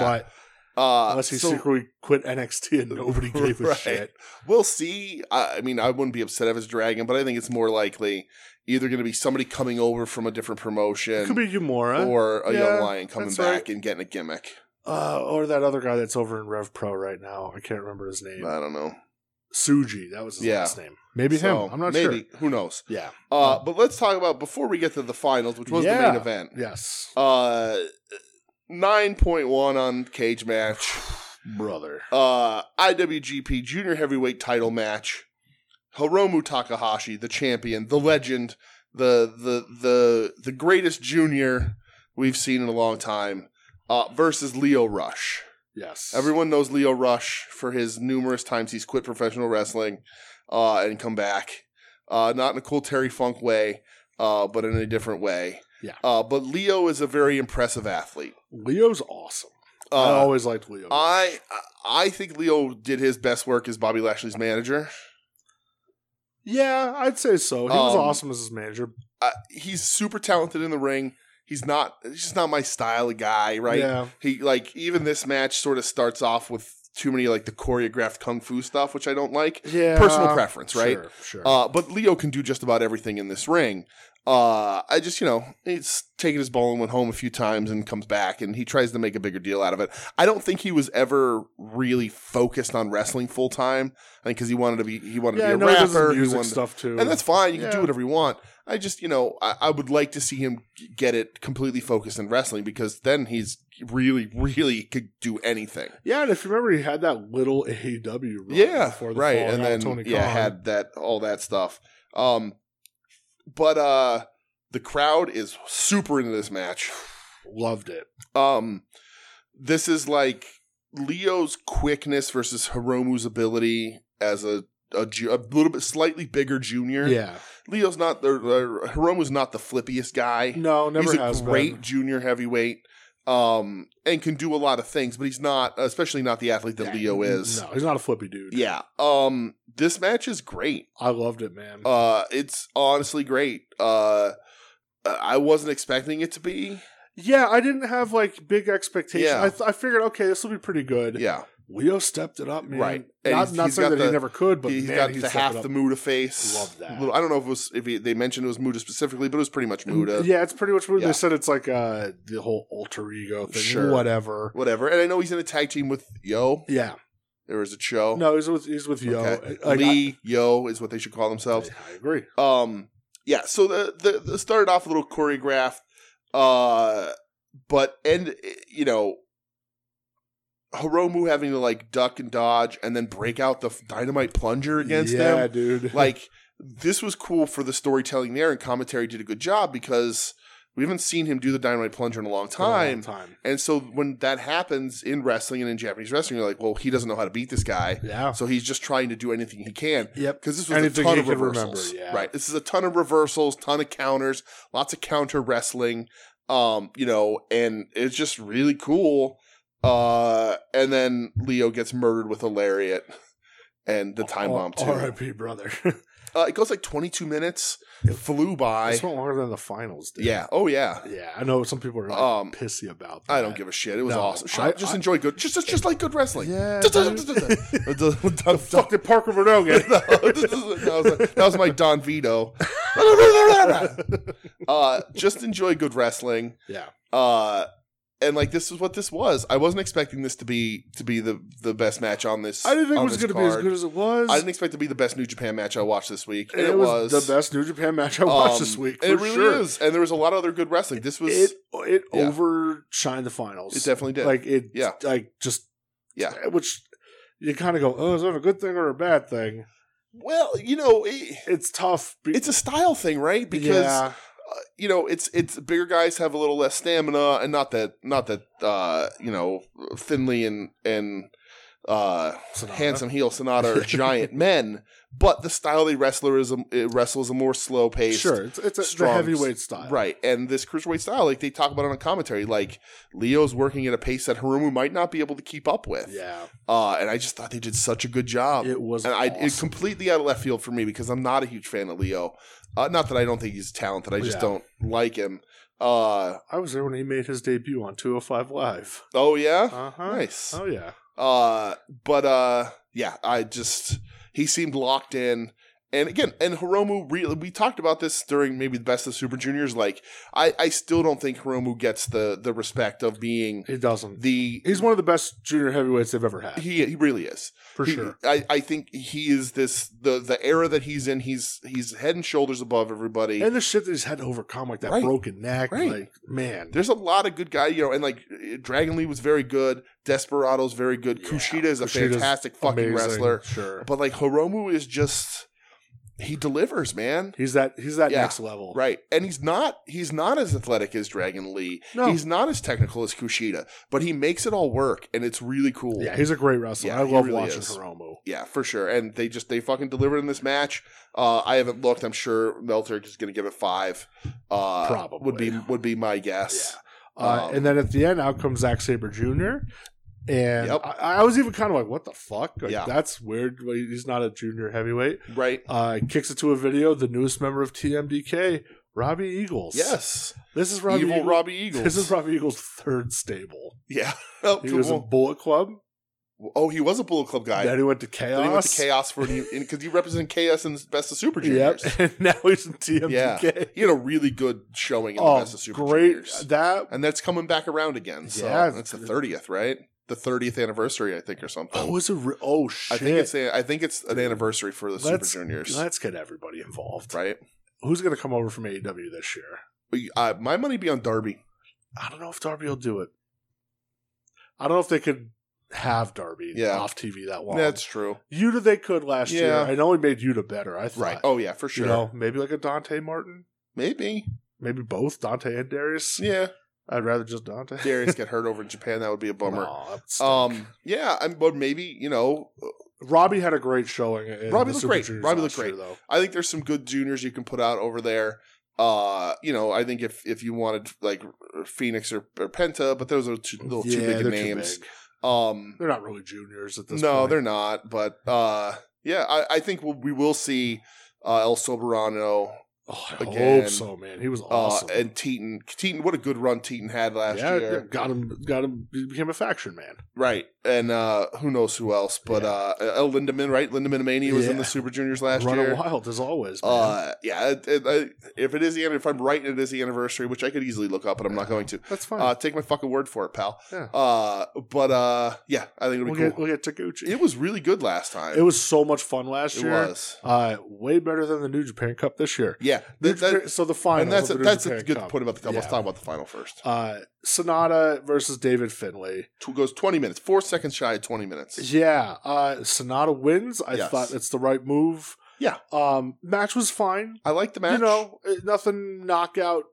C: But
B: Uh,
C: unless he
B: so
C: secretly quit NXT and nobody gave a
B: Right.
C: shit.
B: we'll see. I, I mean, I wouldn't be upset if it's Dragon, but I think it's more likely either going to be somebody coming over from a different promotion
C: It could be Yumura or,
B: or a
C: Yeah,
B: young lion coming
C: that's
B: back
C: right.
B: and getting a gimmick.
C: uh, or that other guy that's over in Rev Pro right now. I can't remember his name.
B: I don't know.
C: Suji. That was his
B: Uh, Yeah.
C: last name. Maybe
B: So,
C: him. I'm not
B: maybe.
C: sure.
B: Who knows?
C: Yeah.
B: Uh, but let's talk about before we get to the finals, which was the
C: Yeah.
B: main event.
C: Yes.
B: Uh, nine point one on cage match.
C: Brother.
B: Uh, IWGP Junior Heavyweight Title match. Hiromu Takahashi, the champion, the legend, the the the the greatest junior we've seen in a long time, uh, versus Leo Rush.
C: Yes.
B: Everyone knows Leo Rush for his numerous times he's quit professional wrestling uh, and come back. Uh, not in a cool Terry Funk way, uh, but in a different way.
C: Yeah.
B: Uh, but Leo is a very impressive athlete.
C: Leo's awesome. I
B: Uh,
C: always liked Leo.
B: I I think Leo did his best work as Bobby Lashley's manager.
C: yeah, I'd say so. He was
B: Um,
C: awesome as his manager.
B: Uh, he's super talented in the ring. He's not. He's just not my style of guy, right?
C: Yeah.
B: He like even this match sort of starts off with too many like the choreographed kung fu stuff, which I don't like.
C: Yeah.
B: Personal preference, right?
C: Sure, sure.
B: Uh, but Leo can do just about everything in this ring. Uh, I just, you know, he's taken his ball and went home a few times and comes back and he tries to make a bigger deal out of it. I don't think he was ever really focused on wrestling full time. I think because he wanted to be, he wanted
C: yeah,
B: to
C: I
B: be
C: know
B: a
C: he does the
B: rapper. he
C: music
B: wanted to-
C: stuff too.
B: and that's fine. You can
C: Yeah.
B: do whatever you want. I just, you know, I, I would like to see him get it completely focused in wrestling because then he's really, really could do anything.
C: yeah, and if you remember, he had that little AEW run
B: yeah
C: before the
B: right
C: fallout
B: and
C: with
B: then
C: Tony
B: yeah
C: Khan.
B: had that all that stuff um but uh the crowd is super into this match
C: loved it.
B: um this is like leo's quickness versus hiromu's ability as a a, ju- a little bit slightly bigger junior
C: Yeah,
B: leo's not the uh, hiromu's not the flippiest guy
C: no, never
B: he's a
C: has
B: great
C: been.
B: junior heavyweight um and can do a lot of things but he's not especially not the athlete that
C: Yeah,
B: leo is
C: No, he's not a flippy dude.
B: yeah. Um this match is great.
C: I loved it, man.
B: Uh it's honestly great. Uh I wasn't expecting it to be.
C: yeah, I didn't have like big expectations.
B: Yeah.
C: I, th- I figured, okay, this will be pretty good.
B: Yeah.
C: Leo stepped it up, man.
B: Right. And
C: Not,
B: he's-
C: not
B: he's
C: saying
B: got
C: that he
B: the-
C: never could, but
B: But he's
C: man,
B: got
C: he
B: the
C: stepped
B: half
C: it up.
B: the Muda face.
C: Love that.
B: Little- I don't know if it was if he, they mentioned it was Muda specifically, but it was pretty much
C: And-
B: Muda.
C: Yeah, it's pretty much Muda.
B: Yeah.
C: They said it's like uh, the whole alter ego thing,
B: Sure.
C: whatever.
B: Whatever. And I know he's in a tag team with Yo.
C: Yeah,
B: There was a show.
C: no, he's with he's with Yo.
B: Oh. Okay.
C: Like,
B: Lee Yo is what they should call
C: I,
B: themselves.
C: I agree.
B: Um, yeah. So the, the the started off a little choreographed, uh, but and you know, Hiromu having to like duck and dodge and then break out the dynamite plunger against
C: yeah,
B: them.
C: dude.
B: Like this was cool for the storytelling there, and commentary did a good job because we haven't seen him do the dynamite plunger in a long
C: For a long
B: time.
C: time.
B: And so when that happens in wrestling and in Japanese wrestling, you're like, well, he doesn't know how to beat this guy.
C: Yeah.
B: So he's just trying to do anything he can.
C: Yep.
B: Because this was
C: Anything
B: a ton
C: he
B: of
C: could
B: reversals.
C: remember, yeah.
B: Right. This is a ton of reversals, ton of counters, lots of counter wrestling. Um, you know, and it's just really cool. Uh and then Leo gets murdered with a lariat and the
C: Oh,
B: time bomb too.
C: R.I.P. Brother.
B: Uh, it goes like twenty two minutes. It flew by.
C: this went longer than the finals. Dude.
B: Yeah. Oh yeah.
C: Yeah, I know some people are like,
B: Um,
C: pissy about. That.
B: I don't give a shit. It was
C: No,
B: awesome. Shut
C: I-
B: up. just
C: I-
B: enjoy good. Just, just, just like good wrestling.
C: Yeah,
B: Just-
C: dude.
B: just- just- just-
C: the fuck did Parker Verdogan?
B: that, was, that was my Don Vito. uh, just enjoy good wrestling.
C: yeah,
B: Uh, and like this is what this was. I wasn't expecting this to be to be the the best match on this.
C: I didn't think it
B: on
C: was
B: this
C: going to be as
B: card.
C: good as it was.
B: I didn't expect it to be the best New Japan match I watched this week. And
C: it, was, the best New Japan match I watched
B: um,
C: this week.
B: and it
C: for
B: really
C: sure.
B: is. And there was a lot of other good wrestling. This was
C: It
B: it,
C: it
B: Yeah.
C: overshined the finals.
B: definitely did.
C: Like it.
B: Yeah.
C: Like just.
B: Yeah.
C: Which you kind of go, oh, is that a good thing or a bad thing?
B: well, you know, it,
C: It's tough. be-
B: it's a style thing, right? Because
C: yeah,
B: uh, you know, it's it's bigger guys have a little less stamina, and not that not that uh, you know Finley and and uh,
C: Sonata.
B: handsome heel Sonata are giant men, but the style they wrestler is a, it wrestles a more slow paced.
C: Sure, it's, it's a
B: strong-
C: the heavyweight style,
B: Right, and this cruiserweight style, like they talk about it on commentary, like Leo's working at a pace that Hiromu might not be able to keep up with.
C: Yeah,
B: Uh, and I just thought they did such a good job.
C: it was.
B: and I it
C: awesome.
B: completely out of left field for me because I'm not a huge fan of Leo. Uh, not that I don't think he's talented, I just
C: Yeah.
B: don't like him. Uh,
C: I was there when he made his debut on 205 Live.
B: oh yeah,
C: Uh huh.
B: nice.
C: Oh yeah.
B: Uh, but uh, yeah, I just he seemed locked in. And again, and Hiromu, really, we talked about this during maybe the best of Super Juniors. Like, I, I still don't think Hiromu gets the the respect of being
C: He doesn't.
B: the
C: He's one of the best junior heavyweights they've ever had,
B: he he really is.
C: for
B: He-
C: sure.
B: I, I think he is this the the era that he's in. He's he's head and shoulders above everybody.
C: And the shit that he's had to overcome, like that
B: Right.
C: broken neck,
B: Right.
C: like man,
B: There's a lot of good guys, you know, and like Dragon Lee was very good. Desperado's very good.
C: Yeah,
B: Kushida is a
C: Kushida's
B: fantastic fucking
C: amazing,
B: wrestler.
C: Sure,
B: But like Hiromu is just he delivers, man.
C: he's that he's that
B: Yeah.
C: next level,
B: Right. And he's not he's not as athletic as Dragon Lee.
C: No.
B: He's not as technical as Kushida, but he makes it all work and it's really cool.
C: Yeah, he's a great wrestler.
B: Yeah,
C: I
B: he
C: love
B: really
C: watching
B: is.
C: Hiromu.
B: Yeah, for sure. And they just they fucking delivered in this match. Uh, I haven't looked. I'm sure Meltzer is going to give it five. Uh,
C: Probably.
B: would be would be my guess.
C: Uh,
B: Um,
C: and then at the end, out comes Zack Saber Jr. And
B: Yep.
C: I, I was even kind of like, "What the fuck? Like,
B: Yeah.
C: That's weird. Like, He's not a junior heavyweight."
B: Right?
C: Uh, kicks it to a video. The newest member of TMDK, Robbie Eagles.
B: Yes.
C: this is Robbie
B: Evil
C: Eagles.
B: Robbie Eagles.
C: This is Robbie Eagles' third stable.
B: yeah. Oh,
C: He was in
B: cool.
C: Bullet Club.
B: oh, he was a Bullet Club guy.
C: then he went to Chaos.
B: then he went to Chaos for because he represented Chaos in Best of Super
C: Yep,
B: Juniors.
C: and now he's in TMDK.
B: He had a really good showing in the
C: Oh,
B: Best of Super
C: great!
B: Juniors,
C: That
B: and that's coming back around again. So
C: Yeah.
B: that's the thirtieth, right? The thirtieth anniversary, I think, or something.
C: oh, was a re- oh shit.
B: I think it's a, I think it's an anniversary for the
C: Let's-
B: Super Juniors,
C: Let's get everybody involved.
B: right?
C: Who's going to come over from AEW this year?
B: We- Uh, my money be on Darby.
C: I don't know if Darby will do it. I don't know if they could have Darby
B: Yeah.
C: off TV that long.
B: That's true,
C: Yuta they could last year.
B: Yeah.
C: It only made Yuta better. I thought.
B: right? Oh yeah, for sure.
C: You know, maybe like a Dante Martin.
B: Maybe,
C: Maybe both Dante and Darius.
B: yeah.
C: I'd rather just Dante.
B: Darius get hurt over in Japan. That would be a bummer.
C: Aw, that's-
B: Um, yeah, I'm, but maybe you know,
C: Robbie had a great showing. in
B: Robbie
C: the
B: looked
C: Super
B: great.
C: Juniors
B: Robbie
C: last
B: looked
C: year, though.
B: I think there's some good juniors you can put out over there. Uh, you know, I think if if you wanted like Phoenix or, or Penta, but those are too, little too big of
C: they're
B: names.
C: big.
B: Um,
C: They're not really juniors at this
B: no,
C: point.
B: they're not. But uh, yeah, I, I think we'll, we will see uh, El Soberano
C: Oh, I
B: again.
C: hope so, man. He was
B: uh,
C: awesome.
B: and Teton. Teton, what a good run Teton had last
C: yeah,
B: year,
C: yeah, got him. Got him. He became a faction man.
B: right? And uh, who knows who else? But
C: Yeah.
B: uh, El Lindemann, right? Lindemann Mania was in
C: Yeah.
B: the Super Juniors last
C: Running
B: year.
C: wild as always. Man.
B: Uh, yeah. It, it, I, if it is the if I'm right, it is the anniversary, which I could easily look up, but I'm not going to.
C: That's fine.
B: Uh, take my fucking word for it, pal.
C: Yeah.
B: Uh, but uh, yeah, I think it'll be
C: we'll,
B: cool.
C: get, we'll get Taguchi.
B: it was really good last time.
C: It was so much fun last
B: It
C: year.
B: was.
C: Uh, way better than the New Japan Cup this year.
B: Yeah, yeah,
C: New
B: that- that-
C: Japan- so the final.
B: and that's a, that's a good point about the cup. Let's
C: Yeah.
B: talk about the final first.
C: Uh, Sonata versus David Finlay.
B: Two goes twenty minutes, four seconds shy of twenty minutes.
C: Yeah, uh, Sonata wins. I
B: Yes.
C: thought it's the right move.
B: Yeah.
C: Um, match was fine.
B: I like the match.
C: You know, it- nothing knockout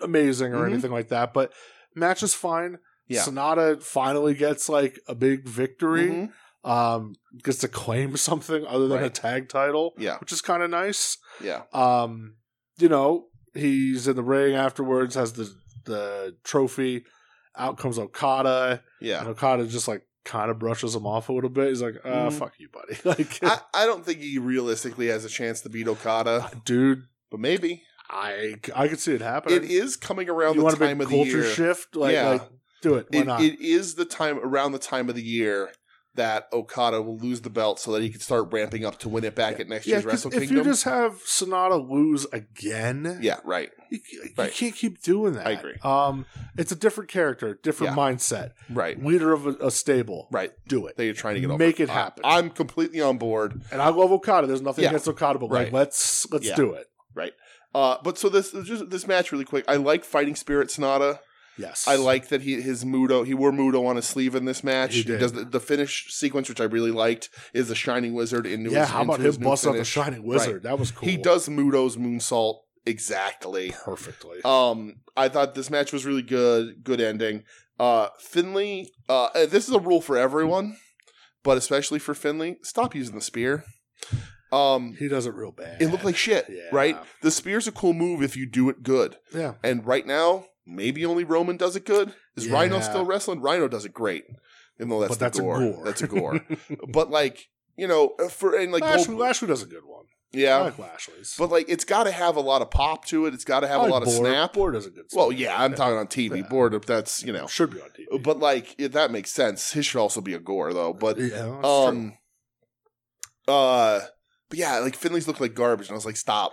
C: amazing or
B: Mhm.
C: anything like that, but match is fine.
B: Yeah.
C: Sonata finally gets like a big victory.
B: Mhm.
C: Um, gets to claim something other than a
B: Right.
C: tag title,
B: yeah,
C: which is kind of nice.
B: yeah,
C: Um, you know, he's in the ring afterwards, has the the trophy. Out comes Okada, and
B: yeah.
C: Okada just like kind of brushes him off a little bit. He's like, uh,
B: Mhm.
C: "Fuck you, buddy!" Like,
B: I, I don't think he realistically has a chance to beat Okada,
C: dude,
B: but maybe
C: I I could see it happening.
B: it is coming
C: you
B: around the
C: want a
B: time
C: big
B: of the
C: culture
B: year.
C: shift? Like,
B: Yeah.
C: like, do it. Why
B: It,
C: not?
B: it is the time around the time of the year that Okada will lose the belt so that he can start ramping up to win it back at next
C: yeah,
B: year's Wrestle
C: 'cause if
B: Kingdom.
C: you just have Sonata lose again,
B: yeah, right,
C: you, you
B: Right.
C: can't keep doing that.
B: I agree.
C: Um, it's a different character, different
B: Yeah.
C: mindset.
B: right,
C: Leader of a, a stable,
B: right.
C: do it.
B: They're trying to get over.
C: Make it
B: I-
C: happen.
B: I'm completely on board.
C: And I love Okada. There's nothing
B: Yeah.
C: against Okada, but like,
B: Right.
C: let's let's
B: Yeah.
C: do it.
B: Uh, but so this just this match really quick. I like Fighting Spirit Sonata.
C: Yes,
B: I like that he his Mudo he wore Mudo on his sleeve in this match.
C: He
B: He,
C: did.
B: does the, the finish sequence, which I really liked, is the Shining Wizard in new.
C: Yeah, how about him bust out the
B: Shining?
C: Shining Wizard? That was cool.
B: He does Mudo's moonsault exactly.
C: perfectly.
B: Um, I thought this match was really good. Good ending. Uh, Finley. Uh, uh, this is a rule for everyone, but especially for Finley. Stop using the spear. Um,
C: he does it real bad.
B: it looked like shit,
C: Yeah.
B: right? The spear's a cool move if you do it good.
C: yeah,
B: And right now, maybe only Roman does it good. Is Rhino
C: Yeah.
B: still wrestling? Rhino does it great. Even though that's,
C: But
B: the
C: that's a
B: gore.
C: gore.
B: That's a gore. but like, you know, uh, for and like
C: Lashley,
B: Gold-
C: Lashley does a good one. I
B: yeah.
C: like Lashley's.
B: But like it's gotta have a lot of pop to it. It's gotta
C: I
B: have
C: like
B: a lot of
C: Boar.
B: snap.
C: Boar does a good.
B: Well,
C: snap.
B: yeah, I'm talking on TV.
C: Yeah.
B: Board, if that's you know.
C: should be on TV.
B: But like it, that makes sense. His should also be a gore though. But
C: yeah, that's true.
B: um uh but yeah, like Finley's looked like garbage and I was like, stop.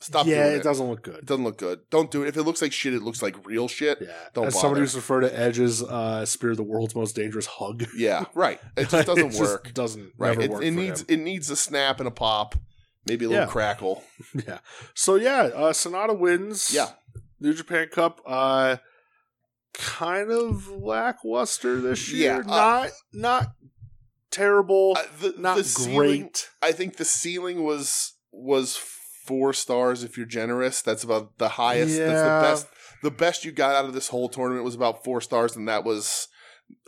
B: Stop
C: yeah,
B: doing
C: it
B: it.
C: doesn't look
B: It
C: good.
B: doesn't look good. Don't do it. If it looks like shit, it looks like real shit.
C: Yeah,
B: Don't
C: as somebody
B: bother.
C: who's referred to Edge's uh, spear, the world's most dangerous hug.
B: Yeah, right. It just doesn't work.
C: doesn't
B: right.
C: Never
B: It,
C: work
B: it
C: for
B: needs
C: him.
B: it needs a snap and a pop, maybe a little
C: Yeah.
B: crackle.
C: Yeah. So yeah, uh, Sonata wins.
B: Yeah.
C: New Japan Cup. Uh, kind of lackluster this year.
B: Yeah, uh,
C: not not terrible.
B: Uh, the,
C: not
B: the
C: great.
B: ceiling- I think the ceiling was was four stars if you're generous. That's about the highest.
C: Yeah.
B: That's the best. The best you got out of this whole tournament was about four stars, and that was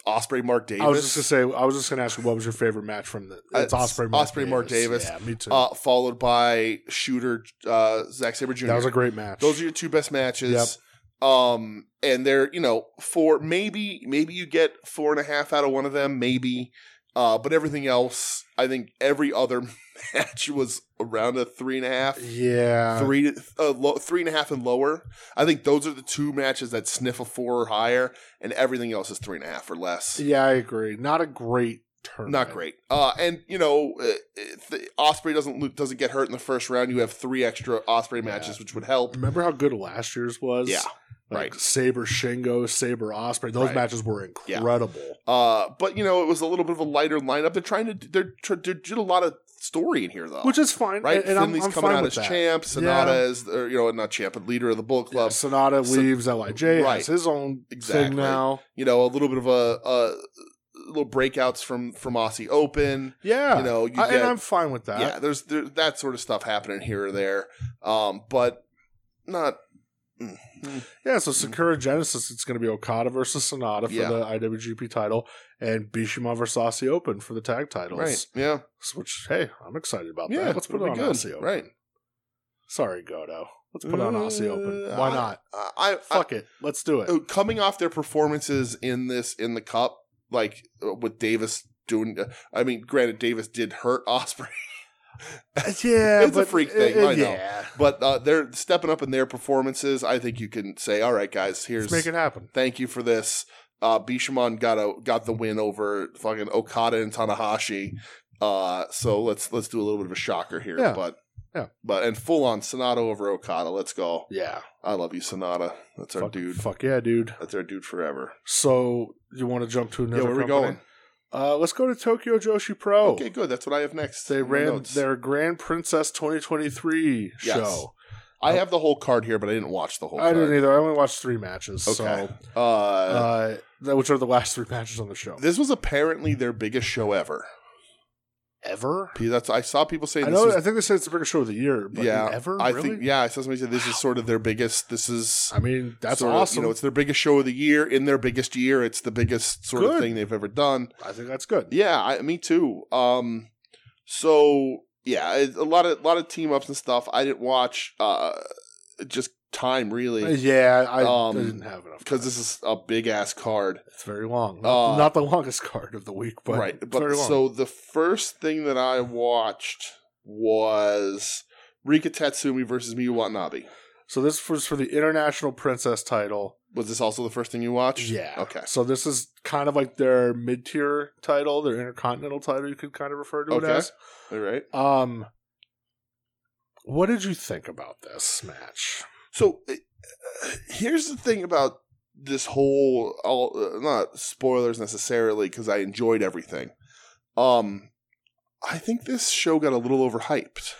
B: Osprey Mark Davis.
C: I was just gonna say. I was just gonna ask you what was your favorite match from the.
B: Uh,
C: It's Osprey. Mark
B: Ospreay, Mark Davis.
C: Yeah, me too.
B: uh, followed by Shooter uh, Zack Saber Jr.
C: that was a great match.
B: Those are your two best matches. Um, and they're you know four maybe maybe you get four and a half out of one of them maybe, uh, but everything else I think every other match was around a three and a half,
C: yeah.
B: three uh, lo- three and a half and lower. I think those are the two matches that sniff a four or higher, and everything else is three and a half or less.
C: Yeah, I agree. Not a great turn.
B: Not great. Uh, and you know, uh, if the Osprey doesn't lo- doesn't get hurt in the first round. You have three extra Osprey matches, which would help.
C: Remember how good last year's was?
B: Yeah.
C: Like
B: right.
C: Saber Shingo, Saber Osprey. Those
B: Right.
C: matches were
B: Yeah.
C: incredible.
B: Uh, but you know, it was a little bit of a lighter lineup. They're trying to they're, tr- they did a lot of story in here though,
C: Which is fine.
B: right.
C: And, and I'm,
B: Finley's
C: I'm
B: coming
C: fine
B: out
C: with
B: as
C: that.
B: champ, Sonata as or, you know not champ, but leader of the Bullet
C: Yeah,
B: Club.
C: Sonata
B: Son-
C: leaves LIJ
B: Right.
C: has his own
B: Exactly.
C: thing now.
B: You know, a little bit of a, a little breakouts from from Aussie Open.
C: Yeah.
B: You know, you
C: I-
B: get-
C: and I'm fine with that.
B: yeah, there's there, that sort of stuff happening here or there, um, but not
C: Yeah, so Sakura Genesis, it's going to be Okada versus Sonata for
B: Yeah.
C: the IWGP title and Bishima versus Aussie Open for the tag titles.
B: right. Yeah,
C: Which, hey, I'm excited about
B: yeah.
C: that. Let's put it
B: it'll
C: on
B: be
C: Aussie Open.
B: right?
C: Sorry, Godo. Let's put it on Aussie Open.
B: Uh,
C: Why
B: I-
C: not?
B: I, I
C: Fuck it. Let's do it.
B: Uh, coming off their performances in this in the cup, like uh, with Davis doing. Uh, I mean, granted, Davis did hurt Osprey,
C: yeah,
B: it's a freak thing, I know.
C: Yeah,
B: but uh, they're stepping up in their performances. I think you can say, "All right, guys, here's
C: let's make it happen.
B: thank you for this." Uh, Bishamon got a got the win over fucking Okada and Tanahashi. Uh, so let's let's do a little bit of a shocker here,
C: Yeah.
B: but
C: Yeah.
B: but and full on Sonata over Okada. Let's go.
C: Yeah,
B: I love you, Sonata. That's our
C: fuck,
B: dude.
C: Fuck yeah, dude.
B: That's our dude forever.
C: So you want to jump to another?
B: yeah, where are we
C: company?
B: going? Oh.
C: Uh, let's go to Tokyo Joshi Pro.
B: Okay, good. That's what I have next.
C: They
B: in my
C: ran
B: notes.
C: their Grand Princess 2023
B: Yes.
C: show.
B: I have the whole card here, but I didn't watch the whole.
C: I
B: card.
C: didn't either. I only watched three matches.
B: Okay.
C: So,
B: Uh,
C: uh, that- which are the last three matches on the show?
B: this was apparently their biggest show ever.
C: ever?
B: P- That's I saw people say
C: I
B: this
C: know.
B: was
C: I think they said it's the biggest show of the year. But
B: yeah.
C: ever?
B: I
C: really?
B: think yeah. I saw somebody say this is sort of their biggest. This is
C: I mean, that's
B: sort of,
C: awesome.
B: you know, it's their biggest show of the year in their biggest year. It's the biggest sort of
C: Good.
B: thing they've ever done.
C: I think that's good.
B: Yeah, I, me too. Um, so yeah, it- a lot of lot of team ups and stuff. I didn't watch. Uh, just time
C: Uh,
B: really
C: Yeah, I, I
B: Um,
C: didn't have enough
B: because
C: because
B: this is a big ass card.
C: it's very long. Not,
B: Uh,
C: not the longest card of the week, but
B: right.
C: it's
B: But
C: very long.
B: so the first thing that I watched was Rika Tatsumi versus Miyu Watanabe.
C: So this was for the international princess title.
B: Was this also the first thing you watched? Okay.
C: So this is kind of like their mid tier title, their intercontinental title. You could kind of refer to it
B: Okay.
C: as.
B: All right.
C: Um, what did you think about this match?
B: So uh, here's the thing about this whole all uh, not spoilers necessarily because I enjoyed everything. Um, I think this show got a little overhyped.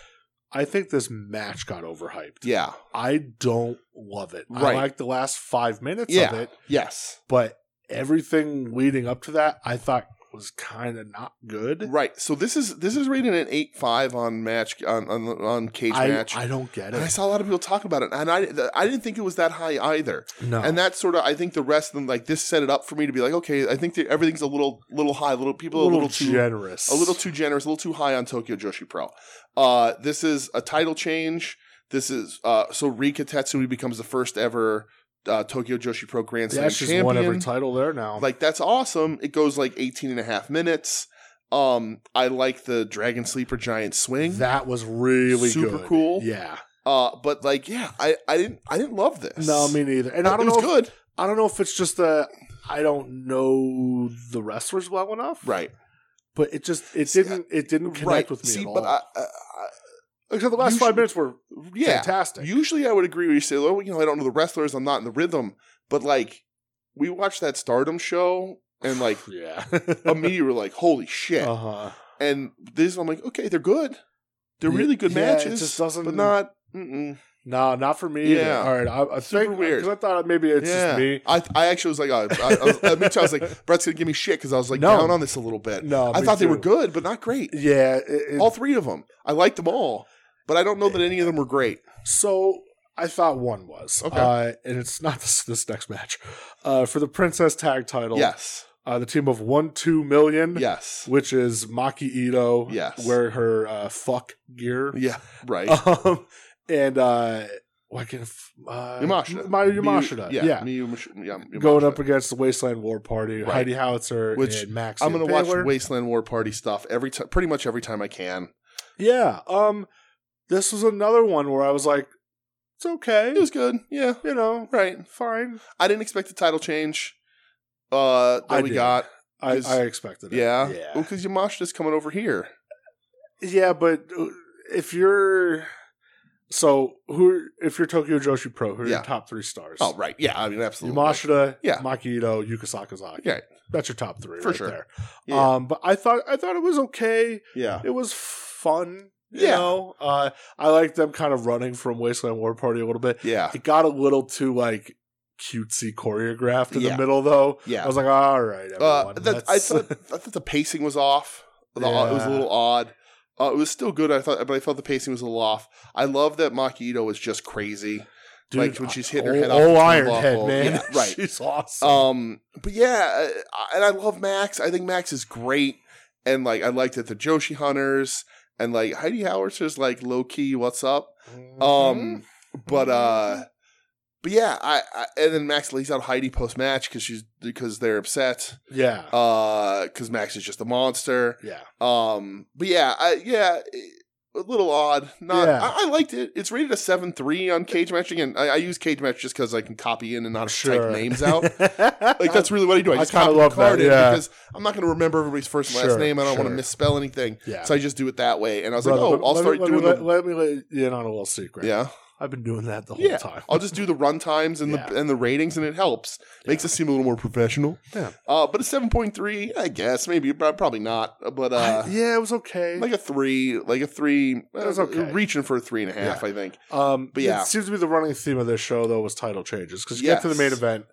C: I think this match got overhyped.
B: Yeah.
C: I don't love it.
B: Right.
C: I like the last five minutes
B: Yeah.
C: of it,
B: Yes.
C: but everything leading up to that, I thought was kind of not good.
B: Right. So this is this is rated an eight five on match on on, on cage
C: I,
B: match.
C: I don't get
B: and I
C: it.
B: saw a lot of people talk about it, and I th- I didn't think it was that high either.
C: No.
B: And that sort of I think the rest of them like this set it up for me to be like, okay, I think that everything's a little little high, little people
C: a little,
B: a little too
C: generous.
B: a little too generous, a little too high on Tokyo Joshi Pro. Uh, this is a title change. This is uh, so Rika Tatsumi becomes the first ever uh, Tokyo Joshi Pro Grand Slam
C: Yeah, she's
B: champion.
C: won every title there now.
B: like that's awesome. It goes like 18 and a half minutes. Um, I like the Dragon Sleeper Giant swing.
C: that was really
B: Super
C: good.
B: cool.
C: Yeah.
B: uh, but like, yeah, I, I didn't I didn't love this.
C: No, me neither. And I
B: it
C: don't
B: was
C: know. If,
B: good.
C: I don't know if it's just that I don't know the wrestlers well enough,
B: Right.
C: But it just it
B: See, I-
C: didn't it didn't connect
B: right.
C: with me
B: See,
C: at all.
B: but I, I, I,
C: Except the last
B: you should-
C: five minutes were
B: yeah,
C: fantastic.
B: Usually, I would agree with you. Say, "Oh, you know, I don't know the wrestlers. I'm not in the rhythm." But like, we watched that Stardom show, and like
C: yeah.
B: immediately we're like, "Holy shit!"
C: uh-huh.
B: and this, I'm like, "Okay, they're good. They're
C: Yeah,
B: really good
C: yeah, it
B: matches,
C: just doesn't-
B: but not." Mm-mm.
C: No, not for me.
B: Yeah.
C: Yeah. All right. I, I
B: Super
C: think,
B: weird.
C: Because I thought maybe it's
B: yeah,
C: just me.
B: I, I actually was like, oh, I, I was, me too, I was like, Brett's gonna give me shit because I was like
C: No.
B: down on this a little bit.
C: No,
B: I
C: me
B: thought they
C: too.
B: were good, but not great.
C: Yeah. it- it-
B: All three of them, I liked them all, but I don't know that any of them were great.
C: So I thought one was.
B: Okay.
C: Uh, and it's not this this next match. Uh, for the Princess Tag title,
B: Yes,
C: uh, the team of 1 2 million,
B: yes,
C: which is Maki Ito,
B: Yes.
C: wear her uh, fuck gear.
B: yeah, right.
C: Um, and uh, why can't f- uh,
B: Yamashita.
C: My,
B: Miyu-
C: Yamashita.
B: Yeah.
C: Yeah.
B: Miyu Mash- yeah, Yamashita.
C: Going up against the Wasteland War Party,
B: Right.
C: Heidi Howitzer,
B: Which
C: and Max.
B: I'm going to watch
C: Taylor.
B: Wasteland War Party stuff every time, pretty much every time I can.
C: Yeah. Um, this was another one where I was like, it's okay.
B: It was good. Yeah.
C: you know,
B: Right.
C: fine.
B: I didn't expect the title change uh, that
C: I
B: we
C: did.
B: got.
C: I,
B: Is-
C: I expected it.
B: Yeah.
C: Yeah.
B: Because Yamashita's coming over here.
C: Yeah, but uh, if you're so who are- if you're Tokyo Joshi Pro, who are
B: Yeah.
C: your top three stars?
B: Oh, right. Yeah. I mean, absolutely.
C: Yamashita,
B: Yeah.
C: Makito, Yuka Sakazaki.
B: Yeah.
C: That's your top three
B: For
C: right
B: sure.
C: there.
B: Yeah.
C: Um, but I thought I thought it was okay.
B: yeah.
C: It was fun. You
B: Yeah.
C: know? Uh I like them kind of running from Wasteland War Party a little bit.
B: Yeah.
C: It got a little too like cutesy choreographed in
B: Yeah.
C: the middle though.
B: Yeah.
C: I was like, all right,
B: Uh,
C: everyone.
B: that, I,
C: let's-
B: thought, I thought the pacing was off. The, It was a
C: Yeah.
B: little odd. Uh, it was still good, I thought, but I felt the pacing was a little off. I love that Maki Ito was just crazy. like, uh, when she's hitting her
C: oh-
B: head off the
C: oh, iron
B: turnbuckle.
C: head, man.
B: Yeah, right.
C: she's awesome.
B: Um, but yeah, I- and I love Max. I think Max is great, and like I liked that the Joshi Hunters and like Heidi Howard's just like low key, what's up?
C: Mm-hmm.
B: Um, but uh, but yeah, I, I and then Max lays out Heidi post match because she's because they're upset,
C: yeah,
B: uh, because Max is just a monster.
C: yeah.
B: Um, but yeah, I, yeah. it- a little odd. Not.
C: Yeah.
B: I, I liked it. It's rated a seven three on Cage Match again. I, I use Cage Match just because I can copy in and not have to type names out. Like that's really what I do. I
C: I
B: just
C: kinda
B: copy
C: love
B: the card
C: that,
B: in
C: yeah.
B: because I'm not going to remember everybody's first and last
C: Sure,
B: name. I don't want to
C: sure.
B: misspell anything,
C: Yeah.
B: so I just do it that way. And I was
C: Brother,
B: like, oh,
C: let-
B: I'll
C: let
B: start
C: me,
B: doing
C: let,
B: the
C: me, let, let me let you in on a little secret.
B: yeah.
C: I've been doing that the whole
B: Yeah,
C: time.
B: I'll just do the run times and the
C: Yeah.
B: and the ratings, and it helps. Makes us seem a little more professional.
C: Yeah.
B: Uh, but a seven point three, I guess maybe, but probably not. But uh,
C: yeah, it was okay.
B: like a three, like a three.
C: That's
B: uh,
C: okay.
B: Reaching for a three and a half, I think.
C: Um,
B: But
C: but
B: yeah.
C: yeah, it seems to be the running theme of this show though was title changes because you get to the main
B: Yes.
C: event,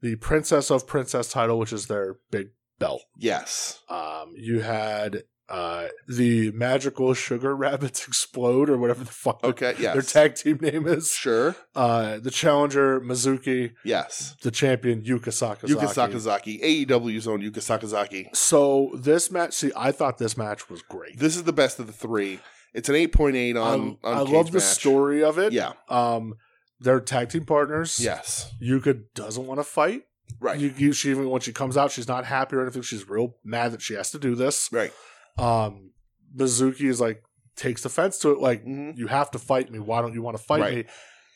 C: the Princess of Princess title, which is their big belt.
B: Yes.
C: Um, you had uh the magical sugar rabbits explode or whatever the fuck
B: Okay. Yes.
C: their tag team name is.
B: sure.
C: Uh, the challenger Mizuki,
B: Yes. E
C: the champion Yuka Sakazaki.
B: Yuka Sakazaki, AEW's own Yuka Sakazaki.
C: So this match, see, I thought this match was great.
B: This is the best of the three. It's an eight point eight on.
C: I,
B: on
C: I
B: Cage
C: love the
B: Match.
C: story of it.
B: Yeah.
C: Um, they're tag team partners.
B: Yes.
C: Yuka doesn't want to fight.
B: Right.
C: You, you, she even when she comes out, she's not happy or anything. She's real mad that she has to do this.
B: right.
C: Um, Mizuki is like takes offense to it. Like
B: Mhm.
C: you have to fight me. Why don't you want to fight
B: Right.
C: me?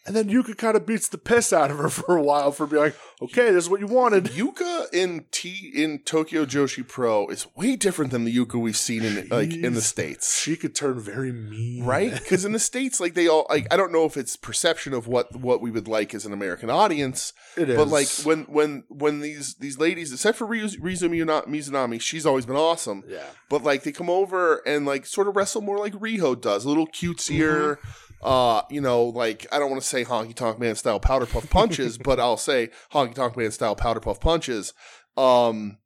C: And then Yuka kind of beats the piss out of her for a while for being like, okay, this is what you wanted.
B: Yuka in T in Tokyo Joshi Pro is way different than the Yuka we've seen in like in the
C: Jeez.
B: states.
C: She could turn very mean,
B: right because in the states like they all like i don't know if it's perception of what what we would like as an american audience
C: It is,
B: but like when when when these these ladies except for Ryu- Rizu Miyuna- Mizunami she's always been awesome
C: yeah,
B: but like they come over and like sort of wrestle more like Riho does a little cutesier
C: Mm-hmm.
B: uh you know like I don't want to say honky tonk man style powder puff punches but I'll say honky tonk man style powder puff punches um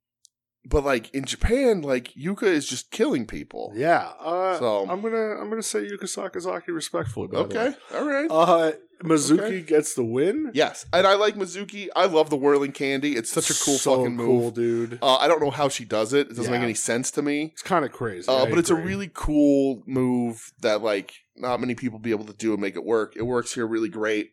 B: but like in Japan like Yuka is just killing people
C: yeah. Uh,
B: So-
C: I'm gonna I'm gonna say Yuka Sakazaki respectfully. by the
B: okay
C: way.
B: all right
C: Uh, Mizuki
B: Okay.
C: gets the win.
B: Yes, and I like Mizuki. I love the whirling candy. It's such a cool
C: So
B: fucking
C: cool,
B: move.
C: dude.
B: Uh, I don't know how she does it. It doesn't make
C: Yeah.
B: any sense to me.
C: it's kind of crazy,
B: Uh,
C: I
B: but it's a
C: agree.
B: really cool move that like not many people be able to do and make it work. It works here really great.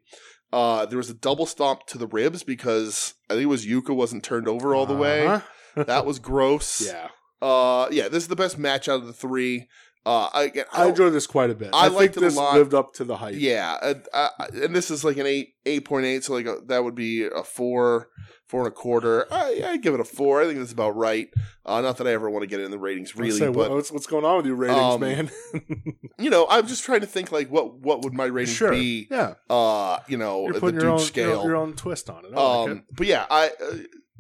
B: Uh, there was a double stomp to the ribs because I think it was Yuka wasn't turned over all the way.
C: Uh-huh.
B: That was gross.
C: Yeah,
B: Uh, yeah. This is the best match out of the three. Uh, I, again, I
C: I
B: don't-
C: enjoyed this quite a bit.
B: I
C: I, think
B: liked it a
C: this
B: lot.
C: lived up to the hype.
B: Yeah, uh, I, I- and this is like an eight, eight point eight. So like a, that would be a four, four and a quarter. I, I give it a four. I think that's about right. Uh, not that I ever want to get in the ratings,
C: Let's
B: really,
C: say,
B: but
C: what's, what's going on with your ratings,
B: Um,
C: man?
B: you know, I'm just trying to think like what what would my rating
C: sure,
B: be?
C: yeah.
B: Uh, you know,
C: You're
B: at the
C: putting
B: Duke
C: your own,
B: scale.
C: Your, your own twist on it. I like
B: um, but yeah, I. Uh,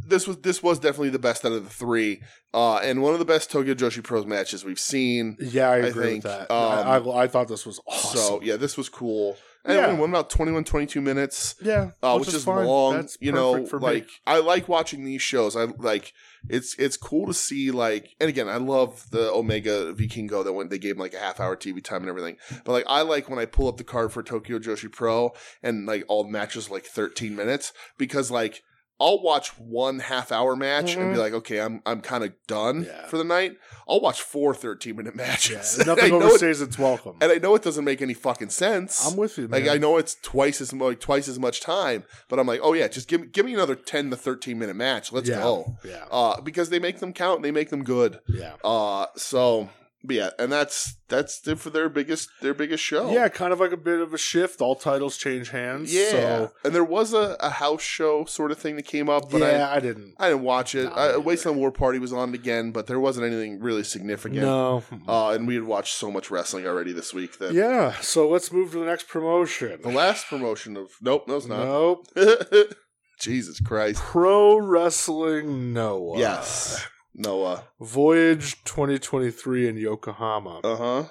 B: this was this was definitely the best out of the three, uh, and one of the best Tokyo Joshi Pros matches we've seen.
C: it. yeah, I
B: I
C: agree
B: think,
C: with that.
B: um,
C: I, I, I thought this was awesome.
B: So yeah, this was cool. And
C: Yeah.
B: it went about 21, 22 minutes.
C: yeah,
B: uh, which, is, long. you know,
C: perfect for me.
B: like I like watching these shows. I like it's it's cool to see like, and again, I love the Omega Vikingo that went. They gave him like a half hour TV time and everything. But like, I like when I pull up the card for Tokyo Joshi Pro and like all the matches are, like thirteen minutes because like. I'll watch one half hour match and be like, okay, I'm I'm kind of done
C: Mm-hmm. Yeah.
B: for the night. I'll watch four 13 minute
C: Yeah,
B: matches.
C: nothing
B: I know it,
C: overstays its welcome.
B: and I know it doesn't make any fucking sense.
C: I'm with you, man.
B: Like I know it's twice as mu- like twice as much time, but I'm like, oh yeah, just give me give me another ten to thirteen minute match. Let's
C: yeah,
B: go.
C: Yeah,
B: Uh, because they make them count, and they make them good.
C: yeah.
B: Uh, so but yeah, and that's that's it for their biggest their biggest show.
C: Yeah, kind of like a bit of a shift. All titles change hands.
B: yeah.
C: So,
B: and there was a, a house show sort of thing that came up, but
C: yeah, I, didn't.
B: I I didn't watch it.
C: Nah, me
B: I,
C: neither.
B: Wasteland War Party was on again, but there wasn't anything really significant.
C: No.
B: Uh, and we had watched so much wrestling already this week that
C: yeah. So let's move to the next promotion.
B: the last promotion of nope, no, it's not.
C: Nope.
B: Jesus Christ.
C: Pro Wrestling Noah.
B: Yes. Noah.
C: Voyage 2023 in Yokohama.
B: Uh huh.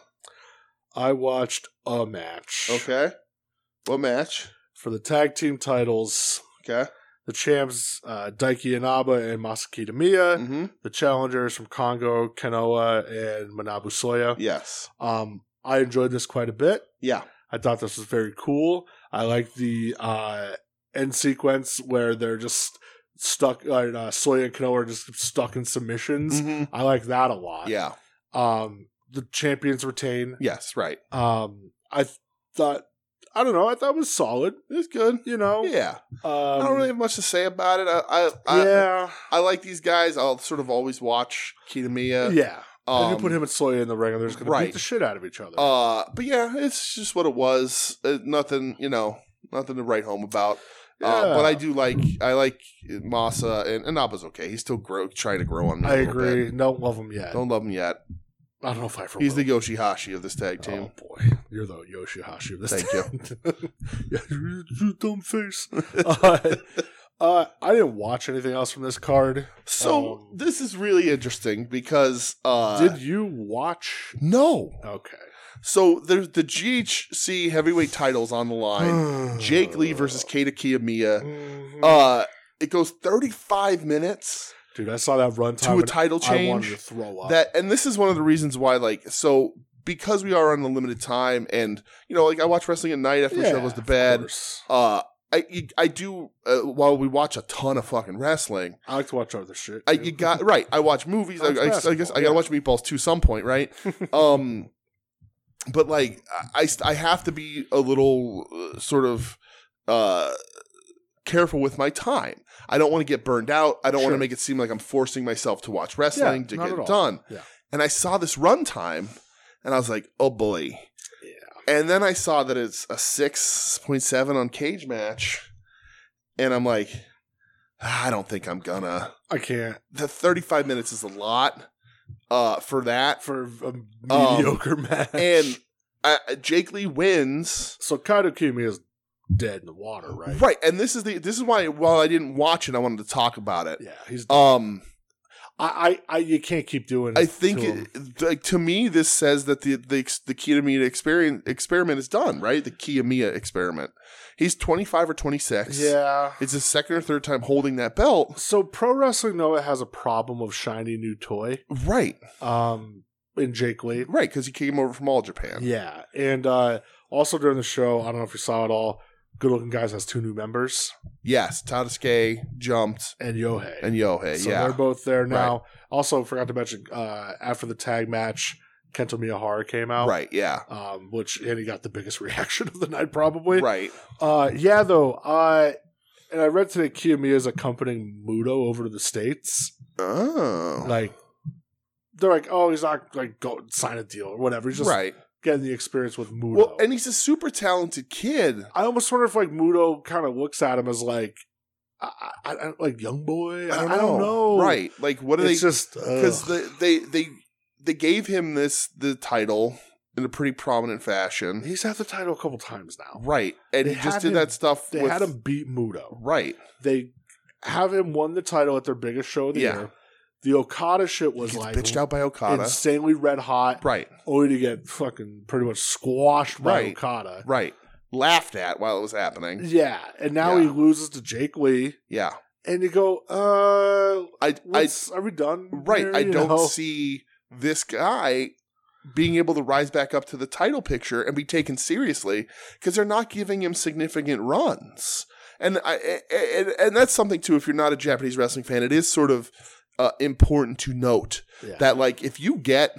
C: I watched a match
B: Okay. What match?
C: for the tag team titles.
B: Okay.
C: The champs, uh, Daiki Inaba and Masakita Miya.
B: Mm-hmm.
C: The challengers from Congo, Kanoa, and Manabu Soya.
B: Yes.
C: Um, I enjoyed this quite a bit.
B: Yeah.
C: I thought this was very cool. I like the uh, end sequence where they're just stuck, uh, uh, Soya and Kanoa are just stuck in submissions.
B: Mhm.
C: I like that a lot.
B: Yeah.
C: Um, the champions retain.
B: Yes. Right.
C: Um, I th- thought, I don't know, I thought it was solid.
B: It's good.
C: You know,
B: Yeah.
C: um,
B: I don't really have much to say about it. I I I,
C: yeah,
B: I like these guys. I'll sort of always watch Kitamiya.
C: yeah.
B: Um,
C: and you put him and Soya in the ring, and they're just gonna
B: right.
C: beat the shit out of each other.
B: Uh, but yeah, it's just what it was. Uh, nothing, you know, nothing to write home about. Uh,
C: Yeah.
B: but I do like I like Masa and, and Naba's okay. He's still grow, trying to grow on me. a
C: I
B: little bit.
C: agree. Don't love him yet.
B: Don't love him yet.
C: I don't know if I ever
B: He's the
C: will.
B: Yoshihashi of this tag team.
C: Oh boy, you're the Yoshihashi of this.
B: Thank
C: you. yeah, you, you dumb face. uh, uh, I didn't watch anything else from this card.
B: So
C: Um,
B: this is really interesting because uh
C: Did you watch?
B: no.
C: Okay.
B: So there's the GHC heavyweight titles on the line. Jake Lee versus Kata Kiyomiya.
C: Mhm.
B: Uh it goes 35 minutes
C: Dude, I saw that runtime.
B: to a
C: and
B: title
C: I wanted to
B: change.
C: throw up.
B: That and this is one of the reasons why like so because we are on a limited time and you know like I watch wrestling at night after the show goes to
C: of
B: bed.
C: course.
B: Uh I you- I do uh, while we watch a ton of fucking wrestling.
C: I like to watch other shit.
B: I
C: too.
B: Uh, you got right. I watch movies. I,
C: That's
B: I, I guess I gotta
C: basketball,
B: watch Meatballs too some point, right? um, but like I, I- I have to be a little uh, sort of uh careful with my time. I don't want to get burned out. I don't want to
C: Sure.
B: make it seem like I'm forcing myself to watch wrestling to
C: not
B: get
C: at
B: it
C: all.
B: done.
C: Yeah.
B: And I saw this runtime, and I was like, oh boy. And then I saw that it's a six point seven on Cage Match, and I'm like, "Ah, I don't think I'm gonna
C: I can't
B: the 35 minutes is a lot uh, for that.
C: for a mediocre match.
B: Um, And uh, Jake Lee wins.
C: so Kaido Kimi is dead in the water, right?
B: Right, and this is the this is why while I didn't watch it, I wanted to talk about it.
C: Yeah, he's.
B: Um,
C: I, I, I, you can't keep doing.
B: I think
C: to him.
B: it, like to me, this says that the the ex- the Kiyomiya experiment experiment is done. Right, the Kiyomiya experiment. He's 25 or 26.
C: Yeah.
B: it's his second or third time holding that belt.
C: So pro wrestling Noah has a problem of shiny new toy.
B: Right,
C: Um, in Jake Lee.
B: right, because he came over from all Japan.
C: Yeah, and uh also during the show, I don't know if you saw it all. Good looking guys has two new members
B: Yes, Tadasuke jumped
C: and Yohei.
B: and Yohei.
C: so
B: yeah,
C: they're both there now. Also, forgot to mention uh after the tag match, Kento Miyahara came out.
B: right. Yeah,
C: Um, which and he got the biggest reaction of the night, probably.
B: right.
C: Uh, yeah, though. Uh, and I read today Kiyomiya is accompanying Muto over to the states.
B: Oh,
C: like they're like, oh, he's not like go sign a deal or whatever. He's just
B: right.
C: getting the experience with Mudo.
B: Well, and he's a super talented kid.
C: I almost wonder if like Mudo kind of looks at him as like, I, I, I, like young boy. I I don't, know.
B: Right? Like, what
C: But
B: are
C: it's
B: they?
C: just uh,
B: Because
C: because
B: they they they gave him this the title in a pretty prominent fashion,
C: he's had the title a couple times now.
B: right? And
C: They
B: he just
C: had
B: did
C: him-
B: that stuff.
C: They
B: with,
C: had him beat Mudo.
B: right.
C: They have him won the title at their biggest show of the
B: Yeah.
C: year. The Okada shit was
B: Gets
C: like
B: bitched out by Okada.
C: insanely red hot,
B: right.
C: only to get fucking pretty much squashed by
B: Right.
C: Okada.
B: Right. Laughed at while it was happening.
C: Yeah, and now
B: Yeah.
C: he loses to Jake Lee,
B: Yeah.
C: and you go, uh,
B: I I
C: what's, are we done?
B: right.
C: here,
B: I
C: you
B: don't
C: know?
B: see this guy being able to rise back up to the title picture and be taken seriously because they're not giving him significant runs. And I and, and that's something too. If you're not a Japanese wrestling fan, it is sort of uh, important to note
C: Yeah.
B: that like if you get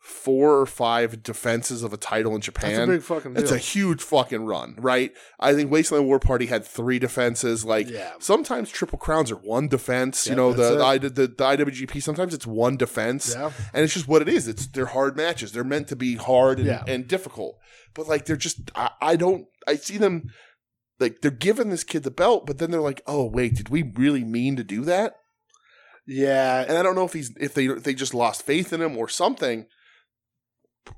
B: four or five defenses of a title in
C: that's
B: Japan,
C: a big fucking.
B: it's
C: deal.
B: a huge fucking run, right? I think Wasteland War Party had three defenses. Like
C: Yeah.
B: sometimes Triple Crowns are one defense. you
C: Yep,
B: know
C: that's
B: the
C: it.
B: the, I, the the IWGP. Sometimes it's one defense,
C: Yeah.
B: and it's just what it is. It's they're hard matches. They're meant to be hard and,
C: Yeah.
B: and difficult. But like they're just I, I don't I see them like they're giving this kid the belt, but then they're like, oh wait, did we really mean to do that?
C: yeah,
B: And I don't know if he's if they if they just lost faith in him or something,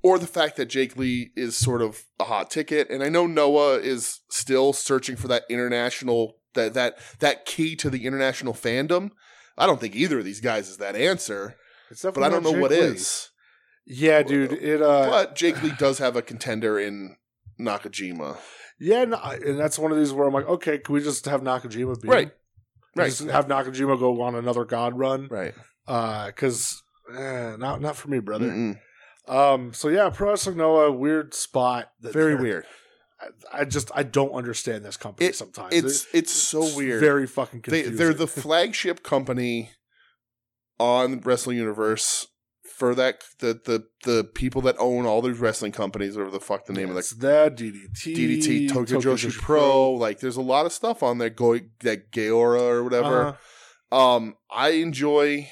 B: or the fact that Jake Lee is sort of a hot ticket. And I know Noah is still searching for that international that that that key to the international fandom. I don't think either of these guys is that answer,
C: it's
B: but I don't know what is.
C: Yeah, dude, it. uh
B: But Jake Lee does have a contender in Nakajima,
C: Yeah, no, I- and that's one of these where I'm like, okay, can we just have Nakajima beat?
B: Right.
C: him?
B: Right.
C: Just have Nakajima go on another God run,
B: right?
C: because eh, not not for me, brother.
B: Mm-mm.
C: Um, so yeah, Pro Wrestling Noah, weird spot. that
B: Very
C: they're-
B: weird.
C: I, I just I don't understand this company sometimes.
B: It's it's so
C: It's
B: weird.
C: Very fucking
B: they,
C: confusing.
B: they're the flagship company on Wrestling Universe for that the the the people that own all those wrestling companies, whatever the fuck the name
C: It's
B: of
C: the DDT,
B: the DDT Tokyo Joshi Pro. Like, there's a lot of stuff on there. Go that Gaora or whatever.
C: Uh-huh.
B: Um, I enjoy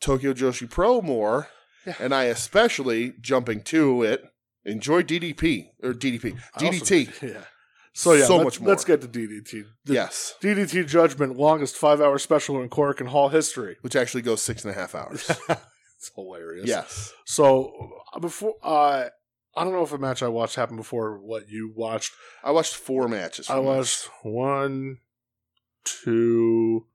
B: Tokyo Joshi Pro more,
C: Yeah.
B: and I especially jumping to it enjoy DDP or DDP
C: I also-
B: DDT.
C: yeah. So yeah,
B: So
C: let's,
B: much more.
C: Let's get to DDT. The
B: yes,
C: DDT Judgment, longest five-hour special in Cork and Hall history.
B: which actually goes six and a half hours.
C: It's hilarious.
B: Yes.
C: So uh, before uh, I don't know if a match I watched happened before what you watched.
B: I watched four matches.
C: I
B: from
C: watched one, two.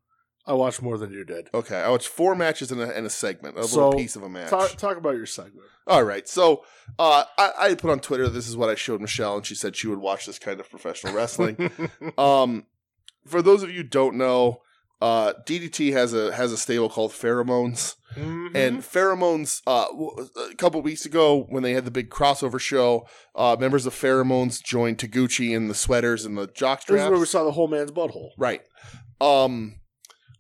C: I watched more than you did.
B: this. Okay, I watched four matches and a, and a segment, a
C: So,
B: little piece of a match.
C: Talk, talk about your segment.
B: All right. So uh, I, I had put on Twitter, this is what I showed Michelle, and she said she would watch this kind of professional wrestling. um, for those of you who don't know, uh, DDT has a has a stable called Pheromones,
C: Mm-hmm.
B: and Pheromones. Uh, w- a couple weeks ago, when they had the big crossover show, uh, members of Pheromones joined Taguchi in the sweaters and the
C: this is where we
B: jockstraps.
C: saw the whole man's butthole.
B: Right. Um.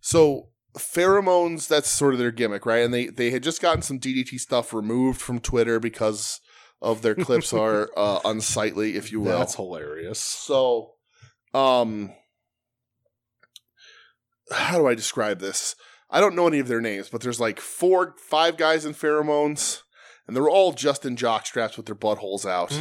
B: So pheromones. That's sort of their gimmick, right? And they they had just gotten some DDT stuff removed from Twitter because of their clips are uh, unsightly, if you will.
C: That's hilarious.
B: So, um, how do I describe this? I don't know any of their names, but there's like four, five guys in pheromones, and they're all just in jock straps with their buttholes out.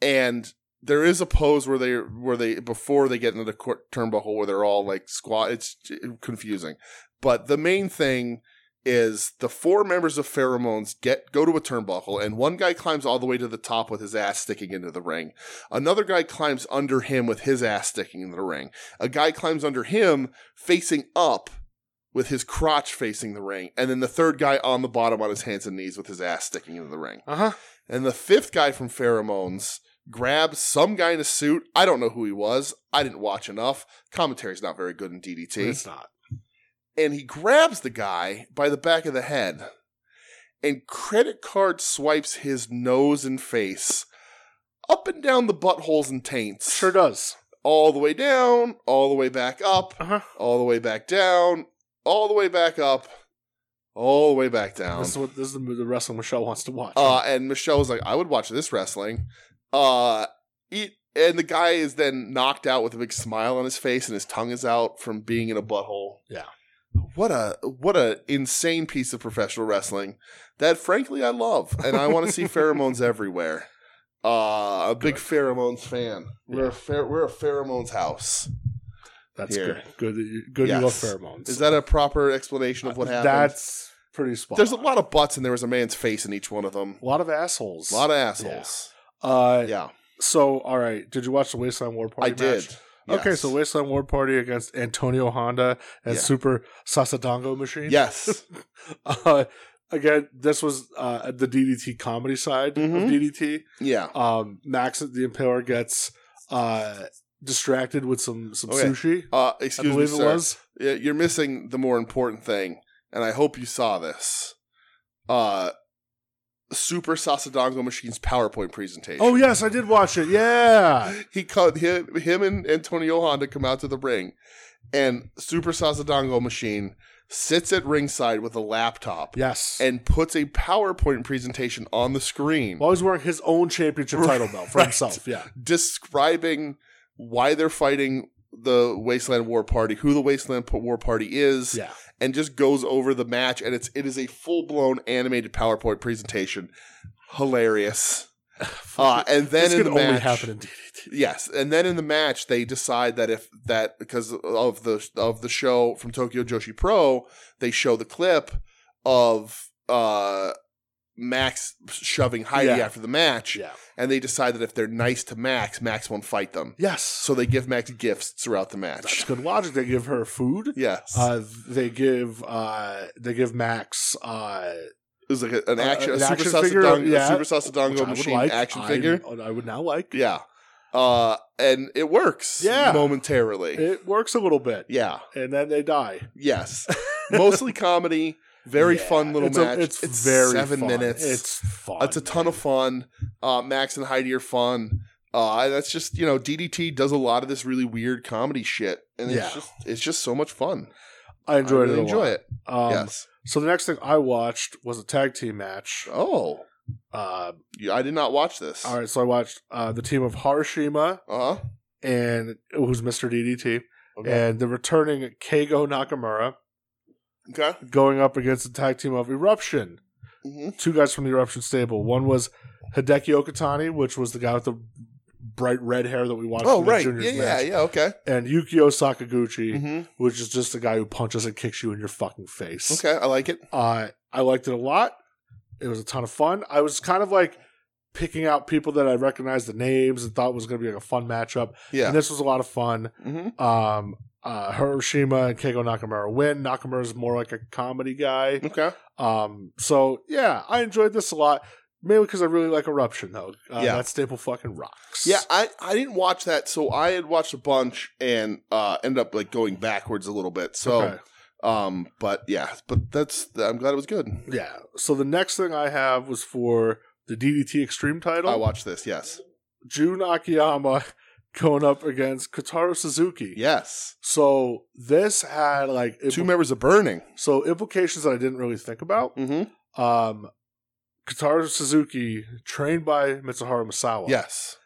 B: And there is a pose where they, where they, before they get into the court turnbuckle, where they're all like squat. It's confusing, but the main thing is the four members of pheromones get go to a turnbuckle and one guy climbs all the way to the top with his ass sticking into the ring Another guy climbs under him with his ass sticking into the ring. A guy climbs under him facing up with his crotch facing the ring. And then the third guy on the bottom on his hands and knees with his ass sticking into the ring.
C: Uh huh.
B: And the fifth guy from Pheromones grabs some guy in a suit. I don't know who he was. I didn't watch enough. Commentary's not very good in DDT
C: It's not.
B: and he grabs the guy by the back of the head and credit card swipes his nose and face up and down the buttholes and taints
C: Sure does.
B: all the way down all the way back up
C: Uh huh.
B: all the way back down all the way back up all the way back down
C: This is what this is the, the wrestling Michelle wants to watch.
B: uh, and Michelle was like, I would watch this wrestling. Uh, it, and the guy is then knocked out with a big smile on his face, and his tongue is out from being in a butthole.
C: Yeah.
B: What a what a insane piece of professional wrestling that frankly I love, and I want to see pheromones everywhere. Uh, a big pheromones fan. We're a pher- we're a pheromones house.
C: That's
B: here.
C: good. Good. That you, good. You love
B: Yes.
C: pheromones. Uh,
B: Is that a proper explanation of what happened?
C: That's pretty spot.
B: There's a
C: on.
B: lot of butts, and there was a man's face in each one of them.
C: A lot of assholes.
B: A lot of assholes.
C: Uh,
B: yeah.
C: So, all right. Did you watch the Wasteland War Party?
B: I did.
C: match? Okay,
B: Yes.
C: so Wasteland War Party against Antonio Honda and
B: Yeah.
C: Super Sasadongo Machine.
B: yes,
C: Uh, again, this was uh, the DDT comedy side
B: Mhm.
C: of DDT.
B: yeah,
C: Um, Max the Impaler gets uh, distracted with some some
B: Okay.
C: sushi.
B: uh,
C: I
B: excuse me,
C: believe it
B: sir.
C: was.
B: Yeah, You're missing the more important thing, and I hope you saw this. Uh, Super Sasadongo Machine's PowerPoint presentation.
C: Oh yes, I did watch it. Yeah.
B: he cut him, him and Antonio Honda come out to the ring, and Super Sasadongo Machine sits at ringside with a laptop
C: Yes.
B: and puts a PowerPoint presentation on the screen.
C: While he's wearing his own championship title belt for
B: Right.
C: himself. Yeah.
B: describing why they're fighting the Wasteland War Party, who the Wasteland P- War Party is,
C: Yeah.
B: and just goes over the match. And it's it is a full blown animated PowerPoint presentation, hilarious. Uh, and then
C: this
B: in
C: could
B: the
C: only
B: match,
C: happen in DDT.
B: yes, and then in the match they decide that if that because of the of the show from Tokyo Joshi Pro, they show the clip of uh Max shoving Heidi
C: Yeah.
B: after the match
C: Yeah.
B: and they decide that if they're nice to Max, Max won't fight them.
C: Yes.
B: So they give Max gifts throughout the
C: that's
B: match.
C: good logic. They give her food.
B: Yes,
C: Uh, they give uh, they give Max uh,
B: it was like a- an
C: uh,
B: action,
C: an
B: a super
C: action
B: action
C: figure, yeah.
B: super
C: which I
B: sasadongo
C: would
B: machine
C: like.
B: action
C: I-
B: figure.
C: I would now like.
B: Yeah, uh, and it works.
C: Yeah.
B: momentarily.
C: It works a little bit,
B: yeah,
C: and then they die.
B: yes, mostly comedy. Very
C: Yeah.
B: fun little
C: It's a-
B: match.
C: it's, very
B: seven
C: fun.
B: minutes.
C: It's fun.
B: It's a ton of fun. Uh, Max and Heidi are fun. Uh, and that's just you know DDT does a lot of this really weird comedy shit, and it's
C: Yeah.
B: just it's just so much fun.
C: I
B: I
C: enjoyed
B: really
C: it. A
B: enjoy
C: lot.
B: it.
C: Um,
B: yes.
C: So the next thing I watched was a tag team match.
B: Oh,
C: Uh,
B: yeah, I did not watch this.
C: all right, so I watched uh, the team of Harashima
B: Uh huh.
C: and who's Mr. DDT
B: Okay.
C: and the returning Keigo Nakamura
B: okay.
C: going up against the tag team of Eruption.
B: hmm
C: two guys from the Eruption stable. One was Hideki Okatani, which was the guy with the bright red hair that we watched
B: Oh
C: in the
B: right.
C: juniors
B: Yeah, yeah,
C: match,
B: yeah. Okay.
C: and Yukio Sakaguchi,
B: hmm
C: which is just the guy who punches and kicks you in your fucking face.
B: Okay, I like it.
C: Uh, I liked it a lot. It was a ton of fun. I was kind of like picking out people that I recognized the names and thought was going to be like a fun matchup.
B: Yeah.
C: And this was a lot of fun.
B: Mhm.
C: Um, uh, Hiroshima and Keiko Nakamura win. Nakamura's more like a comedy guy.
B: Okay.
C: Um, so yeah, I enjoyed this a lot. Mainly because I really like Eruption though. Uh,
B: Yeah.
C: That staple fucking rocks.
B: Yeah, I, I didn't watch that, so I had watched a bunch and uh ended up like going backwards a little bit. So
C: Okay.
B: um but yeah, but that's I'm glad it was good.
C: Yeah. So the next thing I have was for the DDT Extreme title.
B: I watched this, yes.
C: Jun Akiyama going up against Kotaro Suzuki.
B: Yes.
C: So this had like
B: Two
C: impl-
B: members of Burning.
C: so implications that I didn't really think about.
B: Mm-hmm.
C: Um Kotaro Suzuki trained by Mitsuharu Misawa.
B: Yes.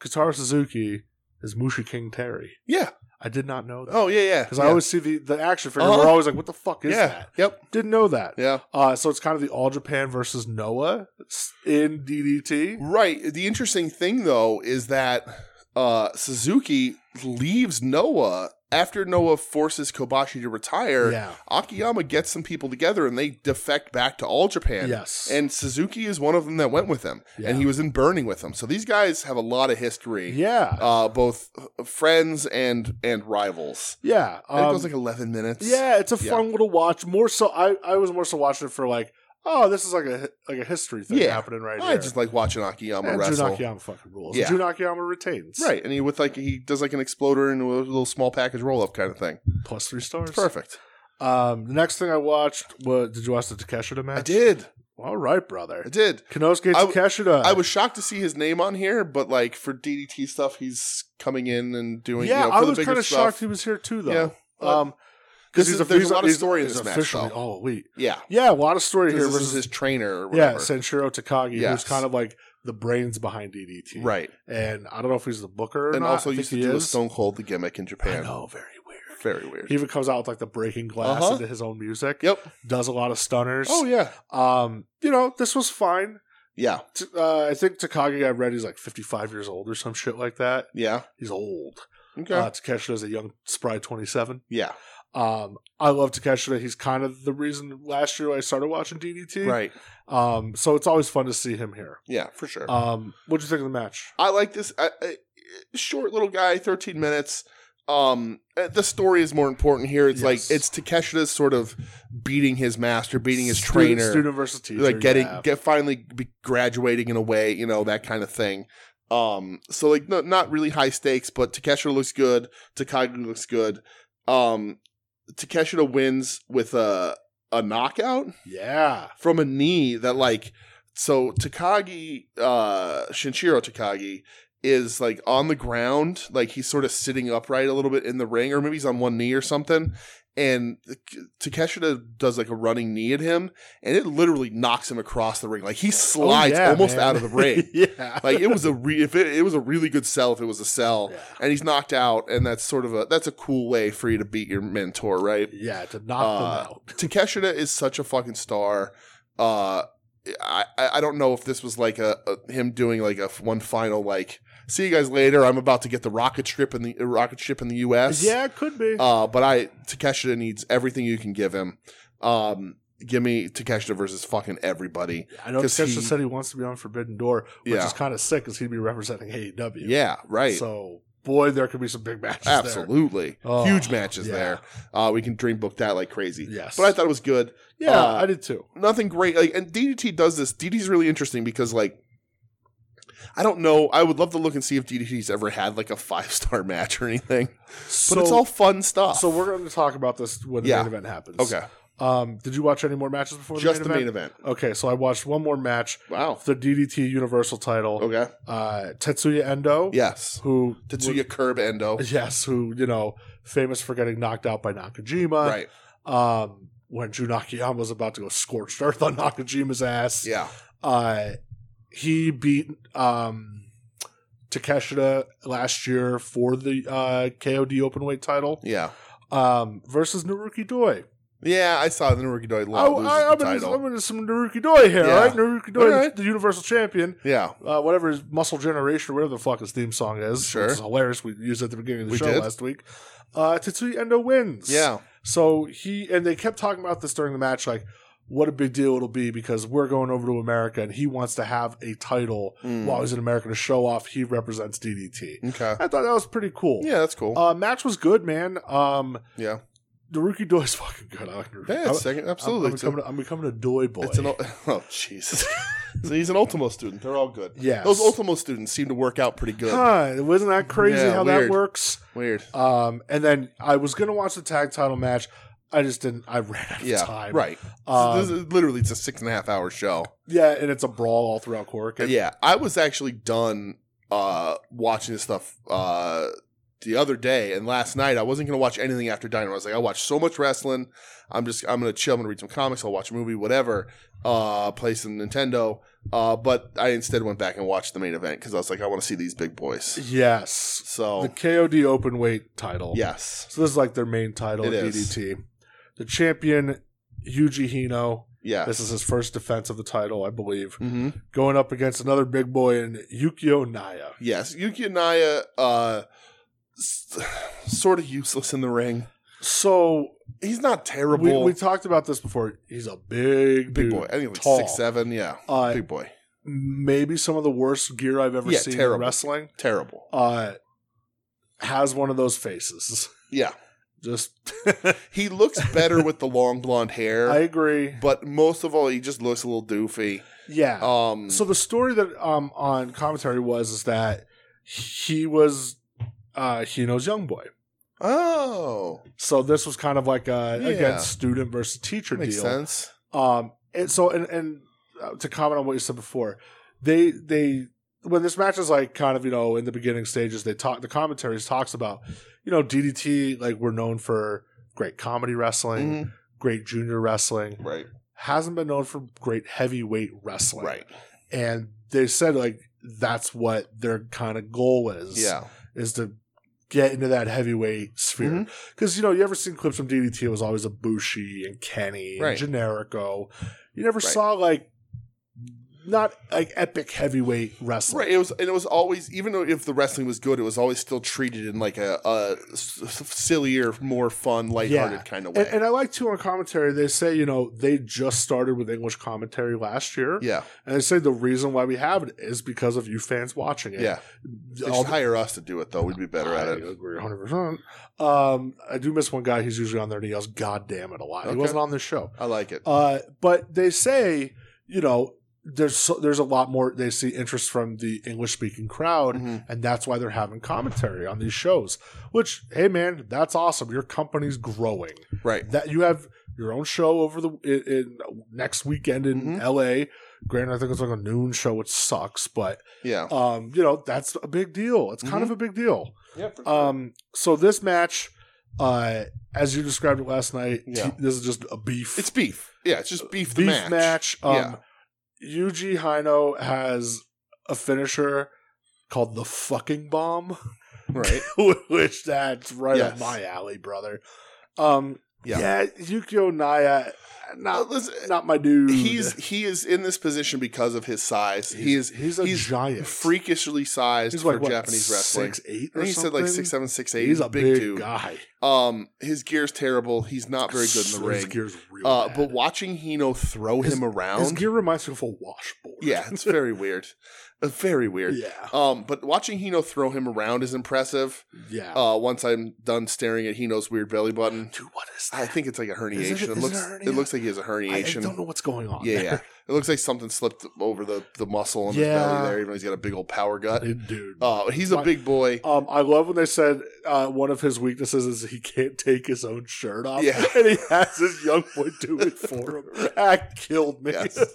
C: Kotaro Suzuki is Mushi King Terry.
B: Yeah.
C: I did not know that.
B: Oh yeah, yeah.
C: Because
B: yeah.
C: I always see the, the action figure.
B: Uh-huh.
C: We're always like, what the fuck is
B: yeah.
C: that?
B: Yep.
C: Didn't know that.
B: Yeah.
C: Uh, so it's kind of the All Japan versus Noah s- in DDT.
B: Right. The interesting thing though is that uh Suzuki leaves Noah after Noah forces Kobashi to retire.
C: Yeah.
B: Akiyama gets some people together and they defect back to All Japan.
C: Yes.
B: And Suzuki is one of them that went with him,
C: Yeah.
B: and he was in Burning with him. So these guys have a lot of history,
C: yeah.
B: uh, both uh, friends and and rivals.
C: yeah.
B: I think it
C: Um,
B: was like eleven minutes.
C: yeah, it's a
B: yeah.
C: fun little watch. More so, I, I was more so watching it for like, oh, this is like a hi- like a history thing
B: Yeah.
C: happening right
B: I
C: here.
B: just like watching Akiyama
C: and Jun
B: wrestle.
C: Akiyama fucking rules.
B: Yeah.
C: Jun Akiyama retains.
B: Right, and he with like he does like an exploder and a little small package roll up kind of thing.
C: Plus three stars.
B: It's perfect.
C: Um, the next thing I watched was did you watch the Takeshita match?
B: I did.
C: All right, brother.
B: I did.
C: Kanosuke
B: I w-
C: Takeshita.
B: I was shocked to see his name on here, but like for DDT stuff, he's coming in and doing.
C: yeah,
B: you know, for
C: I
B: the
C: was
B: bigger
C: kind of
B: stuff.
C: shocked he was here too, though.
B: Yeah, but
C: um,
B: this
C: because
B: is-
C: he's
B: there's a
C: he's
B: lot of story in
C: he's
B: this match,
C: Officially,
B: though.
C: all elite.
B: Yeah,
C: Yeah, a lot of story here
B: this
C: versus
B: is his trainer. Or
C: yeah
B: whatever.
C: Sanshiro Takagi,
B: Yes.
C: who's kind of like the brains behind E DDT,
B: right.
C: And I don't know if he's the booker or
B: and
C: not.
B: also
C: I
B: used to
C: think he
B: do a
C: is.
B: Stone Cold the gimmick in
C: I
B: Japan.
C: know, very weird.
B: Very weird.
C: He even comes out with like the breaking glass
B: Uh-huh.
C: into his own music.
B: yep.
C: Does a lot of stunners.
B: Oh yeah.
C: Um, you know, this was fine.
B: Yeah.
C: T- Uh, I think Takagi I read he's like 55 years old or some shit like that.
B: Yeah.
C: He's old.
B: Okay.
C: Uh, Takeshita is a young spry 27.
B: yeah.
C: Um, I love Takeshita. He's kind of the reason last year I started watching DDT.
B: Right.
C: Um, so it's always fun to see him here.
B: Yeah. For sure.
C: Um, what'd you think of the match?
B: I like this I, I, short little guy, thirteen minutes. Um, uh, the story is more important here. It's
C: Yes.
B: like it's Takeshita's sort of beating his master, beating his
C: Student-
B: trainer,
C: student versus teacher,
B: like getting
C: yeah.
B: get finally be graduating in a way, you know that kind of thing. Um, so like no, not really high stakes, but Takeshita looks good. Takagi looks good. Um, Takeshita wins with a a knockout
C: yeah,
B: from a knee that like so Takagi uh Shinshiro Takagi is like on the ground, like he's sort of sitting upright a little bit in the ring, or maybe he's on one knee or something. And Takeshita does like a running knee at him, and it literally knocks him across the ring. Like he slides
C: Oh, yeah,
B: almost
C: man.
B: out of the ring.
C: yeah,
B: like it was a re- if it, it was a really good sell if it was a sell,
C: Yeah.
B: and he's knocked out, and that's sort of a that's a cool way for you to beat your mentor, right?
C: yeah, to knock
B: Uh,
C: them out.
B: Takeshita is such a fucking star. Uh, I I I don't know if this was like a, a him doing like a f- one final like see you guys later. I'm about to get the rocket ship in the uh, rocket ship in the U.S.
C: Yeah, it could be.
B: Uh, but I Takeshita needs everything you can give him. Um, give me Takeshita versus fucking everybody.
C: I know
B: 'cause
C: Takeshita
B: he-
C: said he wants to be on Forbidden Door, which
B: Yeah.
C: is kind of sick because he'd be representing AEW.
B: Yeah, right.
C: So, boy, there could be some big matches. there.
B: Absolutely,
C: Oh,
B: huge matches
C: yeah.
B: there. Uh, we can dream book that like crazy.
C: Yes.
B: but I thought it was good.
C: Yeah,
B: Uh,
C: I did too.
B: nothing great. Like, and DDT does this. DDT's really interesting because like. I don't know. I would love to look and see if DDT's ever had like a five star match or anything. But it's all fun stuff.
C: So we're going to talk about this when the
B: Yeah.
C: main event happens.
B: okay,
C: Um, did you watch any more matches before
B: just
C: the
B: the
C: main
B: main
C: event?
B: event.
C: Okay, so I watched one more match,
B: Wow.
C: the DDT Universal title.
B: Okay.
C: Uh, Tetsuya Endo,
B: Yes.
C: who
B: Tetsuya Curb Endo.
C: yes, who you know, famous for getting knocked out by Nakajima.
B: Right.
C: Um, when Jun Akiyama was about to go scorched earth on Nakajima's ass.
B: Yeah.
C: Uh, he beat um Takeshita last year for the uh, KOD openweight title.
B: Yeah.
C: Um, versus Naruki Doi.
B: Yeah. I saw the Naruki Doi
C: I,
B: lo- loses
C: I, I'm,
B: the
C: in,
B: title.
C: I'm into some Naruki Doi here,
B: Yeah.
C: all right? Naruki Doi,
B: All right.
C: the Universal Champion,
B: yeah.
C: uh, whatever his Muscle Generation, or whatever the fuck his theme song is.
B: Sure.
C: Which is hilarious. We used it at the beginning of the
B: We
C: show
B: did.
C: last week. Uh, Tetsuya Endo wins.
B: Yeah.
C: So he, and they kept talking about this during the match, like, what a big deal it'll be because we're going over to America and he wants to have a title
B: Mm.
C: while he's in America to show off he represents DDT.
B: Okay.
C: I thought that was pretty cool.
B: Yeah, that's cool.
C: Uh, match was good, man. Um,
B: yeah.
C: Naruki Doi is fucking good. I like Naruki.
B: Yeah,
C: I'm-
B: second.
C: I'm-
B: Absolutely.
C: I'm, becoming, I'm becoming a Doi boy.
B: It's an ul- oh Jesus. So he's an Ultimo student. They're all good.
C: Yes.
B: Those Ultimo students seem to work out pretty good.
C: Huh, wasn't that crazy
B: Yeah,
C: how
B: weird.
C: that works?
B: Weird.
C: Um, and then I was gonna watch the tag title match. I just didn't. I ran out of
B: Yeah.
C: time.
B: Right.
C: Um,
B: this is, literally, it's a six and a half hour show.
C: Yeah, and it's a brawl all throughout Cork. And
B: Uh, yeah, I was actually done uh, watching this stuff uh, the other day, and last night I wasn't going to watch anything after Dynamite. I was like, I watched so much wrestling. I'm just, I'm going to chill. I'm going to read some comics. I'll watch a movie, whatever. Uh, play some Nintendo. Uh, but I instead went back and watched the main event because I was like, I want to see these big boys.
C: Yes, the
B: So
C: KOD open weight title.
B: yes,
C: So this is like their main title
B: It
C: at
B: is.
C: DDT. The champion Yuji Hino.
B: yeah.
C: This is his first defense of the title, I believe.
B: mm-hmm.
C: Going up against another big boy in Yukio Naya.
B: Yes, Yuki Anaya, uh, s- sort of useless in the ring.
C: So
B: He's not terrible.
C: we, we talked about this before. He's a big,
B: big
C: dude,
B: boy. I think like
C: tall.
B: six seven. Yeah,
C: Uh,
B: big boy.
C: maybe some of the worst gear I've ever
B: Yeah,
C: seen
B: terrible.
C: in wrestling.
B: Terrible.
C: Uh, has one of those faces.
B: Yeah,
C: Just,
B: he looks better with the long blonde hair,
C: I agree.
B: but most of all, he just looks a little doofy.
C: Yeah.
B: Um,
C: so the story that um on commentary was is that he was uh Hino's young boy.
B: oh,
C: So this was kind of like a
B: Yeah.
C: again student versus teacher
B: makes
C: deal.
B: sense.
C: Um, and so and and uh, to comment on what you said before, they they when this match is like kind of you know in the beginning stages, they talk the commentaries talks about you know DDT like we're known for great comedy wrestling,
B: Mhm.
C: great junior wrestling,
B: Right,
C: hasn't been known for great heavyweight wrestling,
B: right.
C: And they said like that's what their kind of goal is,
B: Yeah,
C: is to get into that heavyweight sphere.
B: Mm-hmm.
C: Because, you know, you ever seen clips from DDT? It was always a Bushi and Kenny and
B: Right.
C: Generico. You never
B: Right.
C: saw, like, not like epic heavyweight wrestling.
B: right. It was, and it was always, even though if the wrestling was good, it was always still treated in like a, a s- s- sillier, more fun, lighthearted
C: Yeah.
B: kind of way.
C: And, and I like too on commentary, they say, you know, they just started with English commentary last year.
B: yeah,
C: And they say the reason why we have it is because of you fans watching it.
B: yeah. They
C: All
B: should hire us to do it though. We'd be better
C: I
B: at it.
C: agree 100%. Um, I do miss one guy who's usually on there and he yells, God damn it, a lot. He
B: Okay.
C: wasn't on this show.
B: I like it.
C: Uh, but they say, you know, there's so, there's a lot more. They see interest from the English speaking crowd,
B: Mhm.
C: and that's why they're having commentary on these shows. Which, hey, man, that's awesome. Your company's growing.
B: Right.
C: That you have your own show over the in, in next weekend in
B: Mhm.
C: L.A. Granted, I think it's like a noon show, which sucks, but
B: Yeah.
C: um, you know, that's a big deal. It's kind of a big deal.
B: Mm-hmm. Yeah.
C: Um, so this match, uh, as you described it last night, t-
B: Yeah.
C: this is just a beef
B: it's beef. Yeah. It's just beef. The
C: beef
B: match.
C: match. Um, Yuji Hino has a finisher called the fucking bomb,
B: Right.
C: which that's right
B: Yes.
C: up my alley, brother. Um,
B: Yeah.
C: yeah. Yukio Naya,
B: Well,
C: not
B: Uh, listen,
C: not my dude.
B: he's he is in this position because of his size. he is
C: he's a
B: he's
C: giant,
B: freakishly sized
C: He's
B: for
C: like what,
B: Japanese wrestling.
C: six eight.
B: I
C: Or
B: think he said
C: something?
B: like six seven, six eight.
C: He's a big,
B: dude.
C: guy.
B: Um, his gear's terrible. He's not very good in the
C: His
B: ring.
C: gear's real
B: Uh,
C: bad.
B: but watching Hino throw
C: His-
B: him
C: his
B: around,
C: gear reminds me of a washboard.
B: yeah, it's very weird. Uh, Very weird.
C: yeah,
B: Um, but watching Hino throw him around is impressive.
C: yeah.
B: uh, once I'm done staring at Hino's weird belly button.
C: Dude, what is that?
B: I think it's like a herniation. it,
C: Is it- is it a
B: looks
C: hernia?
B: it looks like he has a
C: I, I
B: herniation.
C: don't know what's going on.
B: yeah,
C: there.
B: yeah. It looks like something slipped over the, the muscle in his
C: Yeah.
B: belly there, even though he's got a big old power gut.
C: dude.
B: Uh, he's a
C: My-
B: big boy.
C: um, I love when they said uh, one of his weaknesses is he can't take his own shirt off,
B: Yeah.
C: and he has his young boy do it for him. That killed me.
B: Yes.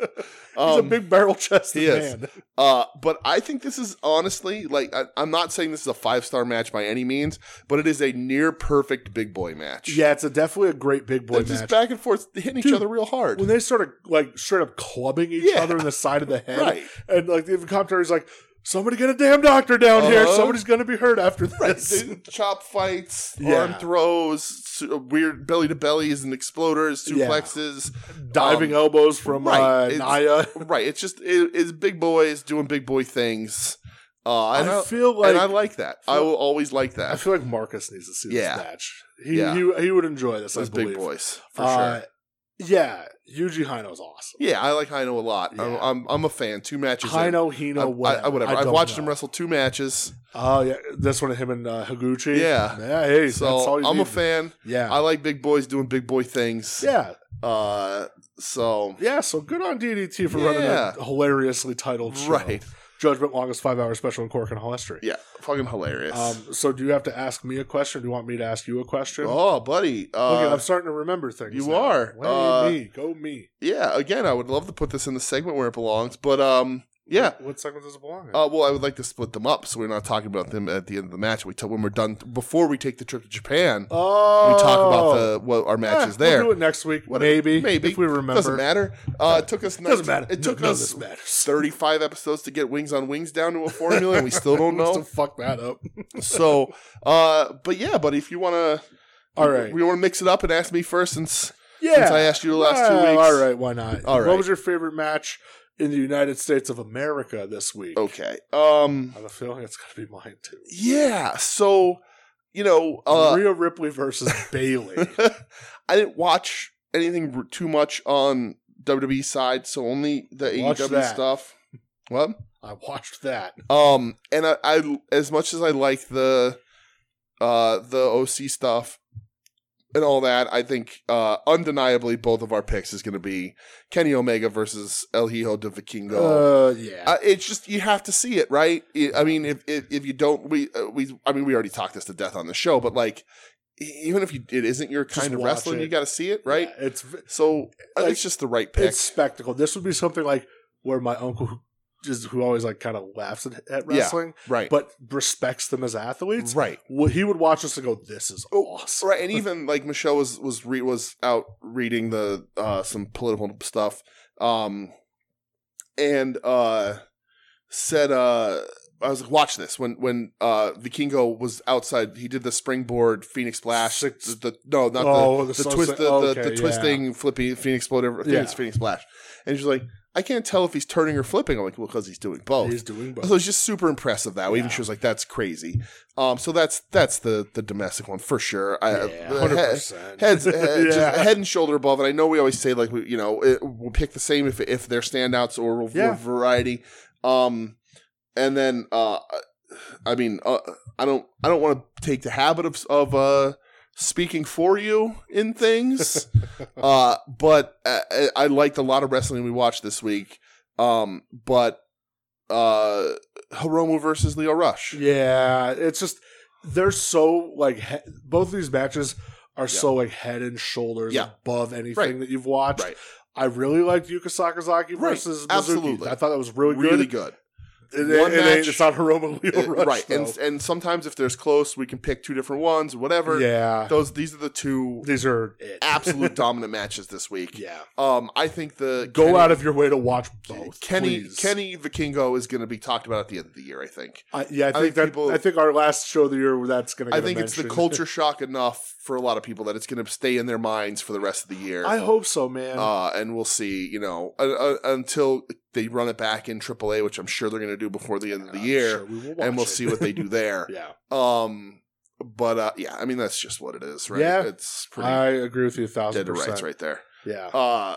C: He's a
B: Um,
C: big barrel chested
B: he is.
C: man.
B: uh, but I think this is honestly, like, I, I'm not saying this is a five star match by any means, but it is a near perfect big boy match.
C: Yeah, it's a, definitely a great big boy
B: They're
C: match.
B: just back and forth hitting each
C: Dude,
B: other real hard.
C: when they started like straight up clubbing each
B: Yeah.
C: other in the side of the head,
B: Right.
C: and like the commentary's like, "Somebody get a damn doctor down here.
B: Uh-huh.
C: Somebody's gonna be hurt after this."
B: Dude, chop fights,
C: Yeah.
B: arm throws, su- uh, weird belly to bellies and exploders,
C: Yeah.
B: suplexes.
C: Diving
B: Um,
C: elbows from
B: right.
C: uh,
B: It's-
C: Naya.
B: right. It's just it, it's big boys doing big boy things. Uh, and I,
C: I feel like
B: and I like that. I will always like
C: I
B: that.
C: feel like Marcus needs to see
B: Yeah.
C: this match. He,
B: Yeah.
C: he he would enjoy this. I
B: Those
C: believe.
B: big boys for
C: Uh,
B: sure.
C: yeah, Yuji Hino's awesome.
B: Yeah, I like Hino a lot. I'm,
C: Yeah.
B: I'm I'm a fan. Two matches. in.
C: Hino, Hino,
B: I,
C: whatever.
B: I, whatever.
C: I
B: I've
C: don't
B: watched
C: know.
B: him wrestle two matches,
C: Oh yeah, this one of him and uh, Higuchi.
B: Yeah.
C: yeah. Hey, that's
B: so
C: all you
B: I'm a
C: need.
B: fan.
C: Yeah,
B: I like big boys doing big boy things.
C: yeah,
B: Uh, so
C: yeah. So good on DDT for running
B: Yeah.
C: a hilariously titled show.
B: right,
C: Judgment longest five hour special in Cork and Hall history.
B: yeah, fucking hilarious.
C: Um, so do you have to ask me a question? Or do you want me to ask you a question?
B: oh, buddy. Uh,
C: Look, I'm starting to remember things.
B: you
C: now.
B: are.
C: Way
B: Uh,
C: me, go me.
B: yeah. Again, I would love to put this in the segment where it belongs, but um, yeah.
C: What segment does it belong in?
B: Uh, well, I would like to split them up so we're not talking about them at the end of the match. We t- when we're done before we take the trip to Japan,
C: oh,
B: we talk about the what our
C: Eh,
B: matches there.
C: We'll do it next week,
B: What-
C: maybe,
B: maybe
C: if we remember.
B: Doesn't matter. Uh, it took us.
C: Doesn't matter.
B: It took
C: None of
B: us
C: this matters.
B: thirty-five episodes to get Wings on Wings down to a formula, and we still don't know.
C: fuck that up.
B: so, uh, but yeah, but if you want to,
C: All right.
B: we want to mix it up and ask me first since
C: Yeah.
B: since I asked you the last two
C: Well,
B: weeks.
C: All right, why not?
B: All right.
C: What was your favorite match in the United States of America this week?
B: Okay. Um.
C: I have a feeling it's going to be mine too.
B: Yeah. So, you know, uh,
C: Rhea Ripley versus Bailey.
B: I didn't watch anything r- too much on WWE side, so only the
C: Watch
B: AEW
C: that.
B: stuff. What?
C: I watched that.
B: Um, and I, I as much as I like the uh the OC stuff and all that, I think uh undeniably both of our picks is going to be Kenny Omega versus El Hijo de Vikingo. Uh,
C: Uh, yeah.
B: it's just you have to see it, right? I I mean, if if, if you don't, we uh, we I mean, we already talked this to death on the show, but like, e- even if you, it isn't your
C: Just
B: kind of
C: watch
B: wrestling,
C: it.
B: you got to see it, right?
C: Yeah, it's v-
B: So uh,
C: Like,
B: it's just the right pick.
C: it's spectacle. This would be something like where my uncle, who just who always like kind of laughs at, at
B: Yeah.
C: wrestling,
B: right,
C: but respects them as athletes.
B: right. Oh,
C: Wh- He would watch us and go, "This is awesome."
B: right and even like michelle was was re- was out reading the uh some political stuff um and uh said uh i was like watch this when when uh vikingo was outside he did the springboard phoenix splash
C: Six-
B: the, the- no not
C: Oh,
B: the,
C: the
B: the
C: sunset-
B: twist the,
C: okay,
B: the, the
C: yeah.
B: twisting flippy phoenix exploder i think
C: Yeah.
B: it's phoenix splash and she's like i can't tell if he's turning or flipping i'm like well because he's doing both
C: He's doing both.
B: so it's just super impressive that way. Even
C: Yeah.
B: she was like, "That's crazy." Um, so that's that's the the domestic one for sure. I,
C: Yeah,
B: uh,
C: 100%.
B: he- heads, he- just
C: Yeah.
B: head and shoulder above. And I know we always say like we, you know it, we'll pick the same if if they're standouts or, or
C: Yeah.
B: variety. Um, and then uh, I mean uh, I don't I don't want to take the habit of of uh speaking for you in things. uh, but uh, I, I liked a lot of wrestling we watched this week. Um, but uh, Hiromu versus Leo Rush.
C: Yeah, it's just they're so like he- both of these matches are so like head and shoulders
B: Yeah.
C: above anything
B: Right.
C: that you've watched.
B: Right.
C: I really liked Yuka Sakazaki
B: Right,
C: versus Mizuki.
B: absolutely.
C: I thought that was really,
B: Really
C: good.
B: good,
C: It,
B: One
C: it- it ain't-
B: match-
C: it's not Hiromu Leo
B: Uh,
C: Rush,
B: right? And
C: though.
B: and sometimes if there's close, we can pick two different ones, whatever.
C: yeah,
B: Those these are the two
C: these are it.
B: Eh. absolute dominant matches this week.
C: yeah.
B: Um, I think the
C: Go
B: Kenny-
C: out of your way to watch both.
B: Kenny
C: please.
B: Kenny Vikingo is going to be talked about at the end of the year. I think.
C: I, yeah, I think,
B: think
C: that.
B: people-
C: I think our last show of the year that's going to.
B: I think it's the culture shock enough for a lot of people that it's going to stay in their minds for the rest of the year.
C: I hope so, man.
B: uh, and we'll see, you know, uh, uh, until they run it back in AAA, which I'm sure they're going to do before the end of the
C: I'm
B: year,
C: Uh, sure we will watch
B: and we'll
C: it.
B: see what they do there.
C: yeah.
B: Um, but uh, yeah, I mean that's just what it is, right?
C: Yeah. Uh,
B: it's pretty
C: I agree with you a thousand
B: dead to
C: percent.
B: rights right there.
C: Yeah.
B: Uh,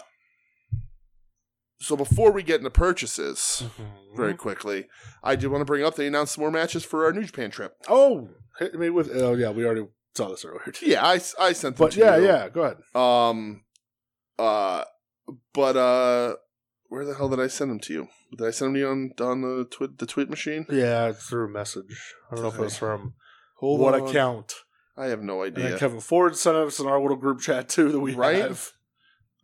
B: so before we get into purchases,
C: Mm-hmm.
B: very quickly, I did want to bring up they announced some more matches for our New Japan trip.
C: Oh, hit me with. Oh, yeah, we already saw this earlier.
B: Yeah, I, I sent them.
C: But
B: to
C: yeah,
B: you.
C: yeah, go ahead.
B: Um, uh, but uh, where the hell did I send them to you? Did I send them to you on, on the tweet the tweet machine?
C: Yeah, through a message. I don't know if it was from
B: Hold
C: what
B: on.
C: account.
B: I have no
C: And then
B: idea.
C: Kevin Ford sent us in our little group chat too that we
B: Right?
C: have.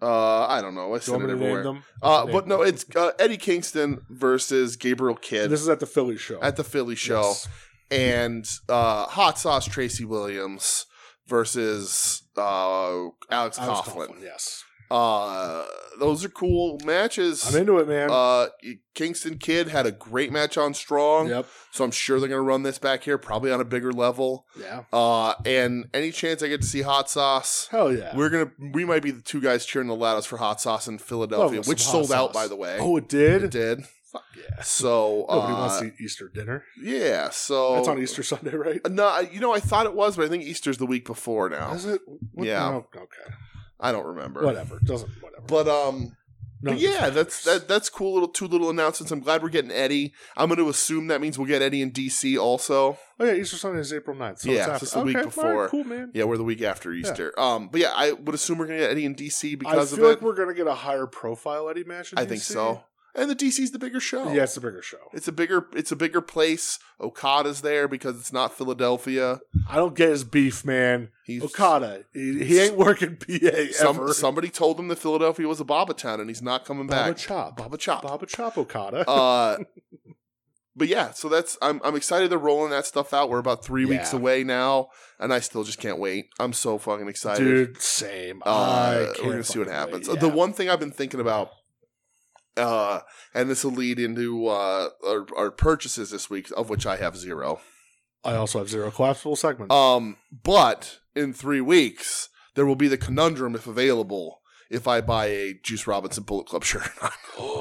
B: Uh, I don't know. I
C: Do you
B: sent
C: want
B: it
C: me to name
B: everywhere.
C: them?
B: Uh,
C: Name
B: but no,
C: them.
B: it's uh, Eddie Kingston versus Gabriel Kidd
C: This is at the Philly show.
B: at the Philly show,
C: Yes.
B: and uh, Hot Sauce Tracy Williams versus uh, Alex
C: I was
B: Coughlin.
C: Yes,
B: Uh, those are cool matches.
C: I'm into it, man.
B: uh, Kingston Kidd had a great match on Strong,
C: yep.
B: so I'm sure they're going to run this back here, probably on a bigger level.
C: Yeah.
B: Uh, and any chance I get to see Hot Sauce,
C: Hell yeah.
B: we're gonna we might be the two guys cheering the loudest for Hot Sauce in Philadelphia,
C: Love us
B: which
C: some hot
B: sold out
C: sauce.
B: by the way.
C: oh, it did.
B: It did.
C: Fuck yeah.
B: So
C: Nobody
B: uh,
C: wants to eat Easter dinner.
B: yeah, so
C: That's on Easter Sunday, right?
B: No, I- you know I thought it was, but I think Easter's the week before now.
C: Is it?
B: Yeah.
C: oh, okay.
B: I don't remember.
C: Whatever. Doesn't whatever.
B: But um, but
C: None of this
B: yeah, that's
C: matters.
B: that that's cool little two little announcements. I'm glad we're getting Eddie. I'm going to assume that means we'll get Eddie in DC also.
C: Oh yeah, Easter Sunday is April 9th. So
B: Yeah,
C: it's
B: it's
C: after.
B: just the week
C: Okay, all right,
B: before.
C: cool man.
B: Yeah, we're the week after Easter. Um, but yeah, I would assume we're going to get Eddie in DC because
C: I
B: of
C: feel
B: it.
C: like we're gonna get a higher profile Eddie match. In
B: I think
C: DC.
B: so. And the DC's the bigger show.
C: Oh. Yeah, it's a bigger show.
B: It's a bigger it's a bigger place. Okada's there because it's not Philadelphia.
C: I don't get his beef, man.
B: He's
C: Okada, he, he ain't working PA
B: some,
C: ever.
B: somebody told him that Philadelphia was a Baba town and he's not coming
C: Baba
B: back.
C: Chop,
B: Baba Chop.
C: Baba Chop Okada.
B: uh but yeah, so that's I'm I'm excited they're rolling that stuff out. We're about three weeks
C: Yeah.
B: away now, and I still just can't wait. I'm so fucking excited.
C: Dude, same. I
B: Uh,
C: can't
B: we're gonna see what
C: fucking
B: happens.
C: wait.
B: The
C: Yeah.
B: one thing I've been thinking about, uh, and this will lead into uh, our, our purchases this week, of which I have zero.
C: I also have zero collapsible segments.
B: Um, but in three weeks, there will be the conundrum, if available, if I buy a Juice Robinson Bullet Club shirt.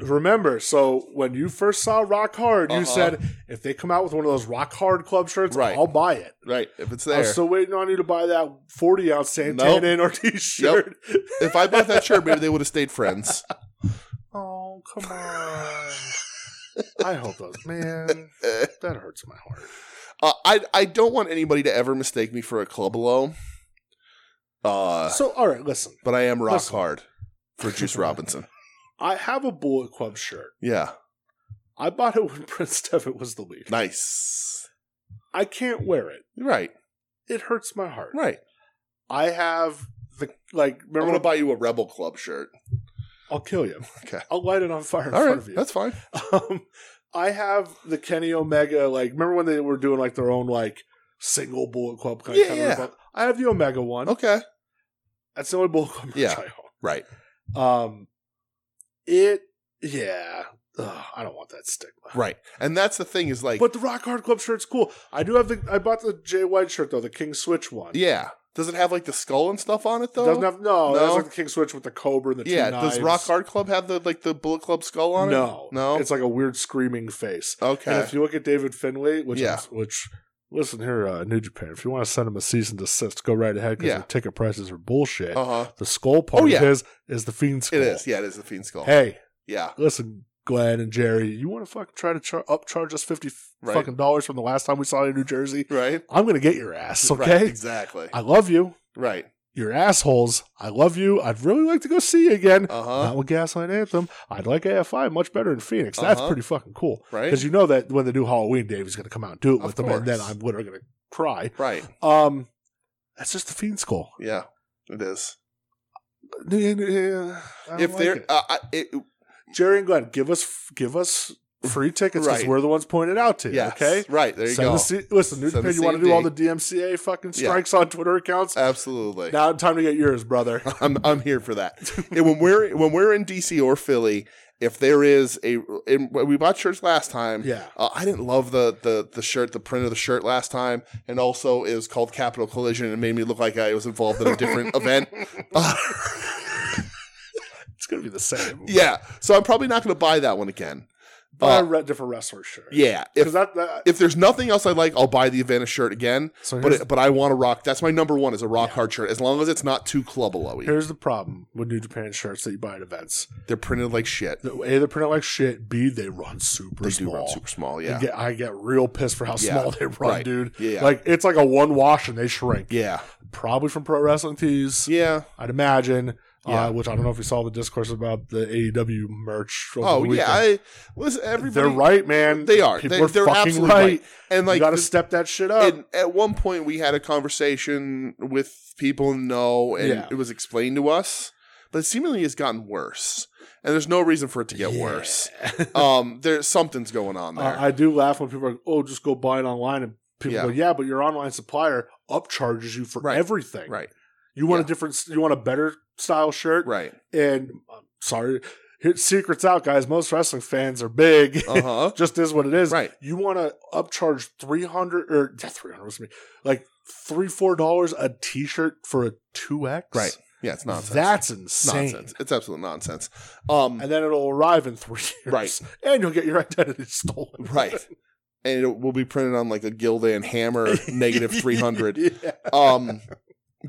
C: Remember, so when you first saw Rock Hard,
B: Uh-huh.
C: you said if they come out with one of those Rock Hard Club shirts,
B: Right.
C: I'll buy it.
B: right, if it's
C: I'm
B: there.
C: still waiting on you to buy that 40 ounce Santana in our t-shirt.
B: if I bought that shirt, maybe they would have stayed friends.
C: Oh, come on. I hope those, man, that hurts my heart.
B: Uh, I I don't want anybody to ever mistake me for a Clubalo. Uh,
C: So, all right, listen,
B: but I am rock
C: Listen.
B: hard for Juice Robinson.
C: I have a Bullet Club shirt.
B: Yeah.
C: I bought it when Prince Devitt was the lead.
B: Nice.
C: I can't wear it.
B: Right.
C: It hurts my heart.
B: Right.
C: I have the, like,
B: I'm
C: remember,
B: gonna buy you a Rebel Club shirt.
C: I'll kill you.
B: Okay.
C: I'll light it on fire in
B: All
C: front
B: right.
C: of you.
B: That's fine.
C: Um, I have the Kenny Omega. Like, remember when they were doing like their own like single Bullet Club kind
B: Yeah,
C: of
B: yeah.
C: club? I have the Omega one.
B: Okay.
C: That's the only Bullet Club merch
B: Yeah.
C: I own.
B: Right.
C: Um, it yeah. Ugh, I don't want that stigma.
B: Right. And that's the thing is like,
C: But the Rock Hard Club shirt's cool. I do have the. I bought the Jay White shirt though, the King Switch one.
B: yeah. Does it have like the skull and stuff on it
C: It
B: though?
C: doesn't have no. That's
B: No?
C: like the King Switch with the Cobra and the
B: yeah.
C: Two
B: Does
C: knives.
B: Rock Hard Club have the like the Bullet Club skull on it?
C: No,
B: No?
C: It's like a weird screaming face. And
B: Okay.
C: if you look at David Finlay, which
B: Yeah.
C: is, which listen here, uh, New Japan, if you want to send him a cease and desist, go right ahead because
B: Yeah.
C: their ticket prices are bullshit.
B: Uh huh.
C: The skull part
B: Oh, yeah.
C: of his is the fiend skull.
B: It is. Yeah. It is the fiend skull.
C: Hey,
B: Yeah.
C: listen, Glenn and Jerry, you want to fucking try to char- upcharge us fifty
B: Right.
C: fucking dollars from the last time we saw you in New Jersey?
B: Right.
C: I'm gonna get your ass,
B: Right,
C: okay?
B: exactly.
C: I love you.
B: right.
C: You're assholes. I love you. I'd really like to go see you again.
B: Uh huh.
C: Not with Gaslight Anthem. I'd like AFI much better in Phoenix. That's
B: Uh-huh.
C: pretty fucking cool.
B: Right.
C: Because you know that when the new Halloween, Dave is going to come out and do it
B: Of
C: with them, and then
B: course.
C: I'm literally going to cry.
B: right.
C: Um, that's just the fiend skull.
B: Yeah. It is.
C: If
B: If
C: like
B: they're
C: it.
B: uh, I, it,
C: Jerry and Glenn, give us give us free tickets because
B: Right.
C: we're the ones pointed out to.
B: yes.
C: Okay,
B: Right. There you
C: Send
B: go.
C: the C- listen, New
B: Send the
C: Japan, you want to do all the
B: CMD.
C: DMCA fucking
B: Yeah. Uh,
C: strikes on Twitter accounts?
B: Absolutely.
C: Now time to get yours, brother.
B: I'm I'm here for that. and when we're when we're in DC or Philly, if there is a and we bought shirts last time.
C: yeah,
B: Uh, I didn't love the, the the shirt, the print of the shirt last time, and also it was called Capital Collision and it made me look like I was involved in a different event. Uh,
C: it's going to be the same.
B: yeah, so I'm probably not going to buy that one again.
C: buy
B: uh,
C: a re- different wrestler shirt.
B: Yeah,
C: because
B: if
C: that, that
B: if there's nothing else I like, I'll buy the Avena shirt again.
C: so
B: But
C: here's,
B: it, but I want to rock. That's my number one is a rock hard shirt. As long as it's not too clubaloey,
C: here's the problem with New Japan shirts that you buy at events.
B: they're printed like shit.
C: The- A, they're printed like shit. B, they run super
B: They
C: small.
B: do run super small.
C: I
B: Yeah,
C: get, I get real pissed for how
B: Yeah,
C: small they run,
B: right.
C: dude.
B: yeah,
C: Like it's like a one wash and they shrink.
B: yeah,
C: Probably from pro wrestling tees,
B: yeah.
C: I'd imagine.
B: Yeah.
C: Uh, which I don't know if you saw the discourse about the AEW merch. over
B: Oh
C: the weekend.
B: yeah, I was everybody.
C: they're right, man.
B: They are.
C: People
B: They-
C: are
B: they're
C: fucking
B: absolutely
C: right.
B: right. And
C: you
B: like,
C: got to
B: this-
C: step that shit up.
B: and at one point we had a conversation with people no, and
C: Yeah.
B: it was explained to us, but it seemingly has gotten worse, and there's no reason for it to get
C: Yeah.
B: worse. Um, there's something's going on
C: Uh,
B: there.
C: I do laugh when people are like, "Oh, just go buy it online," and people
B: Yeah.
C: go, "Yeah, but your online supplier upcharges you for
B: Right.
C: everything.
B: right,
C: You want
B: Yeah.
C: a different, you want a better style shirt.
B: right.
C: and I'm sorry, here, secrets out, guys. Most wrestling fans are big.
B: Uh huh.
C: Just is what it is.
B: right.
C: You want to upcharge three hundred or yeah, three hundred was me like three four dollars a t shirt for a two X.
B: Right. Yeah, it's nonsense.
C: That's insane.
B: nonsense. It's absolute nonsense. Um,
C: And then it'll arrive in three years.
B: Right.
C: And you'll get your identity stolen.
B: right. And it will be printed on like a Gildan hammer negative three hundred.
C: yeah.
B: Um,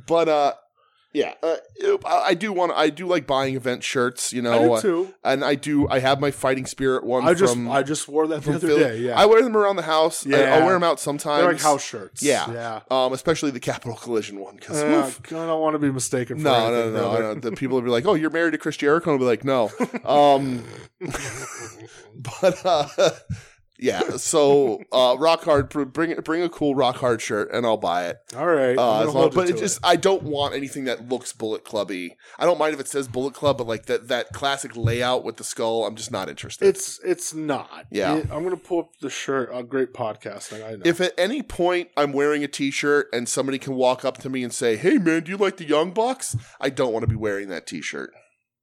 B: but uh, yeah, uh, I, I do want. I do like buying event shirts. You know,
C: I
B: uh,
C: do too.
B: and I do. I have my fighting spirit one.
C: I just
B: from,
C: I just wore that the
B: from
C: other
B: Philly.
C: day. Yeah,
B: I wear them around the house. I,
C: Yeah.
B: I'll wear them out sometimes.
C: they're like house shirts.
B: Yeah.
C: yeah.
B: um, especially the Capital Collision one because.
C: Uh, I don't want to be mistaken. For
B: no, no,
C: anything,
B: no,
C: brother.
B: no. The people will be like, "Oh, you're married to Chris Jericho." And I'll be like, "No." Um, but uh, yeah, so uh, rock hard. br- Bring bring a cool rock hard shirt, and I'll buy it.
C: All right,
B: Uh,
C: I'm
B: as
C: gonna
B: long-
C: hold
B: but
C: you
B: it
C: to
B: just, I don't want anything that looks Bullet Clubby. I don't mind if it says Bullet Club, but like that that classic layout with the skull, I'm just not interested.
C: It's it's not.
B: Yeah.
C: It- I'm gonna pull up the shirt. A great podcasting. I know.
B: if at any point I'm wearing a T-shirt and somebody can walk up to me and say, "Hey, man, do you like the Young Bucks?" I don't want to be wearing that T-shirt.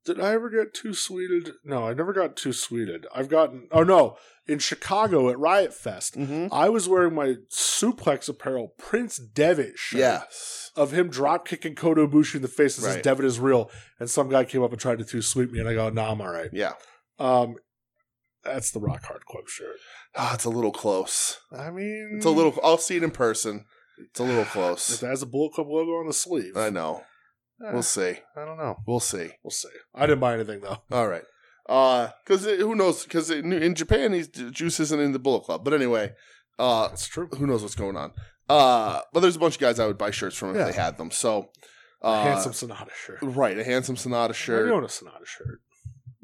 C: Did I ever get too sweeted? No, I never got too sweeted. I've gotten. Oh no, in Chicago at Riot Fest,
B: Mm-hmm.
C: I was wearing my suplex apparel, Prince Devitt shirt.
B: Yes.
C: Of him drop kicking Kodo Bushi in the face and says
B: Right.
C: Devitt is real, and some guy came up and tried to too sweep me, and I go, Nah, I'm all right.
B: Yeah.
C: Um, that's the Rock Hard Club shirt.
B: Ah, it's a little close.
C: I mean,
B: It's a little. I'll see it in person. It's a
C: Ah,
B: little
C: If
B: close.
C: it has a Bullet Club logo on the sleeve,
B: I know.
C: Eh,
B: We'll see.
C: I don't know.
B: We'll see.
C: We'll see. I didn't buy anything though.
B: All right. Uh, because who knows? Because in, in Japan, he's, Juice isn't in the Bullet Club. But anyway, uh,
C: That's true.
B: who knows what's going on? Uh, but there's a bunch of guys I would buy shirts from if
C: Yeah.
B: they had them. So,
C: A
B: uh,
C: handsome Sonata shirt.
B: right? A handsome Sonata
C: I
B: shirt.
C: own a Sonata shirt.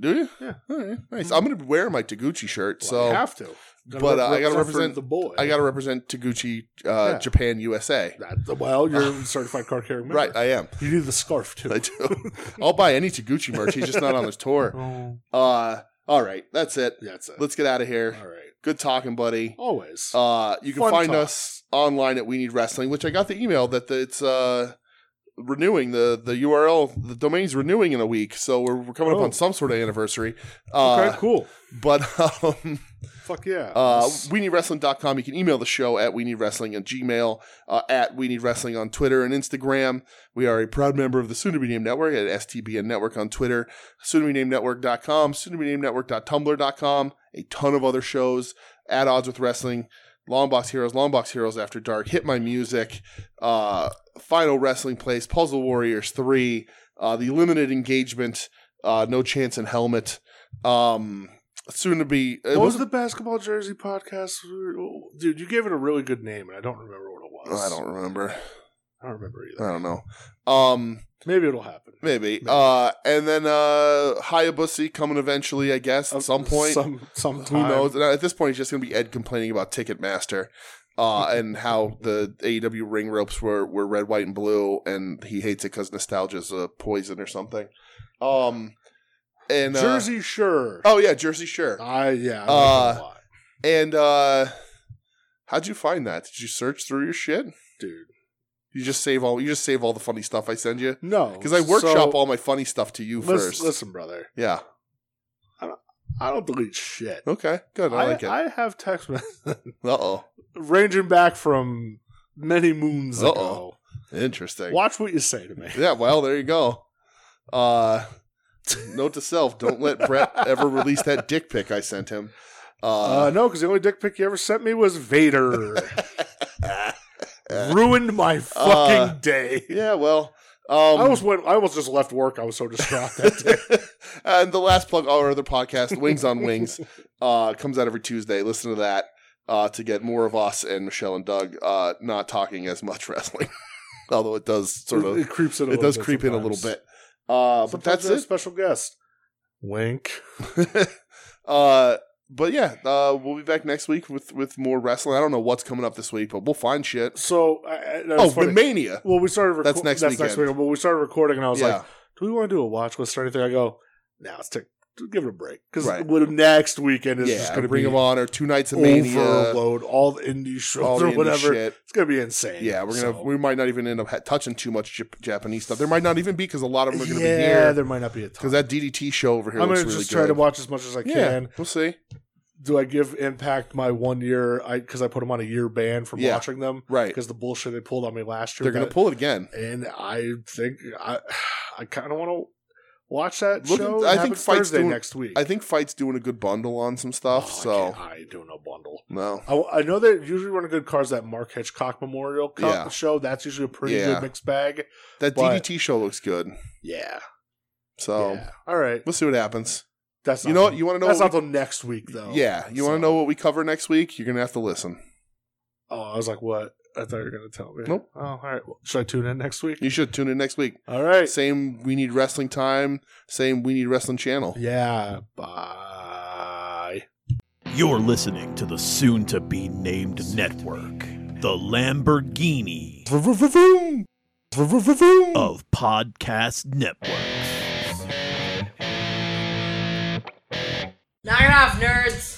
B: Do you?
C: Yeah. Mm.
B: All right. Nice. I'm gonna wear my Taguchi shirt.
C: Well,
B: so
C: you have to. Gotta
B: but, uh, I gotta represent-
C: the boy.
B: I gotta represent Taguchi, uh,
C: Yeah.
B: Japan, USA.
C: That, well, you're a certified car carrying member.
B: Right. I am.
C: You need the scarf too.
B: I do. I'll buy any Taguchi merch. He's just not on this tour.
C: Oh,
B: Uh, all right, that's it.
C: yeah, that's it.
B: Let's get out of
C: All
B: here.
C: right.
B: Good talking, buddy.
C: Always.
B: Uh, you can
C: Fun
B: find
C: talk.
B: us online at We Need Wrestling, which I got the email that the, it's uh, renewing the the URL. The domain's renewing in a week, so we're, we're coming up
C: Oh.
B: on some sort of anniversary. Uh,
C: okay. cool.
B: But um,
C: Fuck yeah.
B: uh,
C: Let's-
B: WeNeedWrestling.com. You can email the show at We Need Wrestling and Gmail, uh, at We Need Wrestling on Twitter and Instagram. We are a proud member of the Soon to Be Named Network at STBN Network on Twitter, soon to be named network.com, soon to be named network.tumblr.com, a ton of other shows, At Odds with Wrestling, Longbox Heroes, Longbox Heroes After Dark, Hit My Music, uh, Final Wrestling Place, Puzzle Warriors 3, uh, The Limited Engagement, uh, No Chance in Helmet. Um, soon to be. it
C: what was
B: was-
C: the basketball jersey podcast? Dude, you gave it a really good name, and I don't remember what it was.
B: I don't remember.
C: I don't remember either.
B: I don't know. Um,
C: Maybe it'll happen.
B: maybe.
C: Maybe.
B: Uh, and then uh, Hayabusa coming eventually, I guess, at some point.
C: Uh, Some. Sometime.
B: Who knows? And at this point, it's just going to be Ed complaining about Ticketmaster uh, and how the AEW ring ropes were, were red, white, and blue, and he hates it because nostalgia's a poison or something. Um, and uh,
C: Jersey, sure.
B: Oh yeah, Jersey. Sure.
C: I yeah. I like
B: Uh,
C: it a lot.
B: And uh, how'd you find that? Did you search through your shit?
C: dude.
B: You just save all. You just save all the funny stuff I send you.
C: No,
B: Because I workshop
C: so,
B: all my funny stuff to you
C: listen,
B: first.
C: Listen, brother,
B: Yeah.
C: I don't delete shit.
B: Okay. Good. I, like it. Uh
C: I have text messages
B: oh.
C: ranging back from many moons ago.
B: Uh-oh. Interesting.
C: Watch what you say to me.
B: Yeah. Well, there you go. Uh, note to self: Don't let Brett ever release that dick pic I sent him.
C: Uh,
B: Uh,
C: no, because the only dick pic you ever sent me was Vader. Ruined my fucking
B: Uh,
C: day.
B: yeah. Well. Um,
C: I almost went. I almost just left work. I was so distraught that day.
B: and the last plug, our other podcast, Wings on Wings, uh, comes out every Tuesday. Listen to that uh, to get more of us and Michelle and Doug uh, not talking as much wrestling, although it does sort of
C: It creeps in. A
B: it
C: little
B: does
C: bit
B: creep in a little
C: sometimes.
B: bit. Uh, but
C: Sometimes
B: that's
C: we have
B: it.
C: Special guest. Wink.
B: uh, but yeah, uh, we'll be back next week with with more wrestling. I don't know what's coming up this week, but we'll find shit.
C: So, I, I, that
B: Oh,
C: was funny.
B: Mania.
C: Well, we started. Reco-
B: That's next weekend.
C: week. But we started recording, and I was
B: yeah,
C: like, "Do we want to do a watch list or anything?" I go, "Now nah, let's take, give it a break because
B: Right.
C: next weekend is
B: yeah.
C: just going to
B: Ring
C: be
B: of Honor, two nights of Mania,
C: overload. All the indie shows
B: all the
C: or
B: indie
C: whatever.
B: shit.
C: It's going to be insane.
B: Yeah, we're gonna
C: So-
B: we might not even end up ha- touching too much Jap- Japanese stuff. There might not even be because a lot of them are gonna
C: yeah,
B: be here
C: there might not be a ton.
B: because that DDT show over here
C: I'm
B: looks
C: gonna
B: really
C: just
B: good.
C: try to watch as much as I
B: yeah,
C: can.
B: we'll see.
C: Do I give Impact my one year? I because I put them on a year ban from
B: Yeah.
C: watching them
B: Right,
C: because the bullshit they pulled on me last year.
B: they're gonna
C: that-
B: pull it again.
C: and I think I, I kind of want to Watch that
B: Look at-
C: show.
B: I
C: I
B: think
C: think
B: Fight's
C: Thursday
B: doing-
C: next week.
B: I think Fight's doing a good bundle on some
C: Oh,
B: stuff,
C: I,
B: so
C: can't- I do no bundle.
B: no.
C: I, I know that usually one of good cars that Mark Hitchcock Memorial Cup
B: Yeah.
C: show. That's usually a pretty
B: Yeah.
C: good mixed bag.
B: That
C: But-
B: DDT show looks good.
C: Yeah.
B: So
C: yeah. All right.
B: we'll see what happens.
C: That's
B: you
C: not-
B: know what? You want to know?
C: that's
B: what
C: not till next week
B: we-
C: though.
B: yeah. You want
C: So-
B: to know what we cover next week? You're gonna have to listen.
C: Oh, I was like, what? I thought you were gonna tell me.
B: Nope.
C: Oh, all right. Well, should I tune in next week?
B: You should tune in next week.
C: All right.
B: Same we need wrestling time. Same we need wrestling channel.
C: Yeah. Bye.
D: You're listening to the soon to be named network, the Lamborghini of podcast networks.
A: Knock it off, nerds!